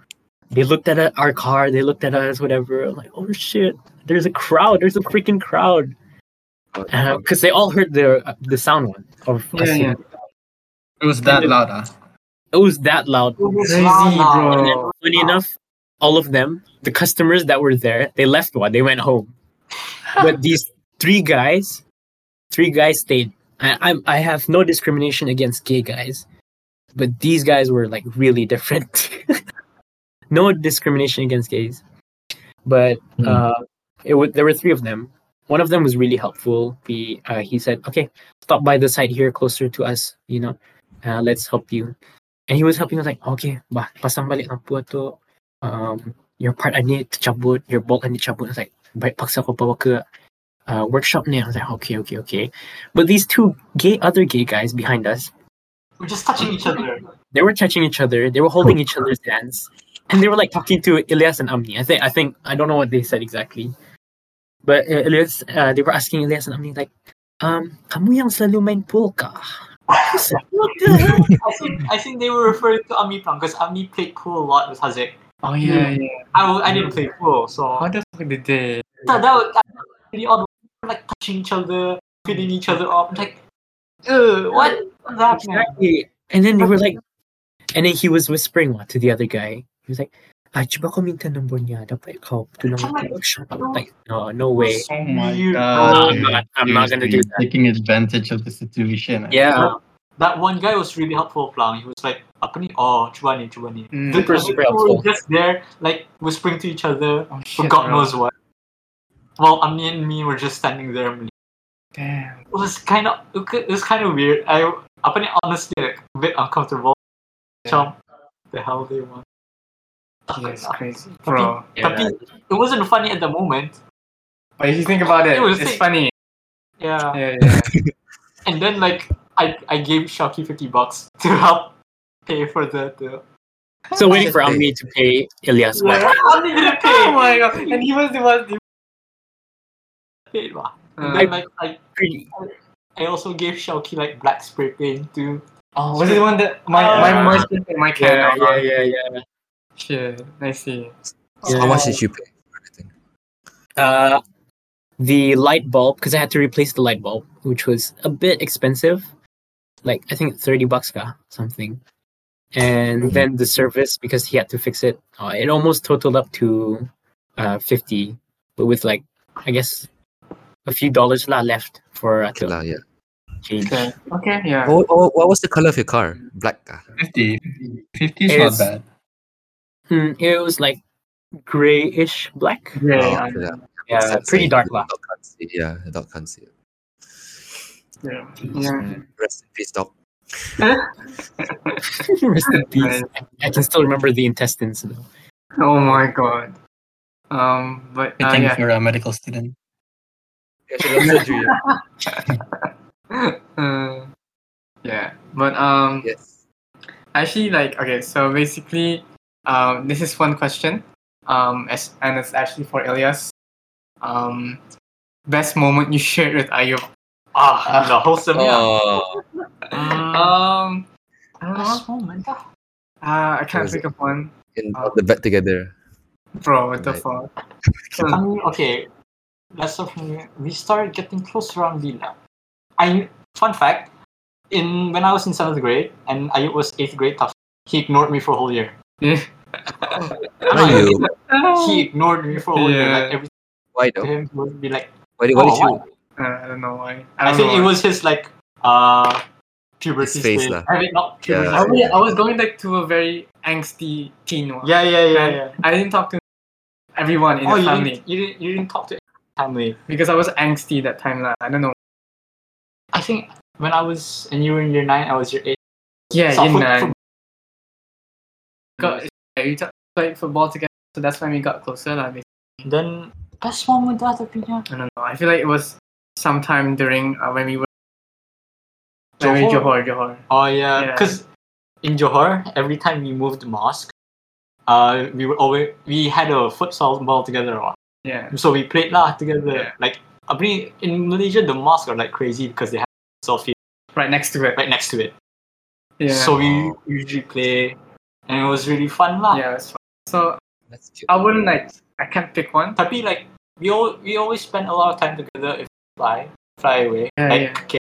they looked at uh, our car, they looked at us, whatever. I'm like, oh shit, there's a crowd, there's a freaking crowd. Because they all heard the uh, the sound one of us.
Yeah, yeah.
It was that loud, ah.
It was that loud.
it was
Crazy,
loud,
bro.
And then, funny enough, all of them, the customers that were there, they left one, they went home. but these three guys, three guys stayed. I, I'm I have no discrimination against gay guys, but these guys were like really different. no discrimination against gays, but uh, it was there were three of them. One of them was really helpful. He uh, he said, "Okay, stop by the side here, closer to us. You know, uh, let's help you." And he was helping us like, "Okay, bah, pasang balik ang puwa to. Um, your part ani cabut, your bulk ani cabut." I was like, "Baik paksa ko bawa ke uh, workshop ni." I was like, "Okay, okay, okay." But these two gay other gay guys behind us,
We're just touching each other.
they were touching each other. They were holding each other's hands, and they were like talking to Elias and Amni. I think I think I don't know what they said exactly, but uh, Elias, uh, they were asking Elias and Amni like, um, kamu yang selalu main pool ka? I was like, what the hell?
I think I think they were referring to Ami Plang because Ami played pool a lot with Hazek.
Oh yeah, yeah.
I, w- I didn't play pool, so
How the fuck did they?
that, that was that was really odd. We were, Like touching each other, feeding each other up. Like, Ugh, what? What's happening?
Exactly. And then they were like, "Ah, and then he was whispering what to the other guy. He was like, Pachi, baka minta ng Bunyada pa ikaw. Ito lang ito. Shut up. Like, no, no way.
Oh my
You-
No,
god.
I'm not, I'm not gonna do
Seriously,
that.
Taking advantage of the situation.
Yeah.
That one guy was really helpful, Plang. He was like, apa ni? Oh, cuba ni, cuba ni.
Mm.
The other
Super, super
people
helpful.
were just there, like, whispering to each other
Oh shit.
for God
bro.
knows what. Well, Ami and me were just standing there. It
Damn.
was kind of, it was kind of weird. I, apa ni? Honestly, like, a bit uncomfortable. Macam, the hell they want.
Yeah, it's
Tapi-
crazy, bro.
Tapi, it wasn't funny at the moment.
But if you think about it,
It was
it's
sick.
funny.
Yeah.
Yeah, yeah.
And then like I I gave Shaki fifty bucks to help pay for the the.
So waiting for
Hey.
Amni to pay Elias
Yeah,
back.
I didn't pay.
oh my god. And he was the one. The...
Paid, wah.
Uh,
And then, like I
Pretty-
I also gave Shaki like black spray paint to.
oh, was it the one that my
Oh.
my merch and my can?
Yeah,
oh,
yeah, yeah, yeah.
Shit. I see.
So how much did you pay for everything?
Uh, the light bulb, because I had to replace the light bulb, which was a bit expensive. Like, I think 30 bucks ka, something. And then the service, because he had to fix it, uh, it almost totaled up to uh, 50, but with like, I guess, a few dollars la left for uh,
Okay,
to
lah, yeah.
change.
Okay. Okay. Yeah.
Oh, oh, what was the color of your car? Black. ah.
50. 50 is not
It's-
bad.
Mm, it was like grayish black.
Yeah.
Oh,
I-
okay, lah. Makes
Yeah,
sense,
pretty
eh?
dark lah.
Dog can't see. Yeah, the dog can't see it.
yeah.
Rest in peace, dog.
Rest in peace. I can still remember the intestines though.
Oh my god. Um. But uh,
Fitting
yeah.
for a medical student.
Uh, yeah. But um.
Yes.
Actually, like okay. So basically, um, this is one question. Um, as, and it's actually for Elias. Um, best moment you shared with Ayub.
Ah, the wholesome. Yeah.
Oh,
Mm.
Um. I
Oh,
don't know.
Last moment. ah.
Uh, I can't
Was
think of one.
in on the bed together.
Bro, what the
Right.
fuck?
I mean, Hmm. okay. That's so funny. We started getting close around Lila. I fun fact. In when I was in seventh grade and I was eighth grade, tough. He ignored me for a whole year.
Yeah.
I'm
Why
not
you?
joking.
Oh.
He ignored me for a whole year.
Yeah.
Like every
Why
time
though?
he would be like,
Why, did- why did
"Oh,
you?
Uh, I don't know why.
I,
I, don't
think
know
it
why.
was his like uh puberty
His face
stage.
lah.
I mean, not puberty.
I
Yeah.
Yeah.
was, I was going like to a very angsty teen one.
Yeah, yeah, yeah,
And I didn't talk to everyone in
Oh,
the
you
family
didn't, you didn't, you didn't talk to family.
because I was angsty that time. Like, I don't know.
I think when I was and you were in year nine, I was year eight.
Yeah,
So
in
foot-
man.
foot-
Got, yeah, we t- played football together, so that's when we got closer. Like,
Then best moment that I've been here.
I don't know. I feel like it was sometime during uh, when we were when we-
Johor.
Johor, Johor.
Oh yeah,
Yeah.
because in Johor, every time we moved the mosque, uh, we were always we had a futsal ball together. or-
Yeah.
So we played lah together.
Yeah.
Like I mean, in Malaysia, the mosque are like crazy because they have futsal field
Right next to it.
right next to it.
Yeah.
So we usually play, and it was really fun lah.
yeah, it was fun. So
That's cute.
I wouldn't like I can't pick one.
Tapi like we all we always spend a lot of time together. If we fly, fly away.
Yeah,
like
yeah.
okay,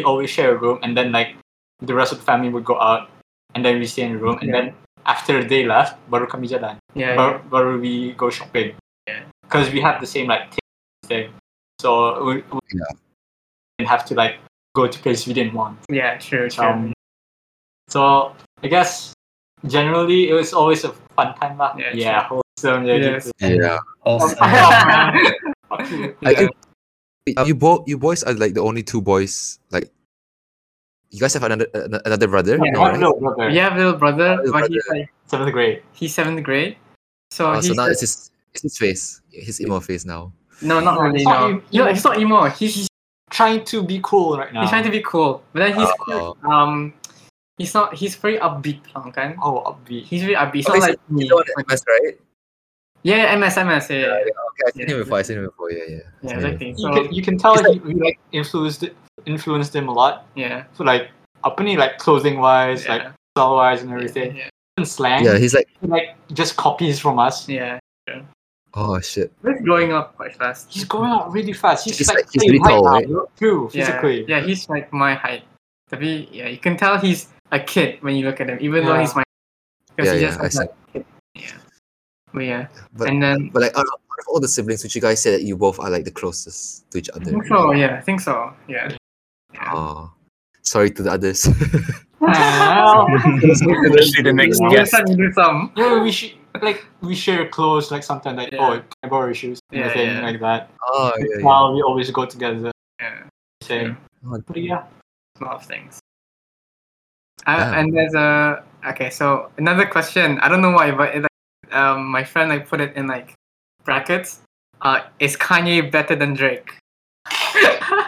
we always share a room, and then like the rest of the family would go out, and then we stay in a room, and
Yeah.
then after they left, baru kami jalan.
Yeah.
Baru, baru we go shopping.
Yeah.
Because we have the same like taste thing, so we, we
Yeah.
didn't have to like go to places we didn't want.
Yeah, true, true.
Um, so I guess generally it was always a fun time lah.
Yeah,
yeah wholesome. Yeah,
Yes.
good.
Yeah.
Also,
Fuck you.
I think
uh,
you bo- you boys are like the only two boys. Like, you guys have another an- another brother.
Yeah.
No,
One
right?
little brother,
yeah, little brother,
Little
but he's like
seventh grade.
he's seventh grade. So
Oh, so
he's
now it's his it's his face, his emo face now.
no, not
No,
really.
it's not
No,
em-
no,
emo.
he's not emo. He's he's
Trying to be cool right now.
trying to be cool, but then he's
Oh.
um, he's not. He's very upbeat, lang kan?
oh upbeat.
He's very upbeat. He's
Okay,
not
so
like me.
You know what MS, right?
Yeah, yeah, MS, MS, yeah, yeah,
Okay, I've seen him before. I've seen him before. Yeah, yeah.
yeah,
Seen him
exactly.
You
So
can you can tell
It's
he, he, like influenced influenced him a lot.
yeah,
So like up any like clothing wise,
yeah,
like style wise and everything.
yeah,
And slang.
Yeah, he's like,
He, like just copies from us.
yeah.
oh shit.
He's growing up quite fast.
He's going out really fast. He's,
He's like-
like,
he's
playing
really tall,
now,
right?
bro. True,
yeah,
physically.
yeah, he's like my height. Tapi, yeah, you can tell he's a kid when you look at him, even though
Yeah.
he's my.
Yeah,
Because he
yeah,
just
I
looks
see.
like a kid. Oh yeah.
But-
and then
But like out of, out of all the siblings, which you guys say that you both are like the closest to each
I
other.
think so, yeah, I think so. Yeah.
Aw. sorry to the others. Oh,
Especially the next
We'll
guest.
send you some.
Yeah, we should like we share clothes like sometimes like
Yeah.
oh can I borrow your shoes and
Yeah,
thing
yeah.
like that.
oh yeah, yeah.
While we always go together.
Yeah.
Same.
Oh,
But yeah.
a lot of things. I,
Yeah.
And there's a okay. So another question. I don't know why, but it, like, um, my friend like put it in like brackets. Uh, is Kanye better than Drake?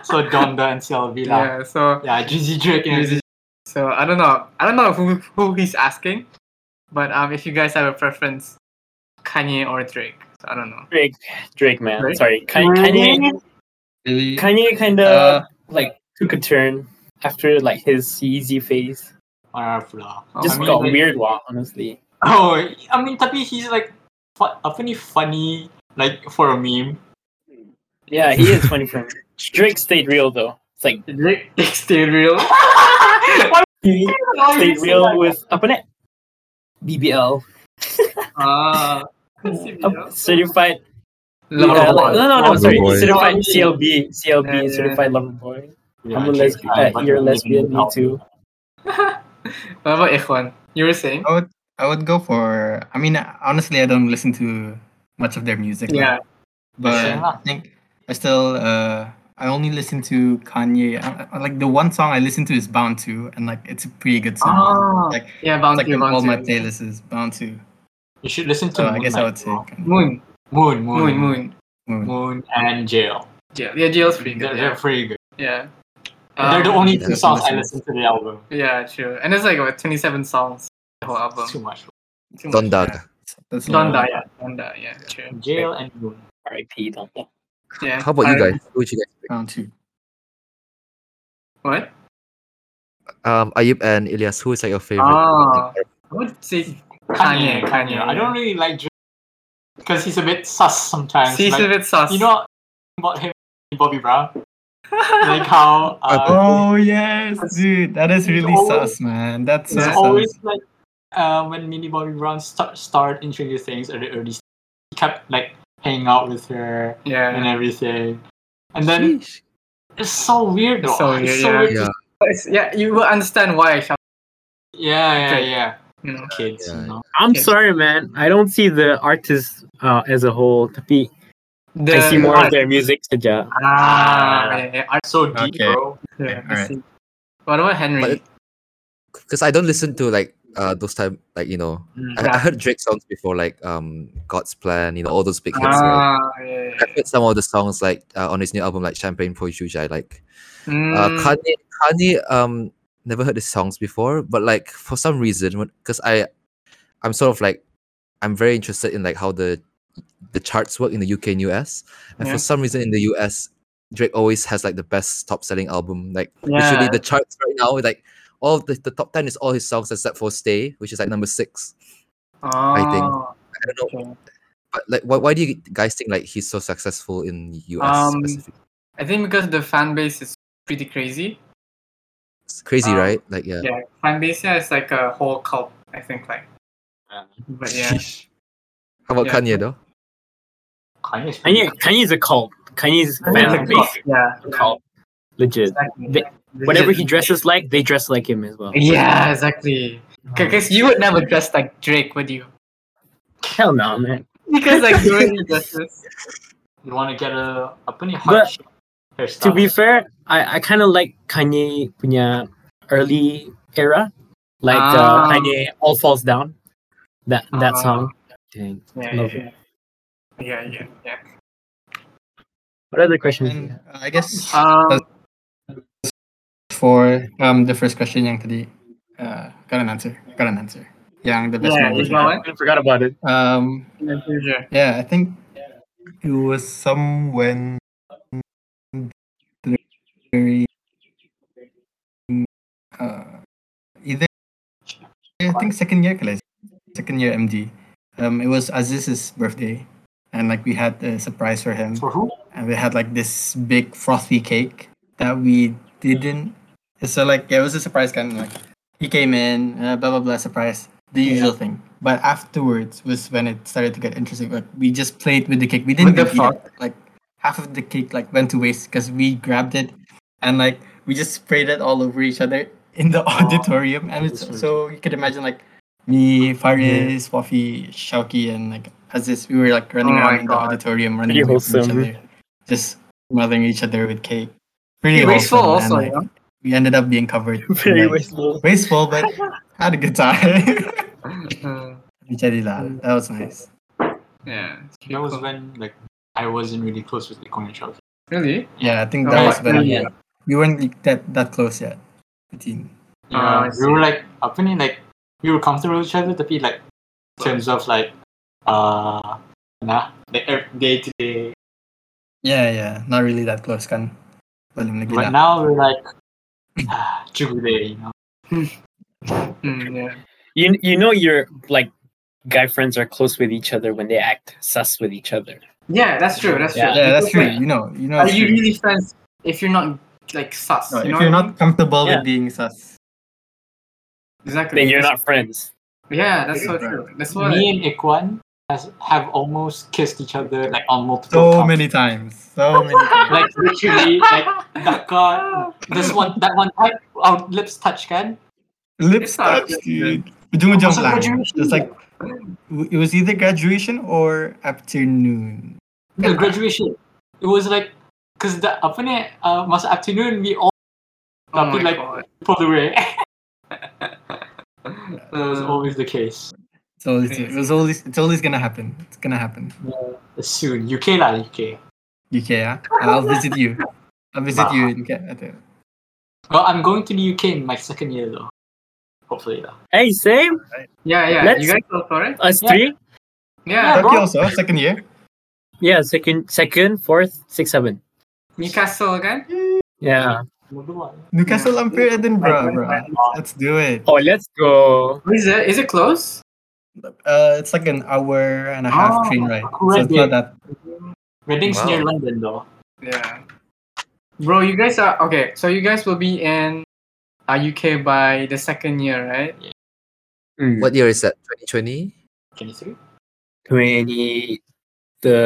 So Donda and Sylvia. Yeah.
Yeah. So
yeah, Drizzy Drake and
Drizzy- so I don't know. I don't know who who he's asking, but um, if you guys have a preference, Kanye or Drake. So I don't know.
Drake, Drake, man.
Drake?
Sorry, Kan- Kanye.
Really?
Kanye kind of
Uh,
like took a turn after like his Yeezy phase.
Marafla.
Oh,
Just
I mean,
got
like-
weird, wow, honestly.
Oh I mean tapi he's like fu- a funny funny like for a meme.
Yeah, he is funny from Drake stayed real though. It's like
Drake stay real.
Why
he
would I
stayed
say
real
that?
with apa net? BBL.
Ah,
Up- certified.
Lover
yeah,
boy.
Um, like- no, no, no,
Lover
sorry.
boy.
Certified CLB.
Yeah,
CLB,
yeah.
certified lover boy.
Yeah,
I'm a
Drake,
lesbian.
uh,
Uh,
but
you're a
I'm
lesbian, me
out.
too.
What about Ikhwan? You were saying?
I would I would go for I mean honestly I don't listen to much of their music. like,
Yeah.
but
Sure.
I think I still uh I only listen to Kanye. I, I- like the one song I listen to is Bound to and like it's a pretty good song.
Ah,
like,
yeah, bound
It's like
to,
in
bound
all my
to.
playlists is Bound to.
You should listen to
Oh,
So I guess I
Moonlight,
would say
bro.
Kanye.
Moon,
Moon,
moon,
Moon,
moon.
Moon.
Moon and Jail.
Yeah, yeah, jail's pretty
They're,
good.
they're
Yeah,
pretty good.
yeah.
they're the
Um,
only
yeah,
two
that's
songs I
amazing.
listen to the album.
Yeah, true. And it's like what, 27 songs, the whole album.
It's too much.
Too much.
Don Dada.
That's a
Donda,
lot.
yeah, Donda, yeah, true.
Jail and Moon.
R.I.P. Don't know.
Yeah.
How about you
Alright.
guys? Who would you guys pick?
Bound to.
What?
Um, Ayub and Ilyas, who is like your favorite?
Oh, I would say Kanye, Kanye.
I don't really like Drake because he's a bit sus sometimes.
See,
like,
it's a bit sus.
You know about him, Bobby Brown, like how uh,
Oh yes, dude, that is really
always-
sus, man. That's so
it's
sus.
always like uh, when Mini Bobby Brown start start introducing things at the early. st- He kept like hanging out with her and
yeah.
everything, and then it's so weird.
It's
Though.
so weird, yeah.
weird.
Yeah.
But it's- yeah, you will understand why. Shah-
Yeah, yeah,
Drake.
yeah.
You know.
Kids,
Yeah,
you know.
I'm
Okay.
sorry, man. I don't see the artist uh, as a whole. Tapi I
The-
see more of their music saja.
Ah, yeah, yeah, art-
So deep,
Okay.
bro.
yeah, I
alright.
see. What about Henry?
But it- Because I don't listen to like uh those time like you know I, I
Mm, Yeah.
heard Drake songs before like um God's Plan you know all those big hits right.
Ah, yeah,
I heard some of the songs like uh, on his new album like Champagne Poetry which I like. Uh,
Mm,
Kanye Kanye um never heard his songs before but like for some reason because I I'm sort of like I'm very interested in like how the the charts work in the UK and US and
Yeah.
for some reason in the US Drake always has like the best top selling album like
yeah.
Literally, the charts right now, like all the, the top ten is all his songs except for "Stay," which is like number six. think.
Oh,
I don't
okay.
know, but like, why, why do you guys think like he's so successful in US
Um,
specifically?
I think because the fan base is pretty crazy.
It's crazy,
um,
right? Like, yeah,
Yeah, fan base yeah, is like a whole cult. I think like.
Yeah.
But yeah,
How about
yeah.
Kanye though?
Kanye is pretty
Kanye, Kanye's a cult. Kanye's fan
Kanye's a
base,
Oh, yeah,
a cult, legit.
exactly.
They- Whatever he dresses like, they dress like him as well.
Yeah, exactly. Because you would never dress like Drake, would you?
Hell no, man.
Because like the way he dresses.
You want to get a a pretty
But-
hard shape hairstyle.
To be fair, I, I kind of like Kanye punya early era, like
Ah.
uh, Kanye All Falls Down, that that
Ah.
song. Dang.
Yeah,
Love
yeah, yeah, yeah, yeah.
What other questions? do you
And, uh, I guess
Um,
for um the first question yang tadi, uh, got an answer. Got an answer. Yang the best
yeah,
moment.
you know what?
have? I forgot about it.
Um
In the future.
Yeah, I think it was some when the very uh, either I think second year class, second year MD. Um, it was Aziz's birthday, and like we had a surprise for him,
for who?
and we had like this big frothy cake that we didn't. So like yeah, it was a surprise kind of like he came in, uh, blah blah blah surprise, the usual thing. But afterwards was when it started to get interesting. Like we just played with the cake. We
What
didn't
the
even eat it. like half of the cake like went to waste because we grabbed it and like we just sprayed it all over each other in the auditorium. And it's, so you could imagine like me, Faris, Wafi, Shauki, and like Aziz. We were like running
Oh my
around in the
God.
auditorium, running
Pretty
away from each
wholesome.
other, just smothering each other with cake. Pretty
Wasteful
wholesome,
also,
and,
you
like,
know?
we ended up being covered. in, like,
wasteful.
wasteful, but had a good time.
Mhm.
Jadi lah, that was nice.
yeah. it's pretty
That was
cool.
when like I wasn't really close with Ikon and Shauki.
Really?
Yeah, I think
Oh,
that
yeah.
was when
Yeah.
we weren't like, that that close yet. The team.
Ah, I see.
Yeah, Uh, we were like up in like we were comfortable with each other, tapi like in terms of like uh nah the ev- day to day.
Yeah, yeah, not really that close kan. Belum lagi
But
lah.
now we're like ah, chugu day, you know.
Mm, yeah.
You you know your like guy friends are close with each other when they act sus with each other.
Yeah, that's true. That's true.
Yeah.
Yeah, that's
Because,
true.
like,
You know, you know.
Are
it's
you
true.
really friends if you're not like sus?
No,
you know
if you're
what I
not comfortable
Yeah.
with being sus,
mean? exactly.
Then you're not friends.
Yeah, that's so true. That's what.
Me and Ikwan has have almost kissed each other like on multiple
so
counts.
many times, so many times.
like literally like Dhaka, this one that one time our lips touch kan
It's
Lips
not
touch, dude. Ujung-ujung
Masa
lang.
graduation
It's like it was either graduation or afternoon.
the graduation it was like because the apa ni uh, masa afternoon we all
Oh
tapi
my
like
god.
pulled away that was always the case
It's always, it was always, it's always gonna happen. It's gonna happen.
soon UK lah UK
UK, yeah? I'll visit you. I'll visit
Bah.
you in K- at the-
well I'm going to the UK in my second year though hopefully lah
Hey, same
Yeah, yeah.
Let's-
You guys go for it.
us
Yeah.
three.
Yeah,
Turkey
bro.
also, second year.
Yeah, second, second, fourth, sixth, seven.
Newcastle again.
Yeah.
Another one.
Newcastle, Ampere,
Like,
Edinburgh, bro.
like,
Let's do it.
Oh, let's go.
Is it? Is it close?
Uh, it's like an hour and a
Oh,
half train ride. So
great
it's not that.
weddings near
Wow.
London though
Yeah. Bro, you guys are okay. So you guys will be in uh, UK by the second year, right?
What year is that? 2020?
23
Twenty, the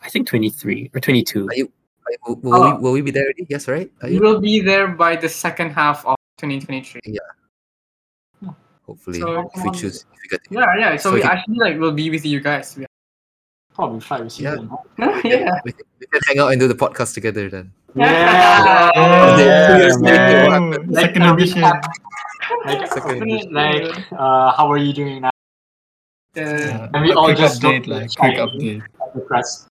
I think twenty three or twenty two.
Like, will, will
Oh.
we, will we be there already? Yes, right? Are
You
you?
will be there by the second half of 2023.
Hopefully,
Mm-hmm. So- um,
if we choose, if we get
Yeah, yeah. So,
So
we
you-
actually like will be with you guys. We-
probably five or six
Yeah.
then, huh?
yeah.
we, can, we can hang out and do the podcast together then.
Yeah.
Yeah,
Yeah, man.
man.
Like
Second
a
edition.
recap. like,
Second edition.
like uh, how are you doing now
Yeah.
Yeah,
And we
a
all
quick
just
update,
don't-
like quick update.
depressed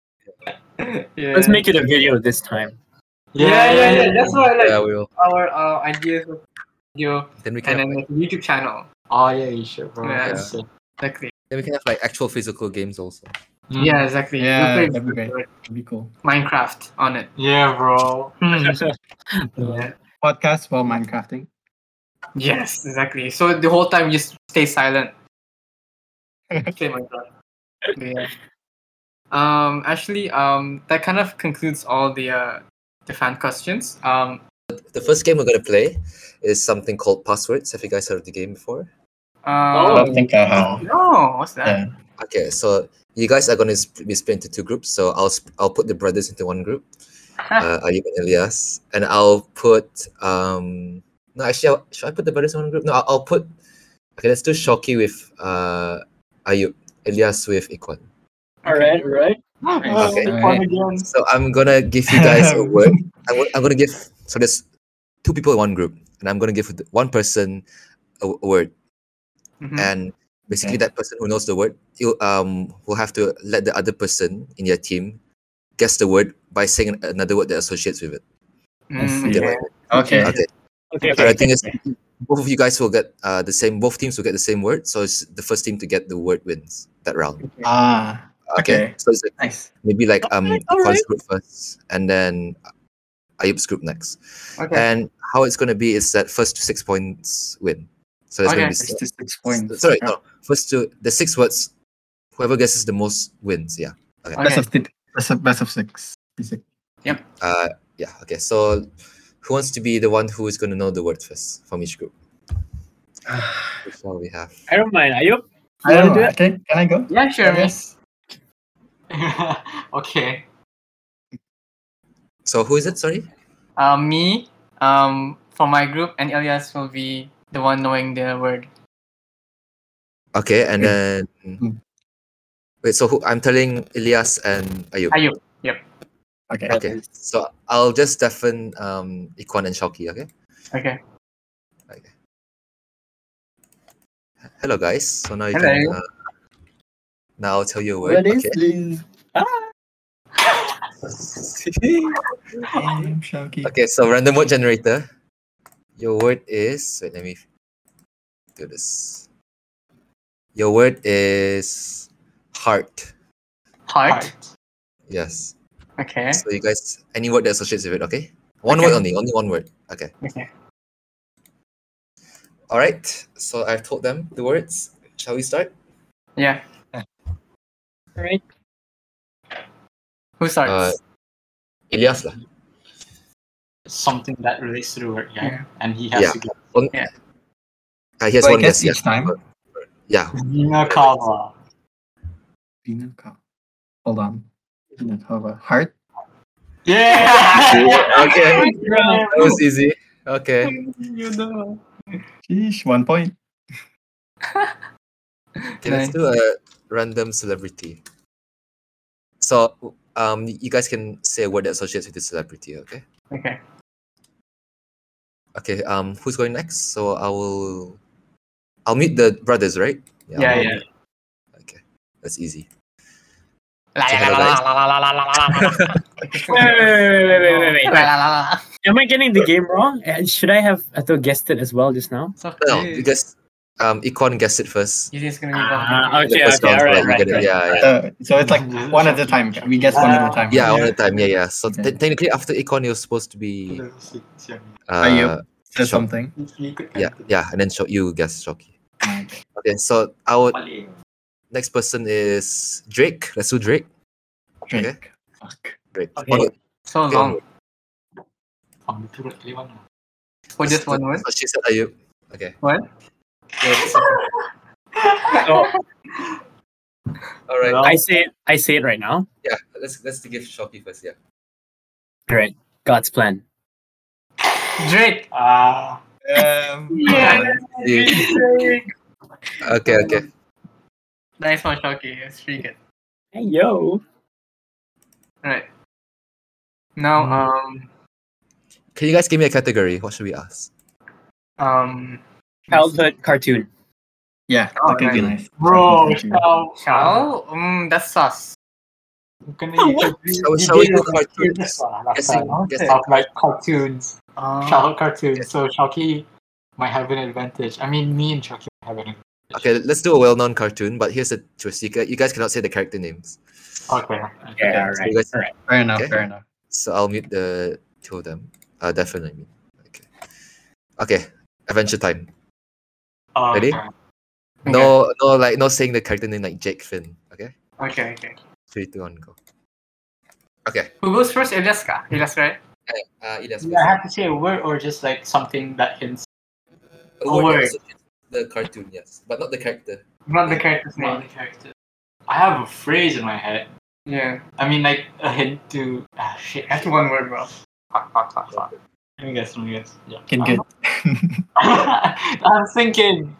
Let's make it a video this time.
Yeah, yeah, yeah. That's why like
yeah, we will.
our uh, ideas of video
Then we can
and
have,
then like, YouTube channel.
Oh yeah, you should. Bro.
Yeah.
That's it.
Exactly.
then we can have like actual physical games also.
Mm.
Yeah, exactly. We'll
Yeah,
play
that'd be great. It'd be cool.
Minecraft on it.
Yeah, bro.
Yeah.
Podcast while Minecrafting.
Yes, exactly. So the whole time you just stay silent. Play Minecraft. But yeah. Um. Actually, um, that kind of concludes all the uh, the fan questions. Um.
The first game we're gonna play is something called Passwords. Have you guys heard of the game before?
I
Uh,
don't think I have.
No, what's that?
Yeah.
Okay, so you guys are gonna sp- be split into two groups. So I'll sp- I'll put the brothers into one group, uh, Ayub and Elias, and I'll put um no actually I'll, should I put the brothers in one group? No, I'll, I'll put okay. Let's do Shoki with uh Ayub, Elias with Ikon.
All right, all right.
Oh,
Okay.
Alright.
So I'm gonna give you guys a word. I'm, gonna- I'm gonna give so there's two people in one group, and I'm gonna give th- one person a, w- a word,
Mhm.
Mm.
and basically
Okay.
that person who knows the word, you um will have to let the other person in your team guess the word by saying an- another word that associates with it.
I
Mm,
see.
Get
yeah.
my-
Okay.
Okay.
Okay,
So
okay.
the thing is, both of you guys will get uh, the same. Both teams will get the same word. So it's the first team to get the word wins that round.
Ah, Okay.
So it's like
nice.
maybe like um
Alright,
Ikon's
alright.
group first, and then Ayub's group next.
Okay.
And how it's going to be is that first to six points win. So there's
Okay.
going to be
Six
six,
to six points.
Sorry, no.
Yeah.
First to the six words, whoever guesses the most wins. Yeah.
Best
Okay.
of th- best of best of six. Basic.
Uh, yeah. Okay. So who wants to be the one who is going to know the word first from each group? Which one we have?
I don't mind. Ayub, wanna
I don't
do
know.
it?
Oh, Can, can I go?
Yeah, sure, man.
Yes.
okay.
So who is it? Sorry.
Uh, me, um, from my group, and Elias will be the one knowing the word.
Okay, and then
Mm.
wait. So who, I'm telling Elias and Ayub.
Ayub.
Okay.
Okay. So I'll just deafen um Ikwan and Shauki. Okay.
Okay.
Hello guys. So now you
Hello.
can. Uh, now I'll tell you a word.
What is
okay.
this? Ah,
Ah! Damn, Shawky.
Okay, so random word generator. Your word is wait, let me do this. Your word is heart.
Heart.
Yes.
Okay.
So you guys any word that associates with it, okay? One word only, only one word. Okay.
Okay.
Alright. So I've told them the words. Shall we start?
Yeah.
right.
Who starts?
Uh, Elias lah.
Something that relates to the word, yeah.
Yeah.
And he has
Yeah.
to get
Uh, he has
So Oh, I
one guess,
guess
yeah.
each time.
Yeah.
Vina Kava.
Vina Kava. Hold on. Vina Kava. Heart.
Yeah.
okay.
Bro,
That was easy. Okay.
Sheesh, one point.
Okay, let's do a random celebrity. So um you guys can say a word that associates with the celebrity, okay?
Okay.
Okay, um, who's going next? So I will, I'll meet the brothers, right?
Yeah,
I'll-
yeah.
Okay, that's easy.
La
So
la la
hello, guys.
la la la la la la la.
Wait, wait, wait, wait, wait, wait, wait,
La
wait.
la la la.
Am I getting the game wrong? Uh, Should I have I thought guessed it as well just now?
It's okay.
No, you guess. Um, Econ guessed it first.
You think it's gonna be
Ah,
complicated.
The
okay,
first
okay,
round,
all right,
you
right,
get it,
right.
yeah, yeah,
Uh, so it's like one at a time. We guess one at a time.
yeah, one at a time, yeah, yeah. So
Okay.
te- technically, after Econ, you're supposed to be. Uh,
Ayub. Says
Sure.
something.
yeah, yeah, and then Sho- you guess Shoki. Okay, so our next person is Drake. Let's do Drake.
Drake.
Okay.
Fuck.
Drake.
Okay.
One word,
So
okay,
long
one word.
for Oh, just
So-
one word.
so Oh, She said Ayub. Okay.
What?
Oh,
All right.
I say it, I say it right now.
Yeah. Let's let's give Shoki first. Yeah.
All right. God's plan.
Drake.
Ah.
Um,
You- okay. Okay.
Nice one, Shoki. It's pretty good.
Hey yo.
Alright. Now, um,
Can you guys give me a category? What should we ask?
um,
Childhood cartoon.
yeah,
Oh,
that could be
nice.
nice.
Bro,
Thank you.
shall,
shall? Mm, that's sus.
Can
Shall, shall we do cartoons? Guessing, guessing.
like cartoons,
Uh,
childhood cartoons. So Shoki might have an advantage. I mean, me and Shoki might have an advantage.
Okay, let's do a well-known cartoon. But here's the twist: you, ca- you guys cannot say the character names.
Okay.
Yeah, all
so
right.
you guys-
All right.
Fair enough.
Okay.
Fair enough.
So I'll mute the two of them. Uh, definitely. me. Okay. Okay. Adventure Time.
Um,
Ready? No, no, like no saying the character name like Jake Finn. Okay.
okay, okay.
Three, two, one, go. Okay.
Who goes first? Eliaska. Elias, right?
Uh, Elias,
Do I have to say a word or just like something that hints
please.
a word.
The cartoon, yes, but not the character.
Not the character's
on
name.
the character? I have a phrase in my head.
Yeah.
I mean, like a hint to. Ah, shit.
That's one word, bro.
Fuck, fuck, fuck, fuck. Let me guess. Let me guess. Yeah.
Good.
Um,
Good.
I'm thinking.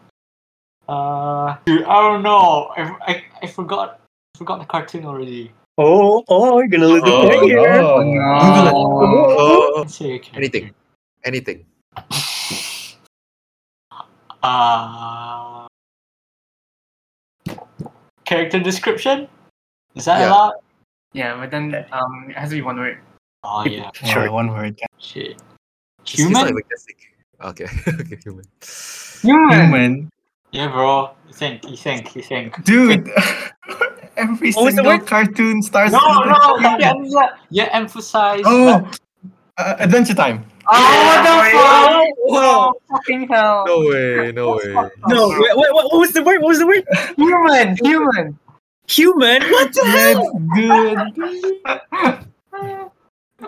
Uh, dude, I don't know. I, I, I forgot. I forgot the cartoon already.
Oh, oh, you're gonna lose the point here.
Oh,
No.
Oh.
Say a character.
Anything. Anything.
Uh, character description. Is that
Yeah.
allowed?
Yeah, but then um, it has to be one word.
Oh yeah. Oh,
Sure. one word.
Shit.
He's- he's not
Human?
even guessing. Okay. okay. Human.
Human.
Yeah, bro. You think? You think? You think?
Dude. Every
What was the
single
word?
cartoon starts.
No,
with a
no.
human.
Yeah, yeah. yeah emphasize.
Oh, uh, Adventure Time.
Oh,
Wow.
fucking hell!
No way. No way.
No, wait, wait, what, what was the word? What was the word?
Human, human.
Human? What the
That's good.
How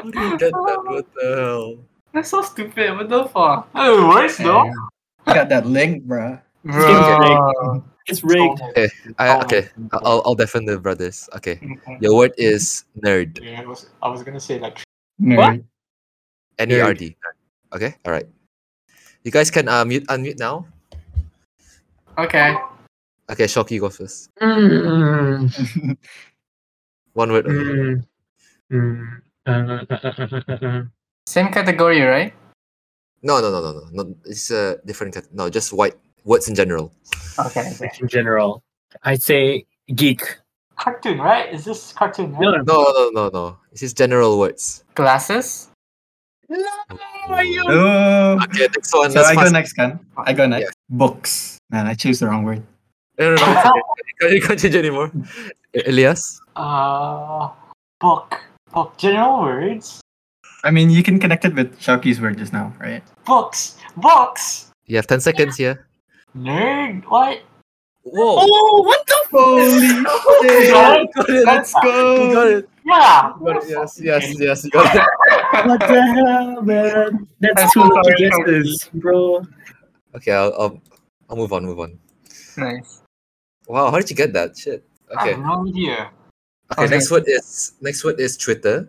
do you get that? What the hell?
That's so stupid. What the fuck?
Oh, worse though.
Got that link, bruh.
Bro.
It's rigged.
Okay, I, okay. I'll, I'll deafen the brothers. Okay, your word is nerd.
Yeah, I was, I was gonna say like
Nerd.
N E R D. Okay, all right. You guys can uh, mute unmute now.
Okay.
Okay, Shoki, you go first.
Mm,
One word. only.
mm, mm. Uh,
Same category, right?
No, no, no, no, no, no. It's a different. Cat- no, just white words in general.
Okay. okay.
Oh, in general, I'd say geek.
cartoon, right? Is this cartoon? Right?
No,
No, no, no, no. It's just general words.
Glasses.
Okay,
Oh.
next one.
So
let's
I go
fast-
next, can I go next. Books. Man, I chose the wrong word.
No, no, no. it's okay. You can't- you can't change anymore. E- Elias.
Uh, book. Book. General words.
I mean, you can connect it with Shoki's word just now, right?
Books. Books.
You have 10 seconds here.
Nerd. What?
Whoa!
Oh, what the?
Holy shit!
you got it!
Let's
You got
go!
it!
Yeah.
You got it. Yes, yes, yes. You got it.
What the hell, man? That's two lucky guesses, bro.
Okay, I'll, I'll, I'll move on, move on.
Nice.
Wow, how did you get that? Shit.
I
Okay.
have no idea.
Okay, next word is next word is Twitter.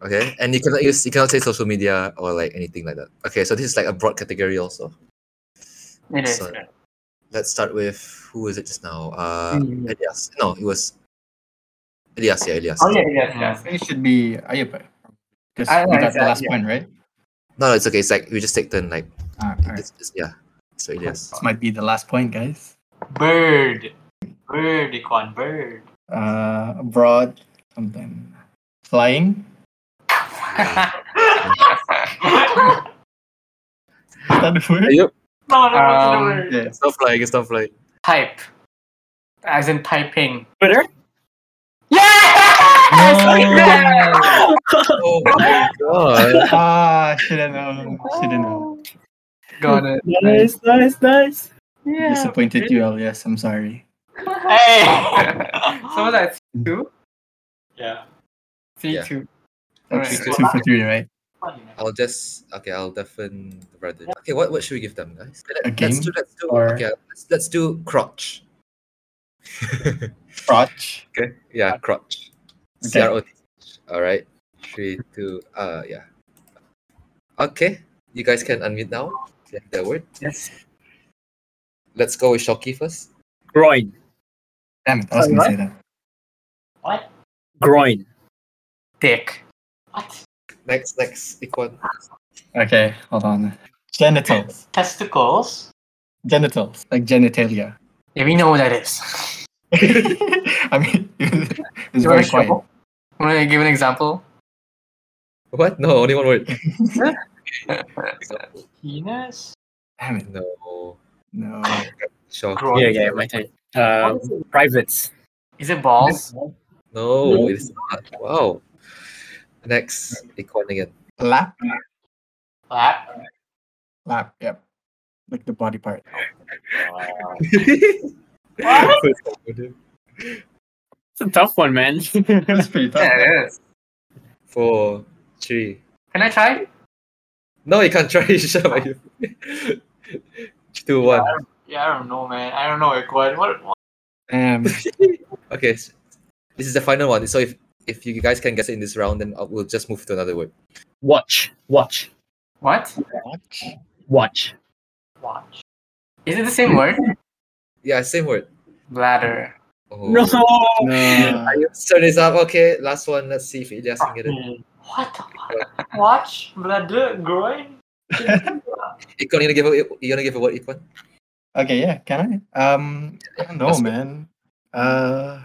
Okay, and you cannot use you cannot say social media or like anything like that. Okay, so this is like a broad category also.
It is.
So- Let's start with who was it just now? Uh,
Mm.
Elias. No, it was Elias. Yeah, Elias.
Oh yeah, yes, yes.
It should be Ayepa. Because
I-
we
I-
got the
yeah,
last
yeah.
one, right?
No, no, it's okay. It's like we just take turn. Like
Ah, all right.
this, this- yeah. So Elias.
This might be the last point, guys.
Bird. Bird. Econ. Bird.
Uh, abroad, something. Flying? Is that the word?
Yep.
no, no, what's the
Um,
word?
Yeah.
It's not flying. It's not flying.
Type. As in typing.
Twitter?
Yeah!
No.
Oh my god.
ah, shouldn't know. Shouldn't know.
Got it.
Nice, nice, nice.
Disappointed you, Elias. I'm sorry.
Hey.
so that's two.
yeah.
C
Yeah.
two.
That's
Alright.
two for three, right?
I'll just okay. I'll deafen the brothers. Okay, what, what should we give them, guys?
A
Let's
game
do let's do
or-
okay. Let's, let's do crotch.
Crotch.
Okay. Yeah, crotch.
Okay.
C R O T H. All right. Three, two. Uh, yeah. Okay. You guys can unmute now. Yeah, that word.
Yes.
Let's go with Shoki first.
Groin.
Damn it, I was
Sorry,
gonna say that.
What?
Groin.
Dick.
What?
Next, next, Ikwan.
Okay, hold on. Genitals.
Testicles.
Genitals. Like genitalia.
Yeah, we know what that is.
I mean, it's
You wanna
very quiet.
shovel? Want to give an example?
What? No, only one word.
Penis.
Damn it.
No.
No.
Shoki.
Groin.
Yeah, yeah, my turn. Uh, privates.
Is it balls?
No, it's not. Wow. Next, Ikwan again.
Lap?
Lap.
Lap, yep. Like the body part.
It's a tough one, man.
That's pretty tough.
Yeah, it is.
Four, three.
Can I try?
No, you can't try. You shut up. Two, one.
Yeah, I don't know, man. I don't know, Ekwan. What? what?
Damn.
Okay, s- this is the final one. So if if you guys can guess it in this round, then I'll- we'll just move to another word.
watch, watch,
What?
watch.
Watch.
Is it the same word?
Yeah, same word.
Bladder.
Oh.
No.
Uh, No.
So it's up. Okay, last one. Let's see if Ilyas can get it.
Hmm. What the fuck? Watch? Bladder? Groin?
Ikon, you gonna give a you gonna give a word, Ikon?
Okay, yeah, can I? Um, I don't know,
Let's go.
man. Uh,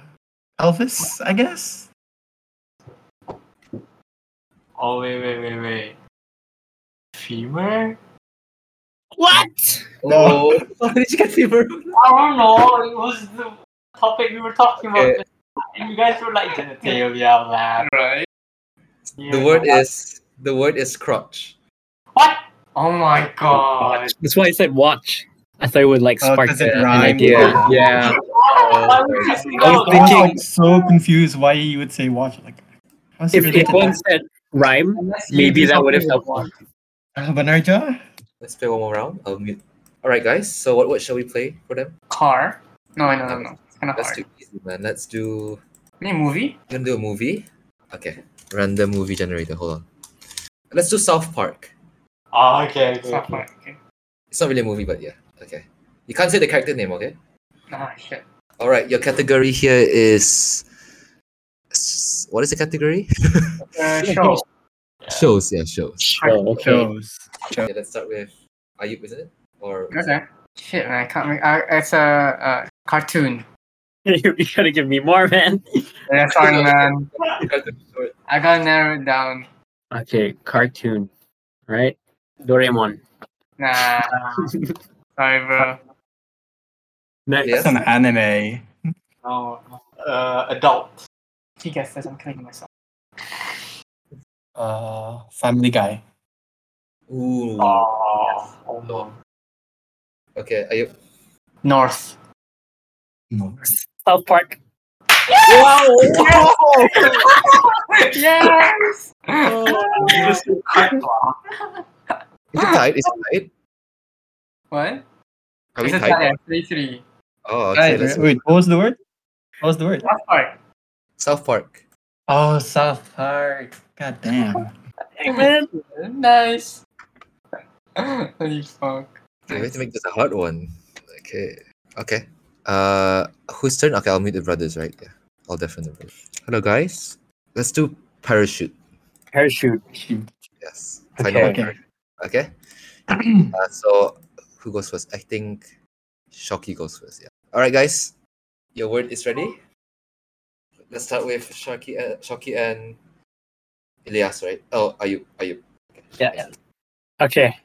Elvis, I guess.
Oh, wait, wait, wait, wait. Femur?
What?
No.
Oh, how did you get fever?
I don't know. It was the topic we were talking
Okay.
about. And you guys were like, genitalia, lap.
Right.
The word is the word is crotch.
What?
Oh my god.
That's why I said watch. I thought it would like
Oh,
spark
'cause it
the, an
rhymes.
idea. Yeah.
Why
Oh.
would you say
I was
I
no?
was like, so confused why you would say watch. Like, how's
If
it
it
related
one
to
said rhyme,
Unless you
maybe
do
that would have
something
helped.
with
uh, Banarja?
Let's play one more round. I'll mute All right, guys. So what, what shall we play for them?
Car. No, no, no, no. It's kind of
Let's
hard.
do easy, man. Let's do.
Any movie?
You gonna do a movie? Okay. Random movie generator. Hold on. Let's do South Park.
Ah, okay, okay.
Stop
okay.
it, okay.
It's not really a movie, but yeah. Okay. You can't say the character name, okay?
Ah, shit.
All right. Your category here is. s- What is the category?
Uh, show.
Shows. Yeah, shows.
Oh, okay.
Shows.
Okay, let's start with Ayub, is it? Or
Okay. Shit, man. I can't. Re- I, it's a uh, cartoon.
you gotta give me more, man.
Yeah, sorry, man.
Short.
I gotta narrow it down.
Okay, cartoon, right? Doraemon.
Nah. sorry, bro.
Next.
Yeah.
It's an anime.
No, uh, adult.
He guessed this. I'm killing myself.
Uh, Family Guy.
Ooh.
Oh, oh no.
Okay, Ayub.
North.
No.
South Park.
yes.
Is it tight? Is it tight?
What?
Are we
It's a
tight?
tie. Three three.
Oh, okay. Let's
Guys, wait, what was the word? What was the word?
Last part.
South Park.
Oh, South Park. God damn.
Nice. Holy fuck.
Okay, we have to make this a hard one. Okay. Okay. Uh, whose turn? Okay, I'll meet the brothers, right? Yeah, I'll definitely. Hello, guys. Let's do parachute.
Parachute.
Yes.
Okay.
Final one. Okay. Uh, so, who goes first? I think Shocky goes first. Yeah. All right, guys. Your word is ready. Let's start with Shocky. Uh, Shocky and Elias, right? Oh, are you? Are you?
Yeah. Okay.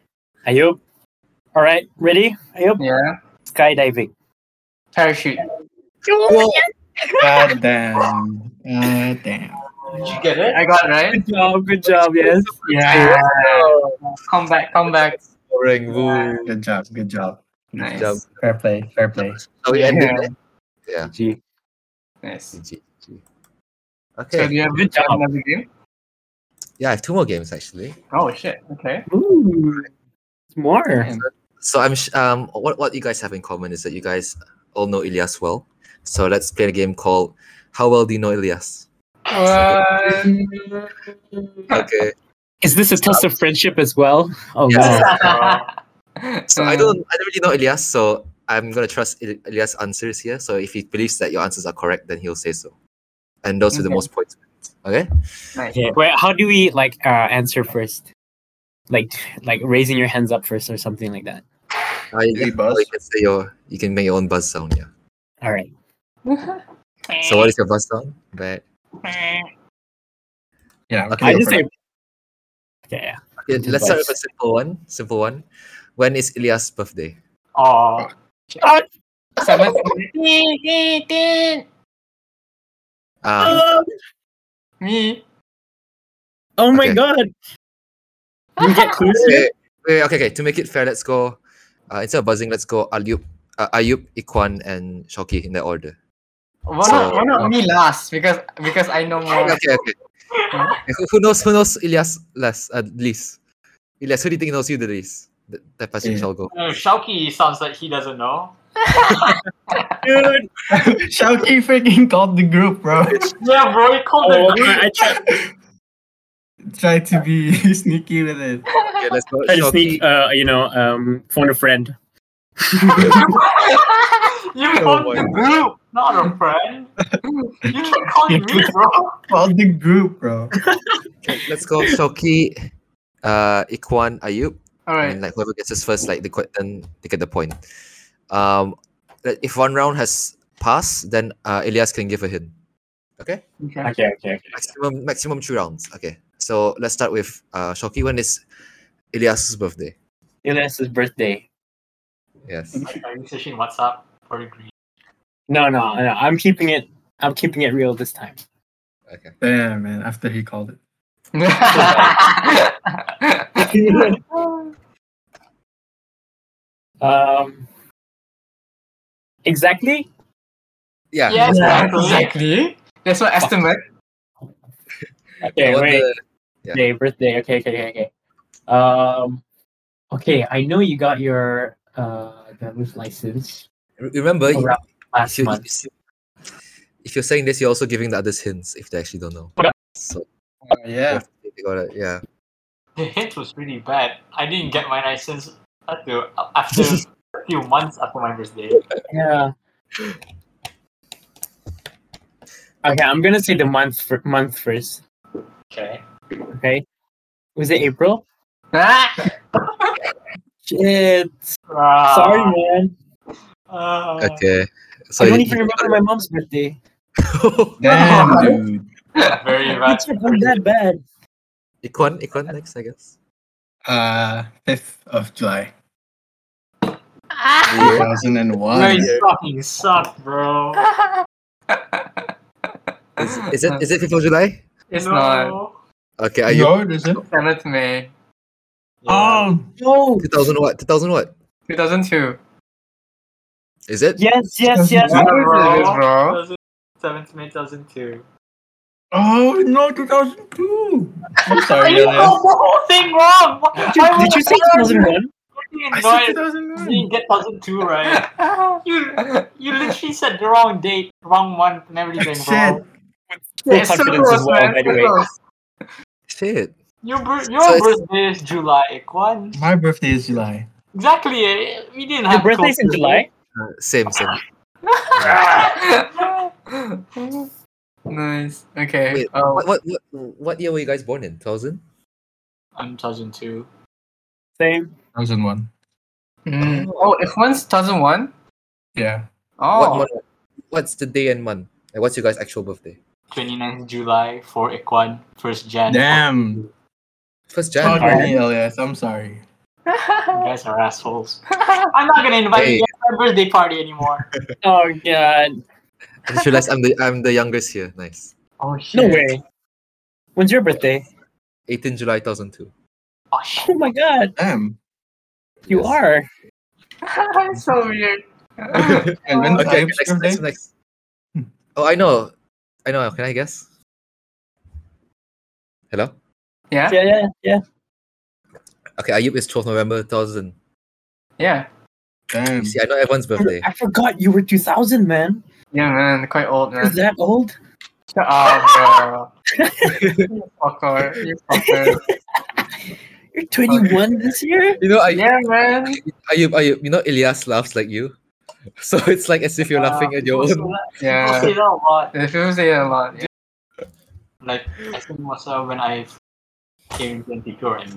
Ayub. All right. Ready? Ayub.
Yeah.
Skydiving.
Parachute.
God damn. God damn.
Did you get it?
I got it right.
Good job. Good job. Yes.
Yeah. Come back. Come back.
Boring. Woo.
Good job. Good job.
Nice.
Job.
Fair play. Fair play.
Are we ending
Yeah.
it? Yeah.
G.
Nice.
GG.
So do
Okay.
you have good job another game?
Yeah, I have two more games actually.
Oh shit. Okay.
Ooh. It's more.
Damn.
So I'm sh- um what what you guys have in common is that you guys all know Elias well. So let's play a game called How well do you know Elias? Okay.
Is this a test of friendship as well? Oh
Yes.
no.
So I don't I don't really know Elias, so I'm gonna trust El- Elias' answers here. So if he believes that your answers are correct, then he'll say so. And those with the
Okay.
most points. Okay.
Okay. Wait, how do we like uh, answer first? Like, like raising your hands up first or something like that.
Uh, yeah,
we buzz?
or you can say your you can make your own buzz sound. Yeah.
All right.
So what is your buzz sound? Bad.
Yeah.
Okay.
I
go
just
for
say.
it.
Okay, yeah.
Yeah,
Good
let's start with
advice.
a simple one. Simple one. When is Elias' birthday?
Oh,
Seven.
Um,
Me.
oh my
Okay.
god. You get clues.
wait, wait, okay, okay. To make it fair, let's go. Uh, instead of buzzing, let's go Ayub, uh, Ayub, Ikwan, and Shoki in that order.
Why
So-
not? Why not me last? Because because I know more.
Okay, okay. okay. Okay, who, who knows? Who knows Ilyas less? At least, Ilyas, who do you think knows you the least? Th- That person
Yeah.
shall go.
no, Uh, Shauki sounds like he doesn't know.
Dude.
Shouty freaking called the group, bro.
Yeah, bro, he called
Oh,
it.
I tried,
Try to be sneaky with it.
Okay, let's go.
tried to
Shoki.
sneak, uh, you know, um, phone a friend.
you
Oh
called
my
the group, not a friend. you can call me, bro.
Called the group, bro.
Okay, let's go. Shoki, uh, Ikwan, Ayub,
All right.
and like whoever gets this first, like the que- then they get the point. Um, like, if one round has passed, then uh, Ilyas can give a hint. Okay.
Okay.
Okay, okay, okay.
Maximum maximum two rounds. Okay. So let's start with uh Shoki. When is Ilyas's birthday?
Elias's birthday.
Yes.
Are you searching WhatsApp for a green?
No, no, no. I'm keeping it. I'm keeping it real this time.
Okay.
Damn, man. After he called it.
um, exactly.
Yeah.
Yes, exactly.
exactly. That's what estimate.
Okay,
What
wait.
the- yeah.
Birthday, birthday. Okay, okay, okay, okay. Um, okay. I know you got your uh, driver's license
Re- Remember, you-
around
if,
last
you,
month.
are saying this, you're also giving the others hints if they actually don't know.
Yeah.
So
Uh, yeah.
they gotta, yeah.
The hit was really bad. I didn't get my license until after a few months after my birthday.
Yeah. Okay, I'm gonna say the month for, month first.
Okay.
Okay, was it April?
Ah!
Shit.
Ah,
Sorry, man.
ah.
Okay. So
I don't
you-
even remember my mom's birthday.
Damn, dude.
Very bad.
It's not that bad.
Econ, Econ next, I guess.
Uh, 5th of July,
Yeah.
2001.
No, you fucking suck, bro.
Is, is it is it fifth of July?
It's
no.
not.
Okay, are you
no, it isn't.
Seventh May,
Yeah.
Oh,
Um, No.
two thousand what? Two thousand what?
two thousand two.
Is it?
Yes, yes, yes.
What
Yeah,
was this, bro?
7th May 2002.
oh no, 2002. I'm sorry,
You got
Elias.
the whole thing wrong!
Did you, did you say 2001?
I said
You didn't
2001.
get 2002 right. you you literally said the wrong date, wrong month, and everything,
Shit.
bro.
Full
It's so
confidence
close,
as well,
man.
by the
so
way.
close.
Shit.
Your, bir-
So
your
it's-
birthday is July, Ekwan.
My birthday is July.
Exactly, eh? we didn't
Your
have
birthday's in
close-
July?
Uh, same, same.
nice. Okay.
Wait,
oh,
What, what what what year were you guys born in? Thousand?
I'm 2002.
Same.
2001.
mm. oh, if one's thousand one.
Yeah.
What
Oh,
month? What's the day and month? Like, what's your guys' actual birthday?
29th July for Ekwan, 1st Jan.
Damn.
First
Talk to
Jan.
me, Elias. I'm sorry.
You guys are assholes. I'm not gonna invite
Hey.
you to my birthday party anymore.
Oh, God.
I just realized I'm the I'm the youngest here. Nice.
oh shit.
No way. When's your birthday?
18 July 2002.
Oh, shit.
Oh, my God.
Damn.
You
Yes.
are.
That's Oh. so weird.
And when's
Okay,
Ives'
next, next,
birthday?
next. Oh, I know. I know. Can I guess? Hello?
yeah.
Yeah, yeah, yeah.
Okay, Ayub is 12th November 2000.
Yeah.
Damn.
You see, I know everyone's birthday.
I forgot you were 2000, man.
Yeah, man. Quite old, man. Ah,
Is that old?
Shut up, bro. you fucker. You fucker.
You're
Oh,
21 this year?
You know, Ayub,
Yeah, man.
Ayub, Ayub, you know, Elias laughs like you. So it's like as if you're laughing at your
People say
own.
that-
Yeah.
people say that a lot.
The people say that a lot. Yeah.
Like, I think was uh, when I came to Antigua and,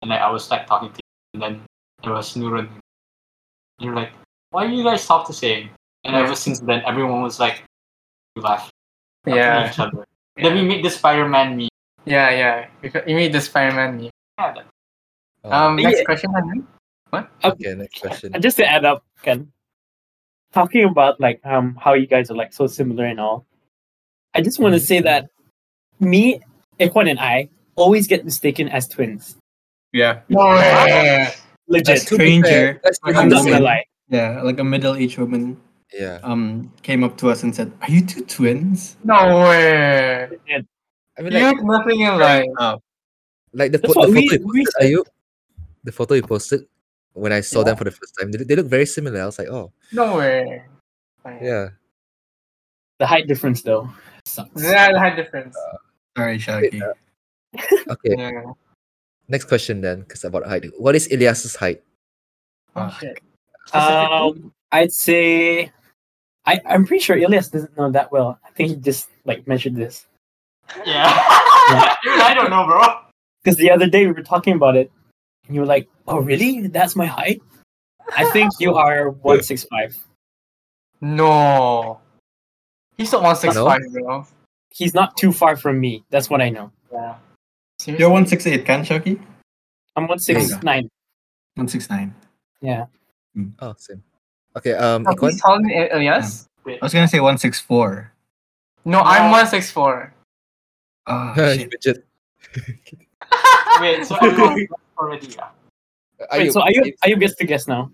and like, I was like talking to you, and then there was Nurun. And you're like, why do you guys talk the same? And ever since then, everyone was like, we laugh at
Yeah.
each other. Then we
Yeah.
meet the Spider Man meme.
Yeah. yeah. You ca- You made the Spider-Man meme.
Yeah, that-
Um.
Yeah.
Next question, Hanan.
Oh, okay, next question.
And just to add up, Ken, talking about like um how you guys are like so similar and all, I just want to say that me, Ikwan, and I always get mistaken as twins.
Yeah.
No way.
Legit.
too- stranger.
That's
I'm
I'm not gonna
woman.
lie.
Yeah. Like a middle-aged woman
Yeah.
um came up to us and said, "Are you two twins?"
No way.
I mean,
You
like,
have nothing in life.
like the,
That's
po-
what
the photo
we-
you
we
posted, Ayub, the photo you posted, when I saw them for the first time, they, they look very similar. I was like, oh,
No way.
yeah.
The height difference though sucks.
Yeah, the high difference.
Sorry, Shaggy.
Okay,
Yeah.
next question then, because about height. What is Elias's height?
Ah,
Oh, shit.
Um, I'd say, I I'm pretty sure Elias doesn't know that well. I think he just like measured this
yeah. I don't know, bro.
because the other day we were talking about it, and you were like, "Oh, really? That's my height." I think you are one six five.
No. He's not 165, bro.
He's not too far from me. That's what I know.
Yeah.
You're
Seriously?
one six eight, can Shaggy?
I'm one six nine.
One six nine.
Yeah.
Oh, same. Okay, um,
Oh,
Are
Econ?
you taller than
uh,
Elias?
I was gonna say one six four.
No, I'm 164.
Oh,
you
shit.
midget.
Wait, so everyone's already, yeah.
Wait, so are you are you guess to guess now?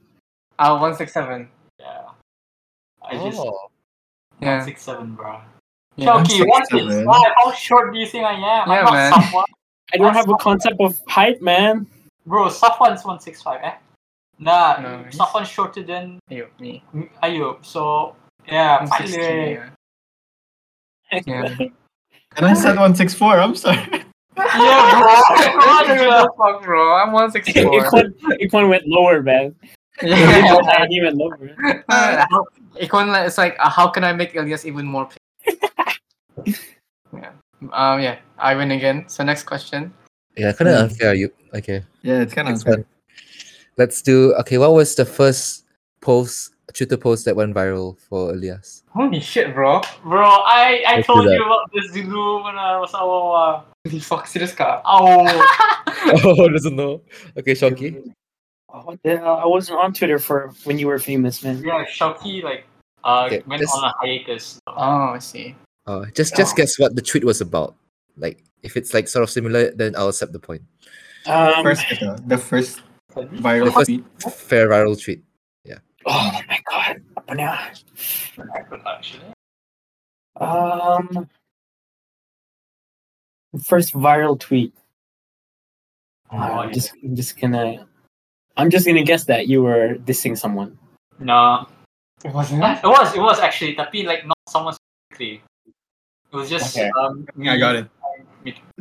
Uh, 167.
Yeah. I just
Oh,
Yeah.
six seven, bro.
Yeah.
Chucky, what is
167.
why? How short do you think I am?
Yeah,
I'm not
man.
Safwan.
I don't have a concept of height, man.
Bro, Safwan's one six five, eh? Nah,
No, he's-
someone shorter than
Ayup, me.
Ayub. So yeah,
I'm 16,
Pile.
yeah. Yeah.
And I said 164, I'm sorry.
Yeah, bro.
What the fuck, bro? I'm 164.
Ikon, Ikon went lower, man.
yeah.
he went lower.
Ikon, like, it's like, uh, how can I make Elias even more pissed? yeah. Um, yeah, I win again. So next question.
Yeah, kind of unfair. You okay?
Yeah, it's kind of
Next one. Let's do. Okay, what was the first post Twitter post that went viral for Elias?
Holy shit, bro.
Bro, I, I
Let's do
told
that.
you about the Zulu when I was our
Holy fuck, serious ka?
oh
oh, doesn't know. Okay, Shoki.
what Oh, the hell? I wasn't on Twitter for when you were famous, man.
yeah, Shoki like uh
Okay,
went
this-
on a hiatus.
Oh, I see.
Uh, just just guess what the tweet was about. Like, if it's like sort of similar, then I'll accept the point.
Um,
first, uh, the first
The
viral
first-
tweet.
Fair viral tweet.
oh my god. Apa na?
Actually.
Um, first viral tweet. Uh, I'm just, I'm just gonna, I'm just gonna guess that you were dissing someone.
No.
It wasn't?
It was it was actually tapi like not someone specifically. It was just
Okay.
um
I got it.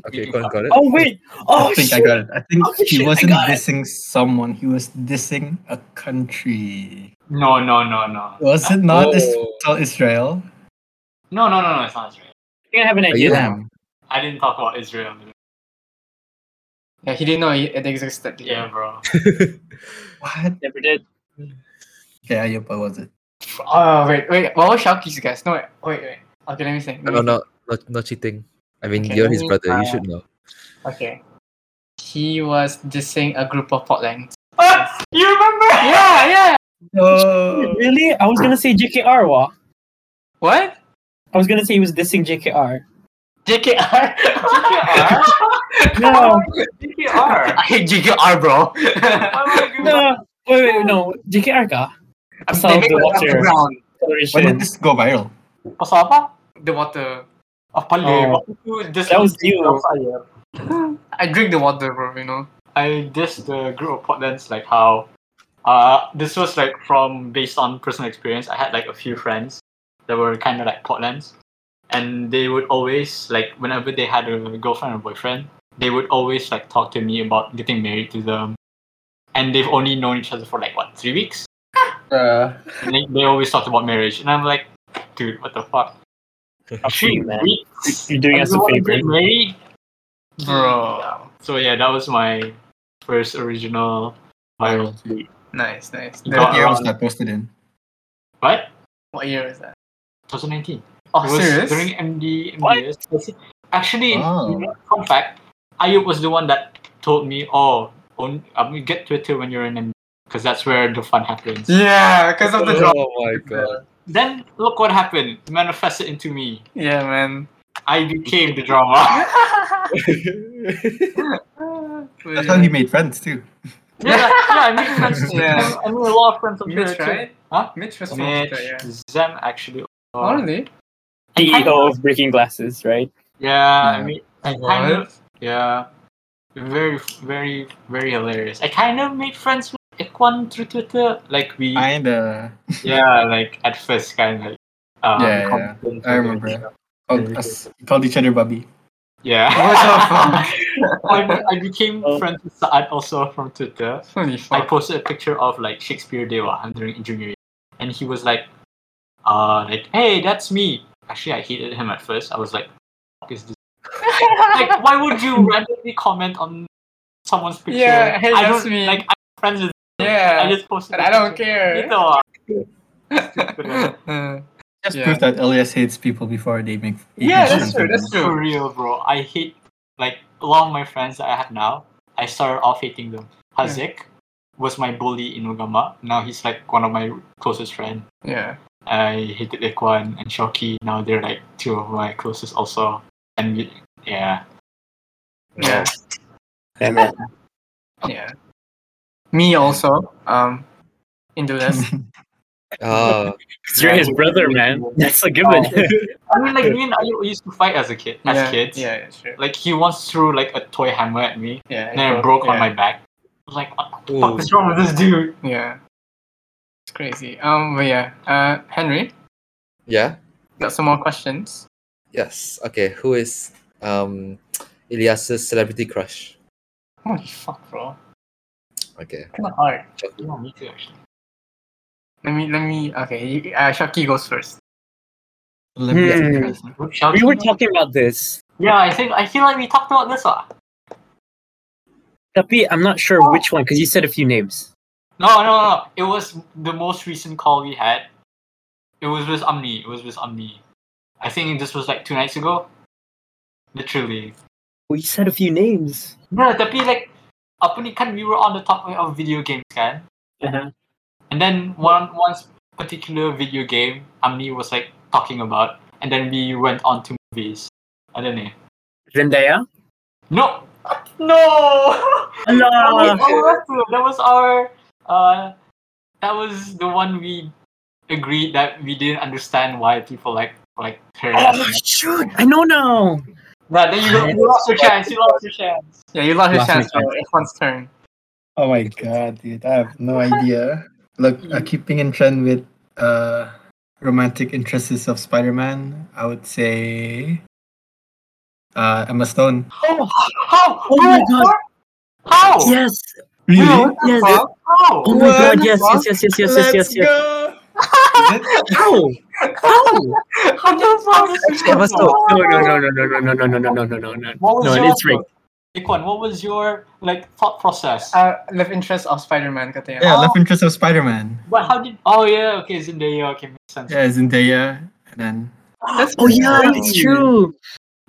Okay, Ikon got it.
Oh wait! Oh
I think I
shit!
got it. I think
Oh, shit,
he
I
wasn't
got it.
dissing someone. He was dissing a country.
No no no no.
Was it not Is-
Oh.
tell Israel?
No no no no it's not Israel.
I think I have an idea.
you-
now.
Damn.
I didn't talk about Israel.
Yeah, he didn't know it it existed.
Yeah bro.
What?
Never did.
Yeah, yep, what was it?
Oh, wait, wait. What was Sharky's guess? No, wait, wait, wait. Okay, let me think.
No,
let
no,
me
no, no, no cheating. I mean,
Okay,
you're
let
his
me,
brother.
uh,
you should know.
think. Okay. He was dissing a group of potlands.
Ah, you remember?
Yeah, yeah.
No.
Oh, Really? I was gonna say JKR. Wa.
What?
I was gonna say he was dissing JKR.
JKR?
GKR?
No,
GKR.
I hate JKR, bro.
no. Wait, wait, no. JKR ka? Pasal
They make it
the
off the
water
ground.
When
exploration.
did this go viral?
Pasal apa?
The water.
Ah, pala.
Oh.
Waktu tu, this
That was you.
Saya.
I drink the water, bro, you know.
I dissed the group of Portlands like how uh this was like from based on personal experience. I had like a few friends that were kinda like Portlands. And they would always like whenever they had a girlfriend or boyfriend, they would always like talk to me about getting married to them. And they've only known each other for like what, three weeks?
Uh,
And they, they always talked about marriage. And I'm like, dude, what the fuck? Three
man.
weeks?
You're doing us a
Everyone
favor.
get married?
Bro.
So yeah, that was my first original viral.
tweet.
Nice, nice. The-
Yeah.
What
uh,
year was that posted in?
What?
what year is that?
2019.
Oh,
It was
serious?
during MD
What?
MBS. I see- Actually,
Oh.
you know, fun fact, Ayub was the one that told me, "Oh, on, um, you get Twitter when you're in MD because that's where the fun happens."
Yeah, because of the drop.
my god.
Then look what happened. It manifested into me.
Yeah, man.
I became the drama.
That's how he made friends too.
yeah, yeah, I made friends.
Yeah.
I made a lot of friends on Twitter.
Mitch,
too.
right?
Huh?
Mitch was from
Mitch,
Twitter, yeah.
Zem actually.
Oh, really?
CEO E of Breaking Glasses, right?
Yeah, I mean, I kind of Yeah. Very, very, very hilarious. I kind of made friends with Ikwan through Twitter. Like we,
Kinda.
yeah, like at first, kind of. Like, um,
Yeah, yeah,
complimented
I remember.
each other.
Called, us, called each other Bubby.
Yeah.
What
I, I became
Oh.
friends with Saad also from Twitter.
Holy
I
fuck.
posted a picture of like Shakespeare Dewa during junior year, and he was like, "Uh, like, hey, that's me." Actually, I hated him at first. I was like, "Fuck is this?" like, why would you randomly comment on someone's picture?
Yeah, hey,
I
that's
don't,
me.
Like, I'm friends with.
Yeah.
I just posted.
And I don't care.
care.
Just
Yeah.
proof that Elias hates people before they make.
Yeah, that's
make friends
true,
with
that's
them.
true.
For real, bro. I hate like a lot of my friends that I have now. I started off hating them. Hazik was my bully in Ugama. Now he's like one of my closest friends.
yeah.
I hated Ikwan and Shoki. Now they're like two of my closest also. And we, yeah,
Yeah.
Damn it.
Yeah. Me also. Um, into this.
Ah,
You're his brother, man. That's a given.
I mean, like me and Ayu used to fight as a kid, as
yeah,
kids.
Yeah, yeah, sure.
Like he once threw like a toy hammer at me,
Yeah.
and then it
bro-
broke on
yeah.
my back. I was like, what
Ooh.
the
Fuck, what's wrong with this dude? Yeah. It's crazy. Um, but yeah. Uh, Henry,
Yeah.
got some more questions.
Yes. Okay. Who is um Elias's celebrity crush?
Holy fuck, bro.
Okay.
Kind of hard.
Chucky.
Yeah, me too, actually.
Let me, let me, okay. you- Uh, Shaki goes first.
Olympic
Hmm.
crush.
Who- shall
We were talking about this.
Yeah, I think I feel like we talked about this one.
Tapi, I'm not sure which one because you said a few names.
No, no, no. It was the most recent call we had. It was with Omni. It was with Omni. I think this was like two nights ago. Literally.
Well, you said a few names.
No, tapi like, apa ni kan we were on the topic of video games kan?
Uh-huh.
And then one one particular video game Amni was like talking about, and then we went on to movies. I don't know.
Zendaya.
No, no. that, was,
Hello.
that was- that was our. Uh, that was the one we agreed that we didn't understand why people like like her.
Oh shoot! I know now.
Nah, then you, got, you lost your chance. You lost your chance.
Yeah, you lost your
Last
chance,
week,
bro. Irfan's turn.
Oh my god, dude! I have no idea. Look, uh, keeping in trend with uh, romantic interests of Spider-Man, I would say uh, Emma Stone.
How? How?
Oh my
Bro,
God.
How?
Yes.
Really?
Yes.
Fuck.
How?
Oh my god! Yes. Yes. Yes. Yes. Yes. Yes. Yes. yes. Oh.
go.
How? How?
How do you find this
Actually, I must
video?
know. No. No. No. No. No. No. No. No. No. No. No. No. No.
What was
No.
your
It's rigged.
Ikwan, what was your like thought process?
Uh, love interest of Spider-Man, katanya.
Yeah, love interest of Spider-Man.
but how did? Oh yeah, okay, Zendaya. Okay, makes sense.
Yeah, Zendaya, and then
That's
Oh yeah,
crazy.
it's true.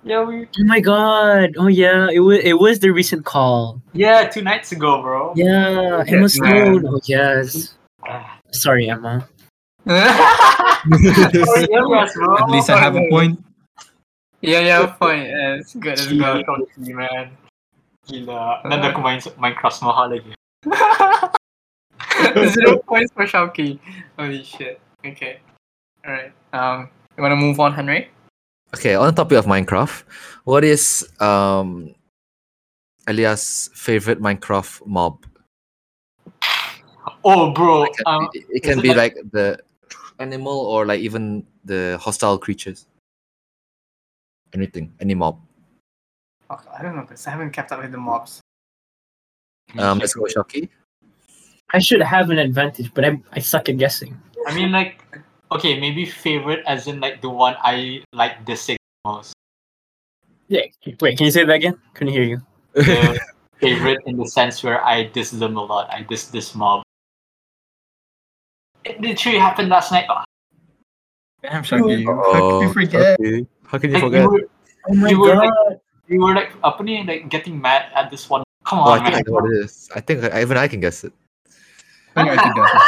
Yeah, we.
Oh my god. Oh yeah, it was it was the recent call.
Yeah, two nights ago, bro.
Yeah,
Yeah,
Emma Stone. Oh yes. Sorry, Emma.
Sorry, yes, bro.
at least I have a point.
yeah, yeah, point. Yeah, it's good. It's
Gila,
good.
Koki, man. Gila. Nanti aku main Minecraft mahal lagi.
Zero points for Shaki. Holy shit. Okay. All right. Um, you wanna move on, Henry?
Okay. On the topic of Minecraft, what is um Elias' favorite Minecraft mob?
Oh, bro.
It can,
Um,
be, it can
is it
be like the animal or like even the hostile creatures. Anything, any mob.
Fuck, I don't know because I haven't kept up with the mobs.
Um, let's go, Shocky.
I should have an advantage, but I I suck at guessing.
I mean, like, okay, maybe favorite as in like the one I like the sig- most.
Yeah. Wait, can you say that again? Couldn't hear you.
The favorite in the sense where I diss them a lot. I diss this mob. It literally happened last night. Oh,
Damn, Shaggy. How
Oh,
could you forget?
Shocky. How can you
Like,
forget?
you were,
Oh my
you were
god.
like, you were like, apa ni, like getting mad at this one. Come
Oh,
on,
I think I
man.
know what it is. I think I, even I can guess it.
I think I could guess as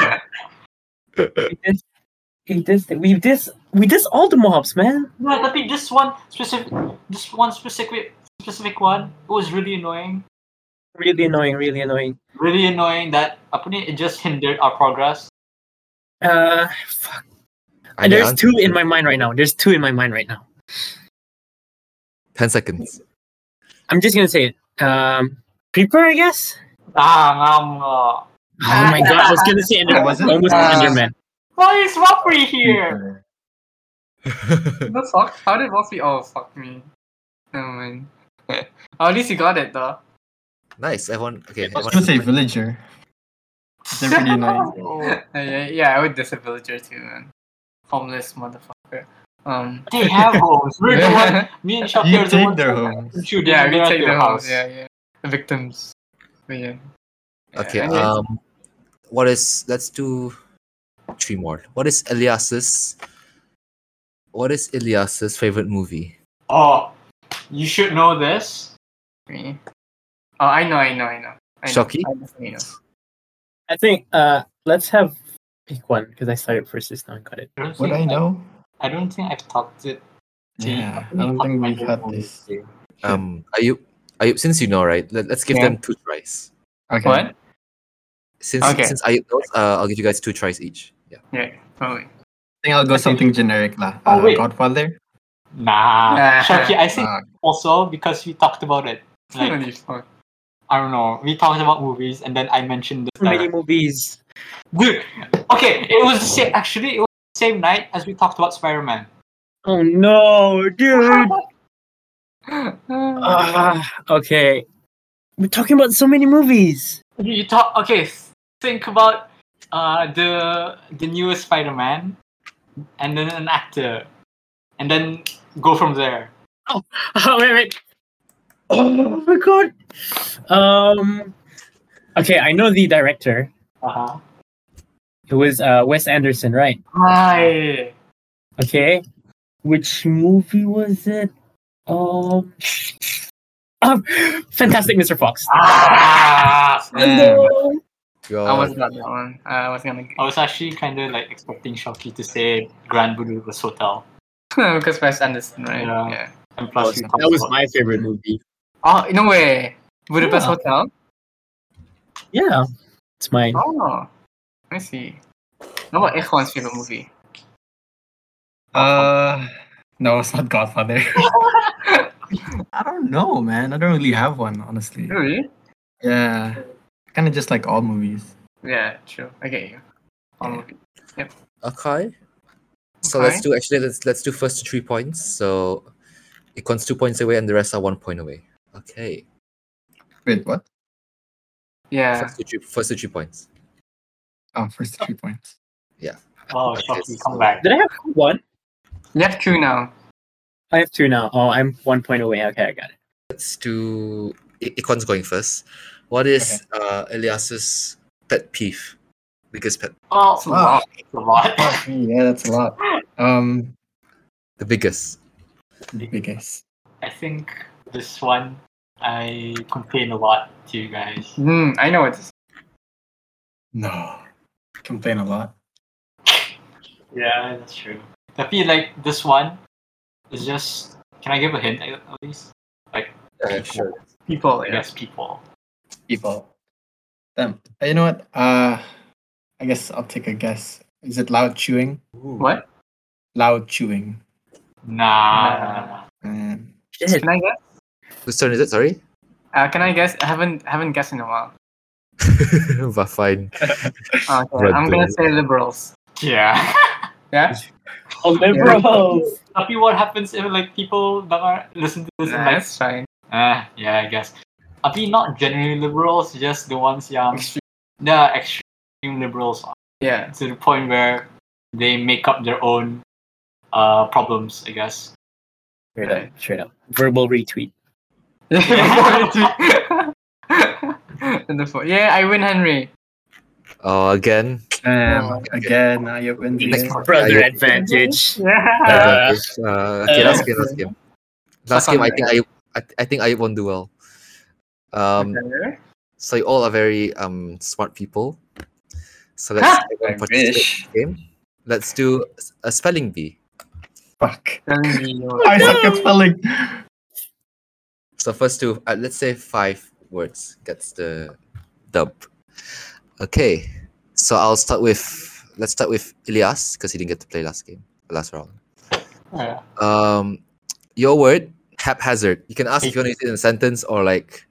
well.
We this we this we this all the mobs, man.
No, tapi this one specific, this one specific specific one, it was really annoying.
Really annoying, really annoying.
Really annoying that apa ni, it just hindered our progress.
Uh fuck.
I need
There's
answer.
two in my mind right now. There's two in my mind right now.
Ten seconds.
I'm just gonna say it. Um Creeper, I guess?
Ah, ngam. ah.
Oh my god, I was gonna say Enderman.
Was it?
Almost
Uh,
Enderman.
Why is Wapri here?
The fuck? How did mobs be? Oh fuck me. Never mind. oh, at least you got it though.
nice. Everyone. Okay.
I was
everyone-
gonna say villager. They're pretty annoying.
Uh, yeah, yeah, I would diss a villager too, man. Homeless motherfucker. Um.
They have homes. We're the one.
yeah,
Me and Shafi
You
are the
take
ones
their
who
home.
shoot them.
we
They're at
take
their
the house. Yeah, yeah. The victims. But yeah.
Okay.
Yeah, anyway.
Um, what is? Let's do three more. What is Elias's? What is Elias's favorite movie?
Oh, you should know this.
Me. Oh, I know, I know, I know. I know.
Shocky?
I definitely know.
I think uh let's have pick one because I started first this time. Got it.
I don't
Would
think
I know?
I don't think I've talked it. to you.
Yeah, I don't think we've had this.
Um, Ayub. Ayub. Since you know, right? Let, us give
Yeah.
them two tries.
Okay.
What?
Since
Okay.
since Ayub knows, uh, I'll give you guys two tries each. Yeah.
Yeah. Oh, wait.
I think I'll go something generic lah.
Oh,
Uh,
wait.
Godfather.
Nah,
Nah.
Shafi. I think
Ah,
also because we talked about it. Like,
Holy fuck.
I don't know. We talked about movies, and then I mentioned this.
Too many
Direct.
movies.
Dude, okay, it was the same. Actually, it was the same night as we talked about Spider Man.
Oh no, dude. Ah, okay. We're talking about so many movies.
You, you talk. Okay, s- think about uh the the newest Spider Man, and then an actor, and then go from there.
Oh, wait, wait. Oh my god. Um. Okay, I know the director.
Uh huh.
It was uh, Wes Anderson, right?
Hi.
Okay. Which movie was it? Um. um, Fantastic Mr. Fox.
Ah,
Mm.
No.
I was
God.
not that one. I was gonna
I was actually kind of like expecting Shoki to say Grand Budapest Hotel,
because Wes Anderson, right?
Yeah.
yeah.
and
That
plus
was-
we talked
that was
about-
my favorite movie.
Oh no way! Budapest
Yeah.
Hotel.
Yeah, it's mine.
Oh, I see. No, what Ikhwan's favorite movie?
Uh, no, it's not Godfather. I don't know, man. I don't really have one, honestly.
Really?
Yeah, kind of just like all movies.
Yeah, true. I get you. All movie.
Okay. So
Okay.
let's do actually let's let's do first three points. So it counts two points away and the rest are one point away. Okay.
Wait, what?
Yeah.
First, two, three, first two three points.
Oh, first three points.
Oh,
Okay, so-
Shoki, come back.
Did I have one?
You have two now.
I have two now. Oh, I'm one point away. Okay, I got it.
Let's do I- Ikon's going first. What is uh, Elias's pet peeve? Biggest pet
Oh,
It's a lot.
it's a lot.
yeah, that's a lot. Um,
the biggest.
biggest.
I think this one I complain a lot to you guys.
Hmm. I know it's.
No, complain a lot.
Yeah, that's true. I feel like this one is just. Can I give a hint at at least?
Uh, sure.
People,
I
yeah.
guess people.
People. Them. Uh, You know what? Uh, I guess I'll take a guess. Is it loud chewing?
What?
Loud chewing.
Nah.
Man.
Can I guess?
Whose turn is it? Sorry.
Uh, can I guess? I haven't haven't guessed in a while.
but fine.
Uh, Okay,
Red
I'm gonna
Bull.
say liberals.
Yeah.
Yeah.
Oh, liberals.
I feel what happens if like people that are listen to this and
Nah,
like,
that's fine.
eh, yeah, I guess. I feel not generally liberals, just the ones young. The extreme liberals uh,
Yeah.
to the point where they make up their own uh problems, I guess.
Straight up. Straight up. Verbal retweet.
And the four- yeah, I win, Henry.
Oh, again.
Um, again, now you're winning.
Next
Brother
Yeah,
advantage.
Yeah.
Uh, uh, okay, last game. Last game. Last game. I think I, I, I think I won duel. Um,
Okay.
so you all are very um smart people. So let's everyone participate
wish.
in the game. Let's do a spelling bee.
Fuck.
Telling me your-
I suck at spelling.
So first two, uh, let's say five words gets the dub. Okay. So I'll start with let's start with Elias because he didn't get to play last game, last round.
Yeah.
Um, your word haphazard. You can ask if you want to use it in a sentence or like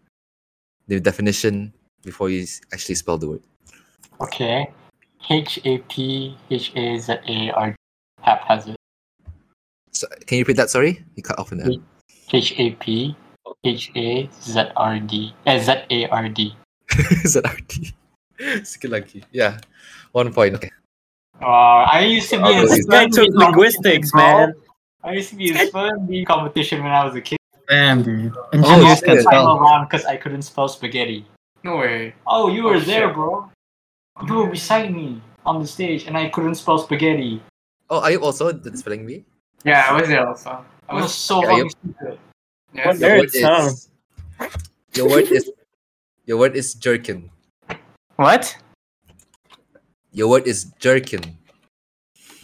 the definition before you s- actually spell the word.
Okay. H A P H A Z A R haphazard.
So can you repeat that? Sorry, you cut off in there.
Yeah. H A P H A Z R D eh, Z A R D.
Is that RT? Sikit lagi. Yeah, one point. Okay.
Wow, I used to be in
This
Oh, guy took linguistics, man.
I used to be in spelling bee competition when I was a kid.
Damn, dude. Engineers Oh, can
shit.
spell.
because I couldn't spell spaghetti.
No way.
Oh, you were
Oh,
there,
shit.
bro. You were beside me on the stage, and I couldn't spell spaghetti.
Oh, are you also did spelling bee?
Yeah, I was there also.
I was so
Yeah, you-
fucking stupid.
Yeah.
There
word
it's some.
Your word is. Your word is jerkin.
What?
Your word is jerkin.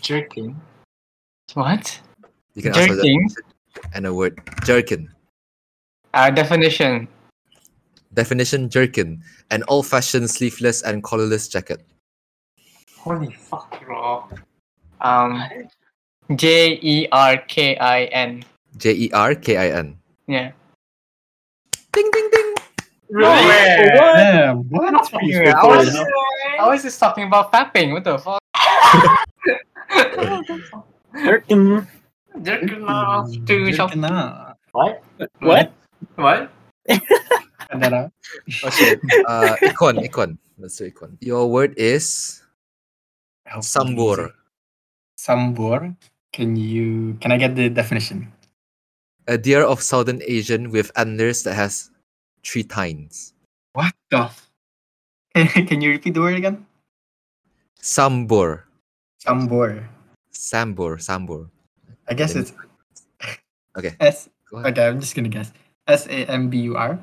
jerking.
What?
You can ask for that
Jerking.
and a word jerkin.
Uh, definition.
Definition jerkin: an old-fashioned sleeveless and collarless jacket.
Holy fuck, bro. Um, J E R K I N.
J E R K I N.
Yeah.
Ding ding ding.
Really?
Where?
Damn, what?
Yeah, I was, I was just talking about fapping. What the fuck?
Mm,
Jerking off to shop.
Jerking off.
What?
What?
What?
Cut that out.
Okay. Uh, Ikon, Ikon. Let's do Ikon. Your word is sambor.
Sambor. Can you? Can I get the definition?
A deer of southern Asian with antlers that has three tines.
What the? F- can you repeat the word again?
Sambor.
Sambor.
Sambor. Sambor.
I guess
Then-
it's.
Okay.
S.
Go ahead.
Okay, I'm just gonna guess. S A M B U R.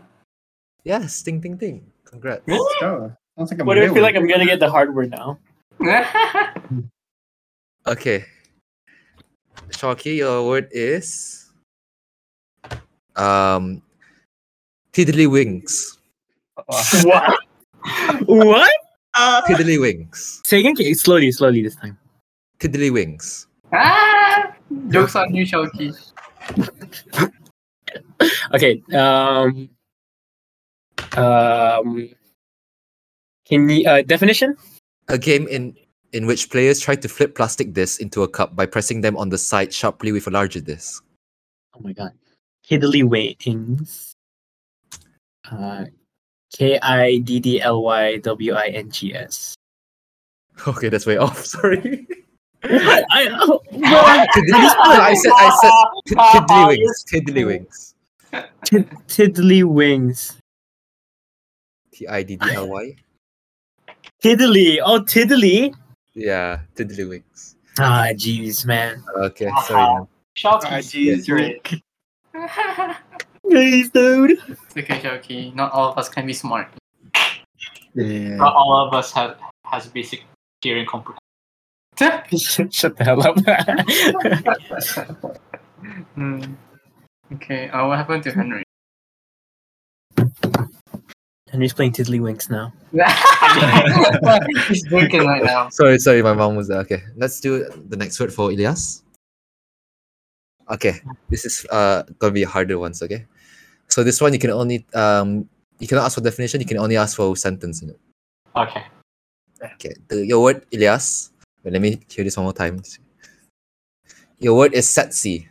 Yes, ding ding ding. Congrats.
Let's go. Sounds like a
What do I
real
feel like
one.
I'm gonna get the hard word now?
Okay. Sharky, your word is um tiddlywinks.
what? what?
Tiddlywinks.
Uh, Say again, okay, slowly, slowly this time.
Tiddlywinks.
Ah! Jokes on you, Shoki.
Okay. Um. Um. Can you uh, definition?
A game in in which players try to flip plastic discs into a cup by pressing them on the side sharply with a larger disc.
Oh my god. Kiddly Wings. Uh, K I D D L Y W I N G S.
Okay, that's way off. Sorry.
What? I, oh,
Tiddly- no, I said I said tid- tiddlywinks. Tiddlywinks.
tid- tiddly Wings.
T i d d l y.
Tiddly. Oh, tiddly.
Yeah, tiddlywinks.
Ah, jeez, man.
Okay, sorry. man.
Ah,
Shoki.
jeez, Rick.
Please, dude.
It's okay, Shoki. Not all of us can be smart.
Yeah.
Not all of us have has basic hearing comprehension.
shut, shut the hell up.
Hmm. Okay, uh, what happened to Henry?
and he's playing Tiddly Winks now.
He's drinking right now.
Sorry, sorry, my mom was there. Okay, let's do the next word for Ilyas. Okay, this is uh gonna be harder ones. Okay, so this one you can only um you cannot ask for definition. You can only ask for sentence in it.
Okay.
Okay, the, your word Ilyas. Wait, let me hear this one more time. Your word is setsy.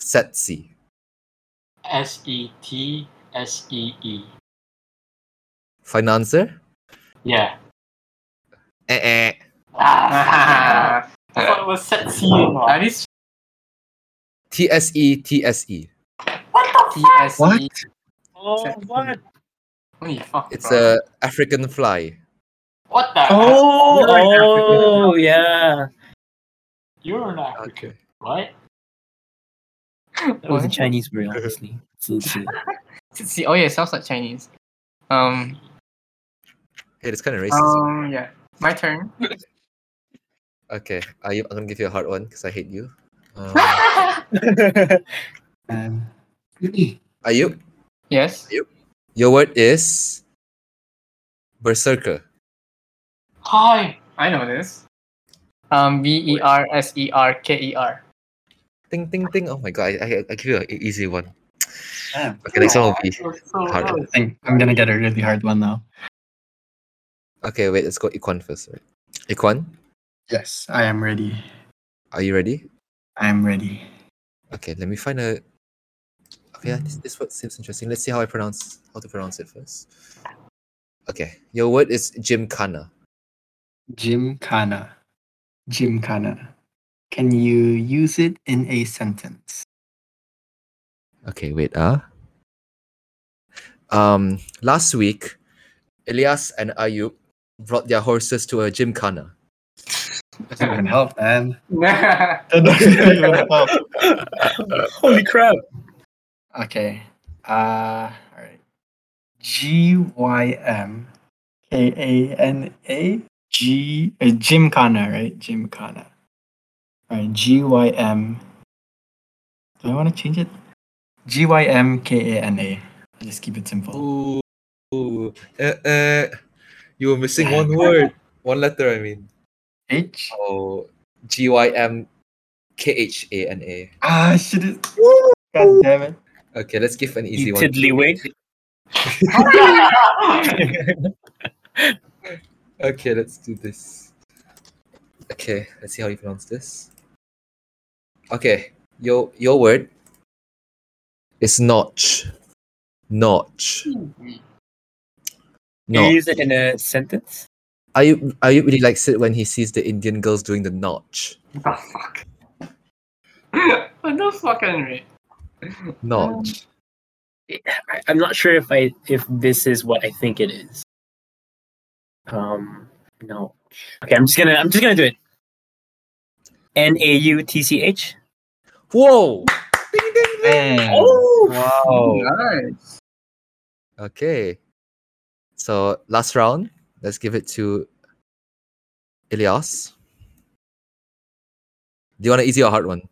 Setsy.
S E T S E E.
Final answer?
Yeah.
Eh, eh.
Ah, I thought it was set C.
At least
T S E T S E.
TSE.
What?
Oh,
what? E. Holy fuck.
It's
bro.
a African fly.
What the?
Oh,
You're an
oh, yeah.
African. You're an African. What?
That was a Chinese word, honestly. So, so-
See, oh yeah, it sounds like Chinese. Um,
Hey, it's kind of racist.
Uh.
um, yeah. My turn.
Okay, I, I'm gonna give you a hard one because I hate you. Um,
Um,
are you?
yes.
Your word is berserker.
Hi.
I know this. Um, B E R S E R K E R.
Ting ting ting. Oh my god, I, I, I give you an easy one.
Damn.
Okay, next one will be hard.
I think I'm gonna get a really hard one now.
Okay, wait, let's go Ikwan first. Right? Ikwan,
Yes, I am ready.
are you ready?
I am ready.
Okay, let me find a. Okay, yeah, this, this word seems interesting. Let's see how I pronounce how to pronounce it first. Okay, your word is gymkhana.
Jim Kana. Jim Kana. Can you use it in a sentence?
Okay, wait, ah. Um, last week, Elias and Ayub brought their horses to a gymkhana.
Doesn't even help, man.
That's
That doesn't even help.
Holy crap.
Okay. Uh, all right. G Y M K A N A G uh, Jim Kana, right? Jim Kana. All right. G Y M. Do I want to change it? G Y M K A N A. I'll just keep it simple.
Ooh, ooh. Uh, uh, you were missing one word, one letter. I mean,
H.
oh, G Y M K H A N A.
Ah, shit. it- God damn it.
Okay, let's give an easy
You
one.
tiddly wink.
okay, let's do this. Okay, let's see how you pronounce this. Okay, your your word is notch. Notch.
Can you
Notch.
use it in a sentence?
Ayub, Ayub really likes it when he sees the Indian girls doing the notch.
What the fuck? what the fuck, Henry?
Notch.
I, I'm not sure if I if this is what I think it is. Um, no. Okay, I'm just gonna I'm just gonna do it. N a u t c h.
Whoa!
Oh,
Wow.
Nice.
Okay. So last round, let's give it to Elias. Do you want an easy or hard one?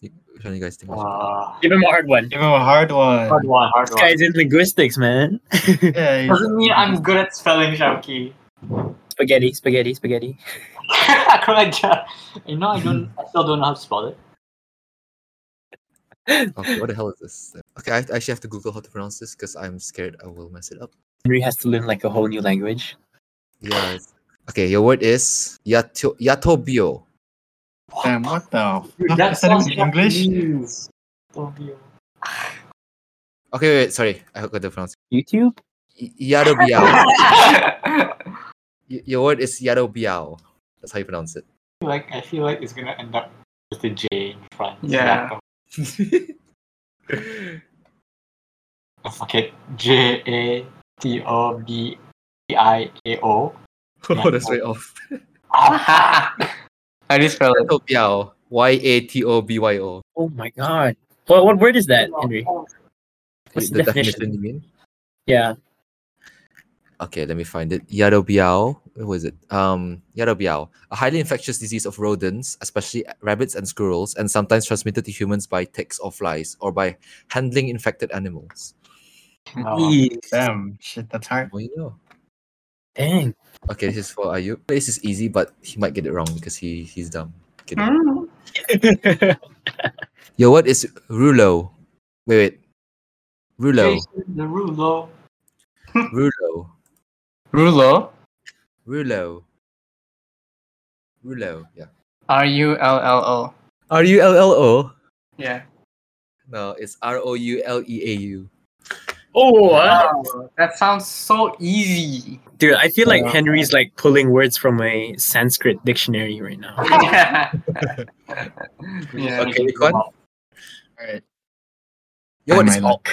You- Which one you guys think? is-
Uh,
give him a hard one.
Give him a hard one.
hard one, hard
This
one.
guy's in linguistics, man.
Yeah, he's-
Doesn't mean I'm good at spelling, Shamki.
spaghetti, spaghetti, spaghetti.
Correct. yeah. uh, You know, I don't. I still don't know how to spell it.
Okay, what the hell is this? Okay, I I actually have to Google how to pronounce this because I'm scared I will mess it up.
Henry has to learn like a whole new language.
Yeah. it's- Okay, your word is yato yatobio.
Damn, what the?
Dude,
fuck?
that
Is that
sounds
in English?
Japanese. Tobio.
Okay, wait, wait, sorry, I forgot to pronounce.
YouTube?
it. Y- Yarobiao. Y- your word is yarobiao. That's how you pronounce it.
I feel like I feel like it's gonna end up with the J in front.
Yeah.
Oh, Fuck it. J A T O B I A O.
oh, that's way off.
How do you spell it?
Yatobio. Y a t o b y o.
Oh my god. Well, what word is that, Henry? What's the
the
definition?
definition you mean?
Yeah.
Okay, let me find it. Yarobiao. What was it? Um, Yarobiao, a highly infectious disease of rodents, especially rabbits and squirrels, and sometimes transmitted to humans by ticks or flies or by handling infected animals.
Oh,
Damn, shit, that's hard.
Well, you know.
Dang.
Okay, this is for Ayub. This is easy, but he might get it wrong because he he's dumb. Kidding. Your word is rulo. Wait, wait. Rulo.
Jason Derulo.
Rulo.
Rulo.
Rulo. Rulo. Yeah.
R U L L O.
R U L L O.
Yeah.
No, it's R O U L E A U.
Oh,
Wow, that sounds so easy.
dude, I feel like Henry's like pulling words from a Sanskrit dictionary right now.
yeah. yeah.
Okay, Nikon.
Alright.
Your word
Am
is
I
orc.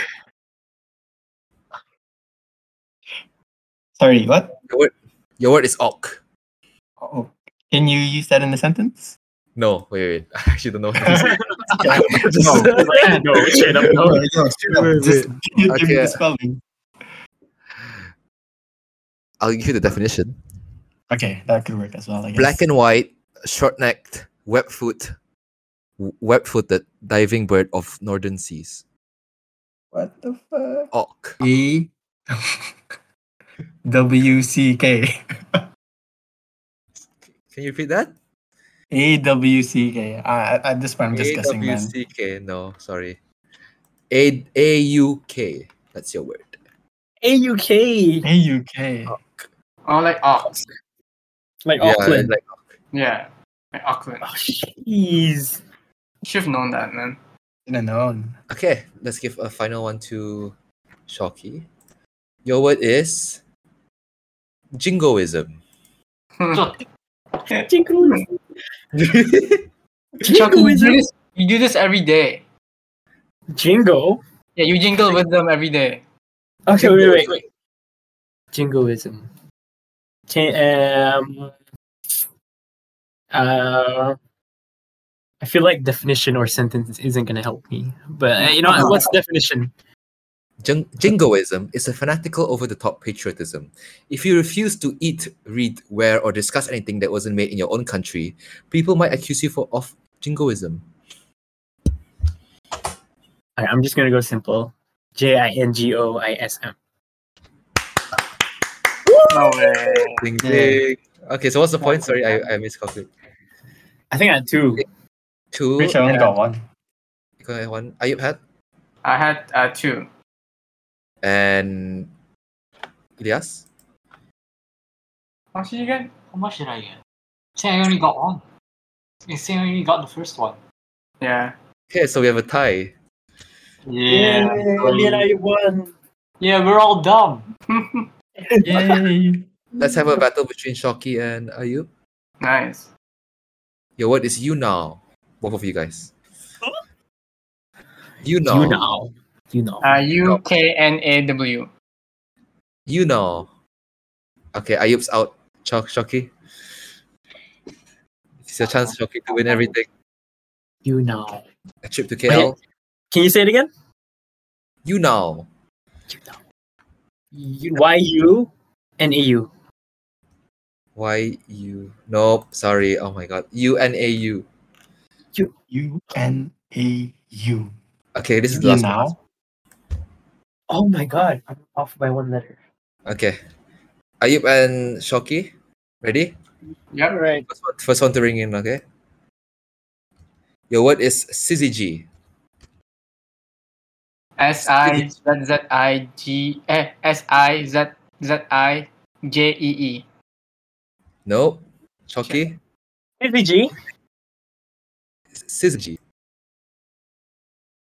Sorry, what?
Your word, your word is orc.
Oh, can you use that in a sentence?
No, wait, wait. I actually don't know. What to
No.
say.
no, straight up, no.
Just give me
Okay.
the spelling.
I'll give you the definition.
Okay, that could work as well. I guess.
Black and white, short necked, web foot, web footed diving bird of northern seas.
What the fuck?
Orc.
E W C K.
Can you repeat that?
A W C K. I- I- At this point, I'm just guessing, man.
A-W-C-K. No, sorry. A A U K. That's your word.
AUK.
A U K.
Oh, like Ox.
Like
Yeah,
Auckland.
like
Yeah. Like Auckland.
Oh, jeez.
Should have known that, man.
Didn't know.
Okay, let's give a final one to Shoki. Your word is jingoism.
Jingoism.
Chuck, you, do
Jingoism.
this, you do this every day.
Jingo.
Yeah, you jingle with them every day.
Okay, wait, wait, wait. Jingoism. Jin- um, uh, I feel like definition or sentence isn't gonna help me, but uh, you know what, what's definition?
Jing- jingoism is a fanatical over the top patriotism. If you refuse to eat, read, wear, or discuss anything that wasn't made in your own country, people might accuse you for of jingoism.
All right, I'm just gonna go simple. J i n g o i s m.
No way.
Ding,
Yeah.
ding. Okay, so what's the point? Sorry, I, I miscalculated.
I think I had two.
Two,
Which I only
and
got one.
one. Ayub had?
I had uh, two.
And Elias?
How much did you get?
How much did I get? See, I only got one. You see, I only got the first one.
Yeah.
Okay, so we have a tie.
Yeah.
I won.
Yeah, we're all dumb.
Yay!
Let's have a battle between Shocky and Ayub.
Nice.
Your word is you now. Both of you guys. You know.
You know. You know.
Uh, U K N A W.
You know. Okay, Ayub's out. Shock, Shocky. It's your chance, Shocky, to win everything.
you know.
A trip to KL.
Can you say it again?
You now.
You know. You, y U and A U.
Why you? Nope. Sorry. Oh my god. U N A U.
U N A U.
Okay, this is the last
now.
Oh my god, I'm off by one letter.
one. Okay. Ayub and Shocky, ready?
All right.
First one, first one to ring in, okay? Your word is syzygy.
S I Z Z I G eh, S I Z Z I J E E.
Nope. Shocky,
Syzygy.
syzygy.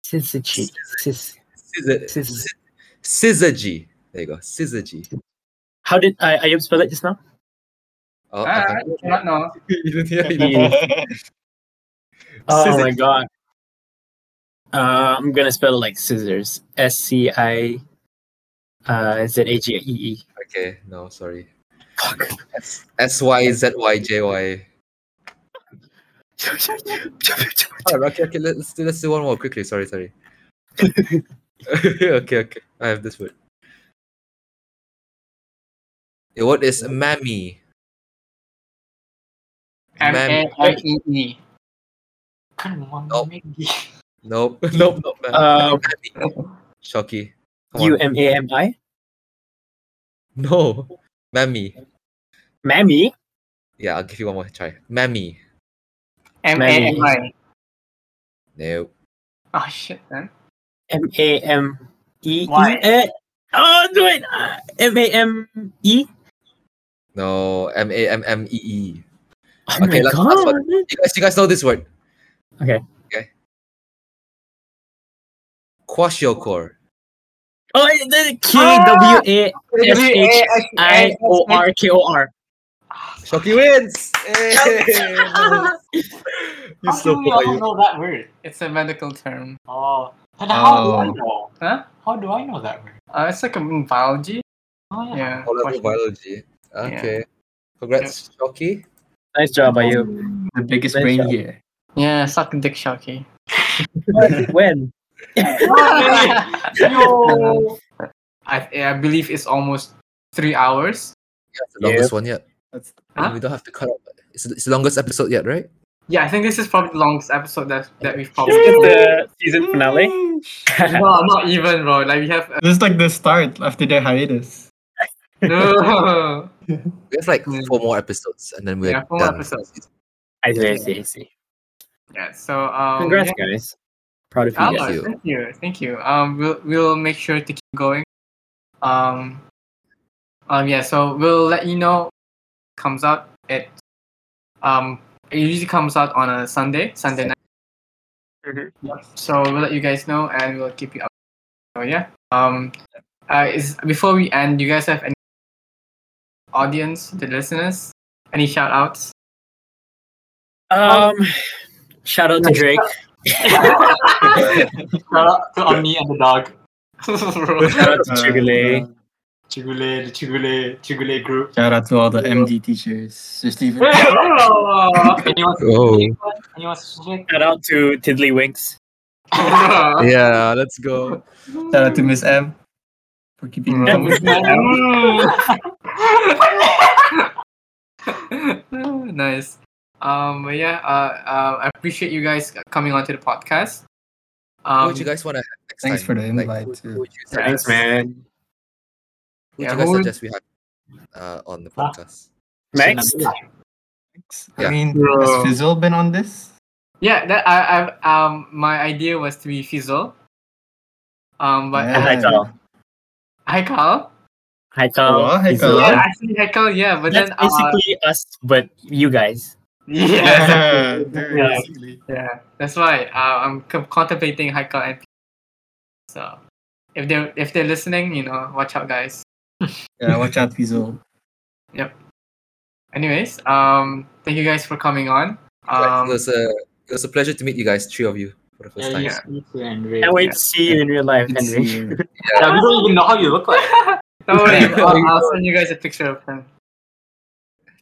Syzygy. Sys. Syzy-
Syzy- Syzygy. There you go. Syzygy.
How did I? I spell it just now?
Oh, I
Ah, I
can't-
do not know.
you didn't hear me.
Oh my
Syzygy.
god. Uh, I'm gonna spell it like scissors. S C I uh, Z A G E E.
Okay, no, sorry.
Fuck.
S- S-Y-Z-Y-J-Y. Oh, okay, okay, let- let's do, let's do one more quickly. Sorry, sorry. okay, okay. I have this word. Your word is mammy.
M
Mammy.
A I E E.
Come on,
Nope.
Maggie.
Nope, nope, Uh, not mammy.
Um,
Shocky. Come on.
U M A M I.
No, mammy.
Mammy.
Yeah, I'll give you one more try. Mammy.
M A M I.
No.
Oh shit, man.
M A M E E.
Why?
Eh, Oh, do it. M A M E.
No, E M-A-M-M-E-E.
Oh
Okay,
my
last- last
god.
one. You guys, you guys know this word.
Okay.
Okay. Kwashiorkor.
Oh, the K W A S H I O R K O R.
Shocky wins! Hey!
How
You're so
do we
cool,
all
Ayub.
know that word?
It's a medical term.
Oh, and how do I
Oh.
know?
Huh?
How do I know that word?
Uh, it's like a in biology.
Oh,
Yeah.
All level
question.
biology. Okay. Congrats, Shocky.
Nice job by you.
the biggest
Nice
brain
job.
here.
Yeah, suck dick, Shocky.
when?
Yo. I I believe it's almost three hours.
That's the longest one yet.
That's-
And We don't have to cut up. It's, it's the longest episode yet, right?
Yeah, I think this is probably the longest episode that that we've
Is
probably.
it the season finale?
no, not even, bro. Like we have uh,
This is like the start after their hiatus.
no.
We have like
Mm.
four more episodes and then we're
Yeah, four more
done.
episodes.
I see, I see, I see.
Yeah. So um.
Congrats,
yeah.
guys. Proud of you
Ah,
guys.
you.
Thank you. Thank you. Um, we'll we'll make sure to keep going. Um. Um. Yeah. So we'll let you know. Comes out it. Um. It usually comes out on a Sunday, Sunday night. Yep. So we'll let you guys know, and we'll keep you up. So yeah. Um. Uh, is before we end, do you guys have any audience, the listeners, any shout outs?
Um, shout out to Drake.
Shout out to Omni and the dog.
Shout out to
Uh,
Chigale.
Chigule, the Chigule, Chigule group.
Shout out to all the MD teachers. Just even.
Anyone
Oh.
anyone specific?
Shout out to Tiddlywinks.
Yeah, let's go.
Shout out to Miss M for keeping
Oh
Mm.
me.
nice. Um, but yeah, uh, uh, I appreciate you guys coming onto the podcast.
Who
Um,
would you guys want to have next
Thanks for
time?
the
Like, who-
invite. too.
who would you
Thanks,
suggest-
man.
who would
Yeah,
you guys
who would- Ah.
suggest we have uh, on the podcast?
Max?
Yeah.
I mean,
Bro.
has Fizzle been on this?
yeah, that I, I um, my idea was to be Fizzle. Um, but
Yeah.
And Haizal.
Haikal?
Haikal.
Hello,
is
Haikal.
alive.
Yeah, actually Haikal, yeah, but
That's
then uh,
basically us, but you guys.
yeah,
Yeah, very
Yeah.
basically.
yeah, that's why uh, I'm co- contemplating Haikal and so if they're if they're listening, you know, watch out, guys.
Yeah, watch out, Fizzle.
Anyways, um, thank you guys for coming on.
Right,
Um,
it was a it was a pleasure to meet you guys, three of you for the first
Yeah,
time.
you see too, Henry.
Can't wait to see you in real life,
Good to see
Henry.
you.
Yeah, we don't even know how you look like.
don't worry, I'll, I'll send you guys a picture of him.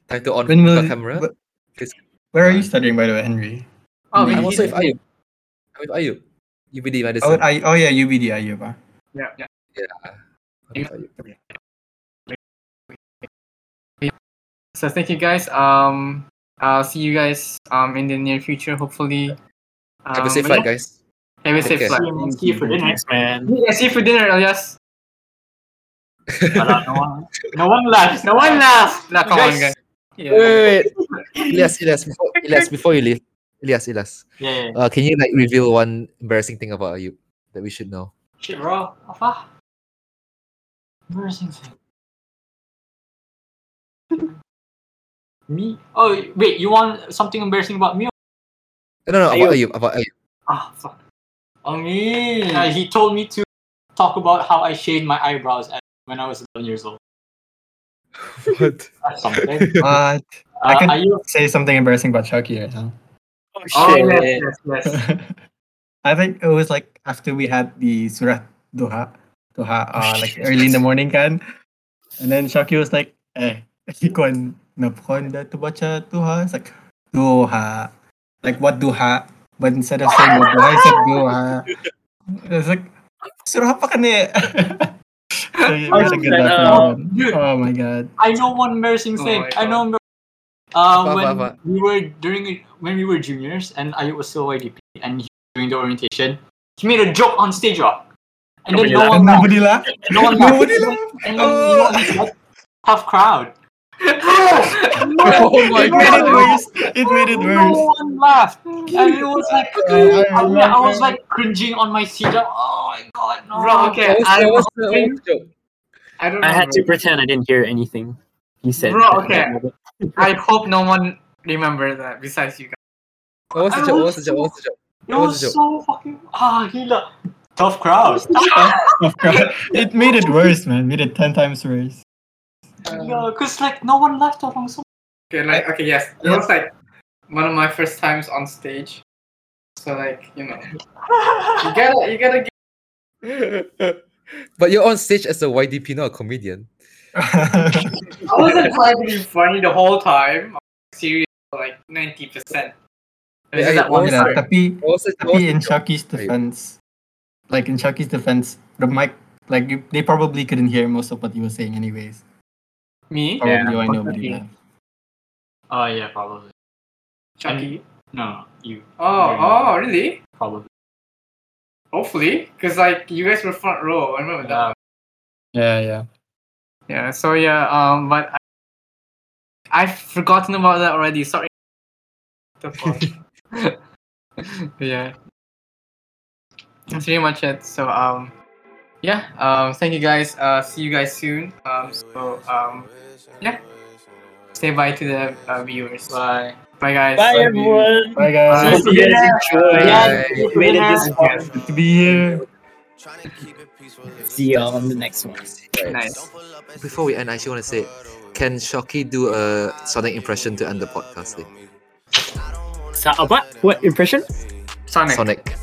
Time to on
When will
camera.
wh-
Please.
Where are you studying, by the way, Henry?
Oh, we
I'm
he-
also
need-
with Ayub. I'm with Ayub. UBD
Oh,
medicine.
I, oh yeah, UBD Ayuba.
yeah, yeah.
I'm with Ayub.
So thank you guys. Um, I'll see you guys um in the near future. Hopefully. Um,
Have a safe flight, guys.
Have a safe
Okay.
flight.
See you for dinner.
Thanks, man.
Yeah, see you for dinner, Elias.
no, one, no one left.
No one laugh. Nah, come
You
on,
guys-
guys. Yeah.
Elias, Elias, before, Elias, before you leave, Elias, Elias,
Yeah, yeah.
uh, can you like reveal one embarrassing thing about Ayub that we should know?
Shit, bro. Apa? Embarrassing thing. me? Oh, wait. You want something embarrassing about me?
No, no, no about Ayub, about Ayub.
Ah, fuck. Oh, me. Uh, he told me to talk about how I shaved my eyebrows at, when I was 11 years old.
What?
That's something.
What? I
Uh,
can-
are you?
Say something embarrassing about Chucky right now.
Oh,
Oh
shit.
yes, yes, yes.
I think it was like after we had the Surat Doha, Doha, uh, like early in the morning kan. And then Chucky was like, eh, ikaw napon na to baca Doha? It's like, Doha. Like, what Doha? But instead of saying what Doha, he said Doha. It's like, Surah pa ka ni? so, yeah,
Oh,
it's a
shit,
good laugh
um,
moment. Oh my god.
I know one embarrassing
Oh
thing.
my
I know. embar-
Apa,
Uh, when
apa, apa?
we were during when we were juniors and I was still YDP and he was doing the orientation, he made a joke on stage rock, and then Oh, no one
And
laughed.
nobody laughed?
No one laughed.
Nobody laughed?
And then you know, it's like, tough crowd.
Oh my
It made it worse. It made it
No
worse.
one laughed, and it was like
I
I, I was
remember.
like cringing on my seat. I'm, oh my god, no!
Bro, okay, I was hoping, I don't
I had to
remember.
pretend I didn't hear anything you said.
Um, Bro, okay. I hope no one remember that besides you guys.
What was the joke? What was the joke? What was the joke?
It
What
was
was the
so fucking ah, he la- tough crowd.
Oh, Of course. It made it worse, man. Made it ten times worse.
Yeah, cause like no one laughed along. So
Okay, like okay, yes. It was like one of my first times on stage. So like, you know. You gotta you gotta give
But you're on stage as a YDP, not a comedian.
I wasn't trying to be funny the whole time. Serious like ninety percent.
Yeah,
There's that
yeah,
one
yeah.
yeah,
story.
tapi
What was the, what was
tapi
the
in
joke?
Chucky's defense, like in Chucky's defense, the mic like you, they probably couldn't hear most of what you were saying, anyways.
Me?
Probably why nobody
definitely.
laughed.
oh yeah, probably.
Chucky.
No, no, you
Oh, oh, really?
probably.
Hopefully, because like you guys were front row. I remember that.
Yeah.
Yeah, yeah.
Yeah. So yeah. Um. But I, I've forgotten about that already. Sorry. The fuck. yeah. That's pretty much it. So um, yeah. Um. Thank you guys. Uh. See you guys soon. Um. So um. Yeah. Say bye to the uh, viewers.
Bye.
Bye guys.
Bye,
Love you.
everyone.
Bye guys.
Hope you guys enjoyed.
Yeah.
You made it this far.
Good to be here.
See y'all on the next one.
Nice.
Before we end, I actually want to say, can Shocky do a Sonic impression to end the podcast? eh? Like,
So, uh, what? What impression?
Sonic.
Sonic,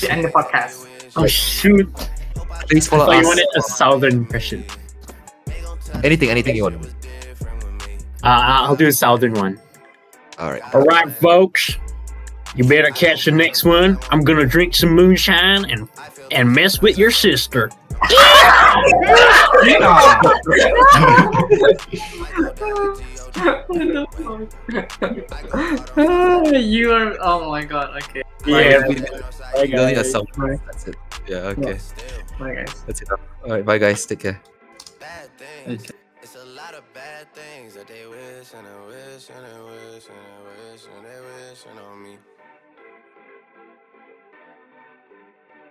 To end the podcast.
Oh shoot!
please follow
Oh, you
us.
wanted a southern impression.
Anything, anything you want.
Uh, I'll do a southern one.
All right.
All right, folks. You better catch the next one. I'm gonna drink some moonshine and and mess with your sister.
you are. Oh my god. Okay.
Yeah. Bye,
You don't need a
guys.
sound. That's it. Yeah. Okay.
Bye guys.
That's enough. All right. Bye, guys. Take care.
bad things. It's a lot of bad things that they wish and they wish and they wish and they wish and they wishing on me.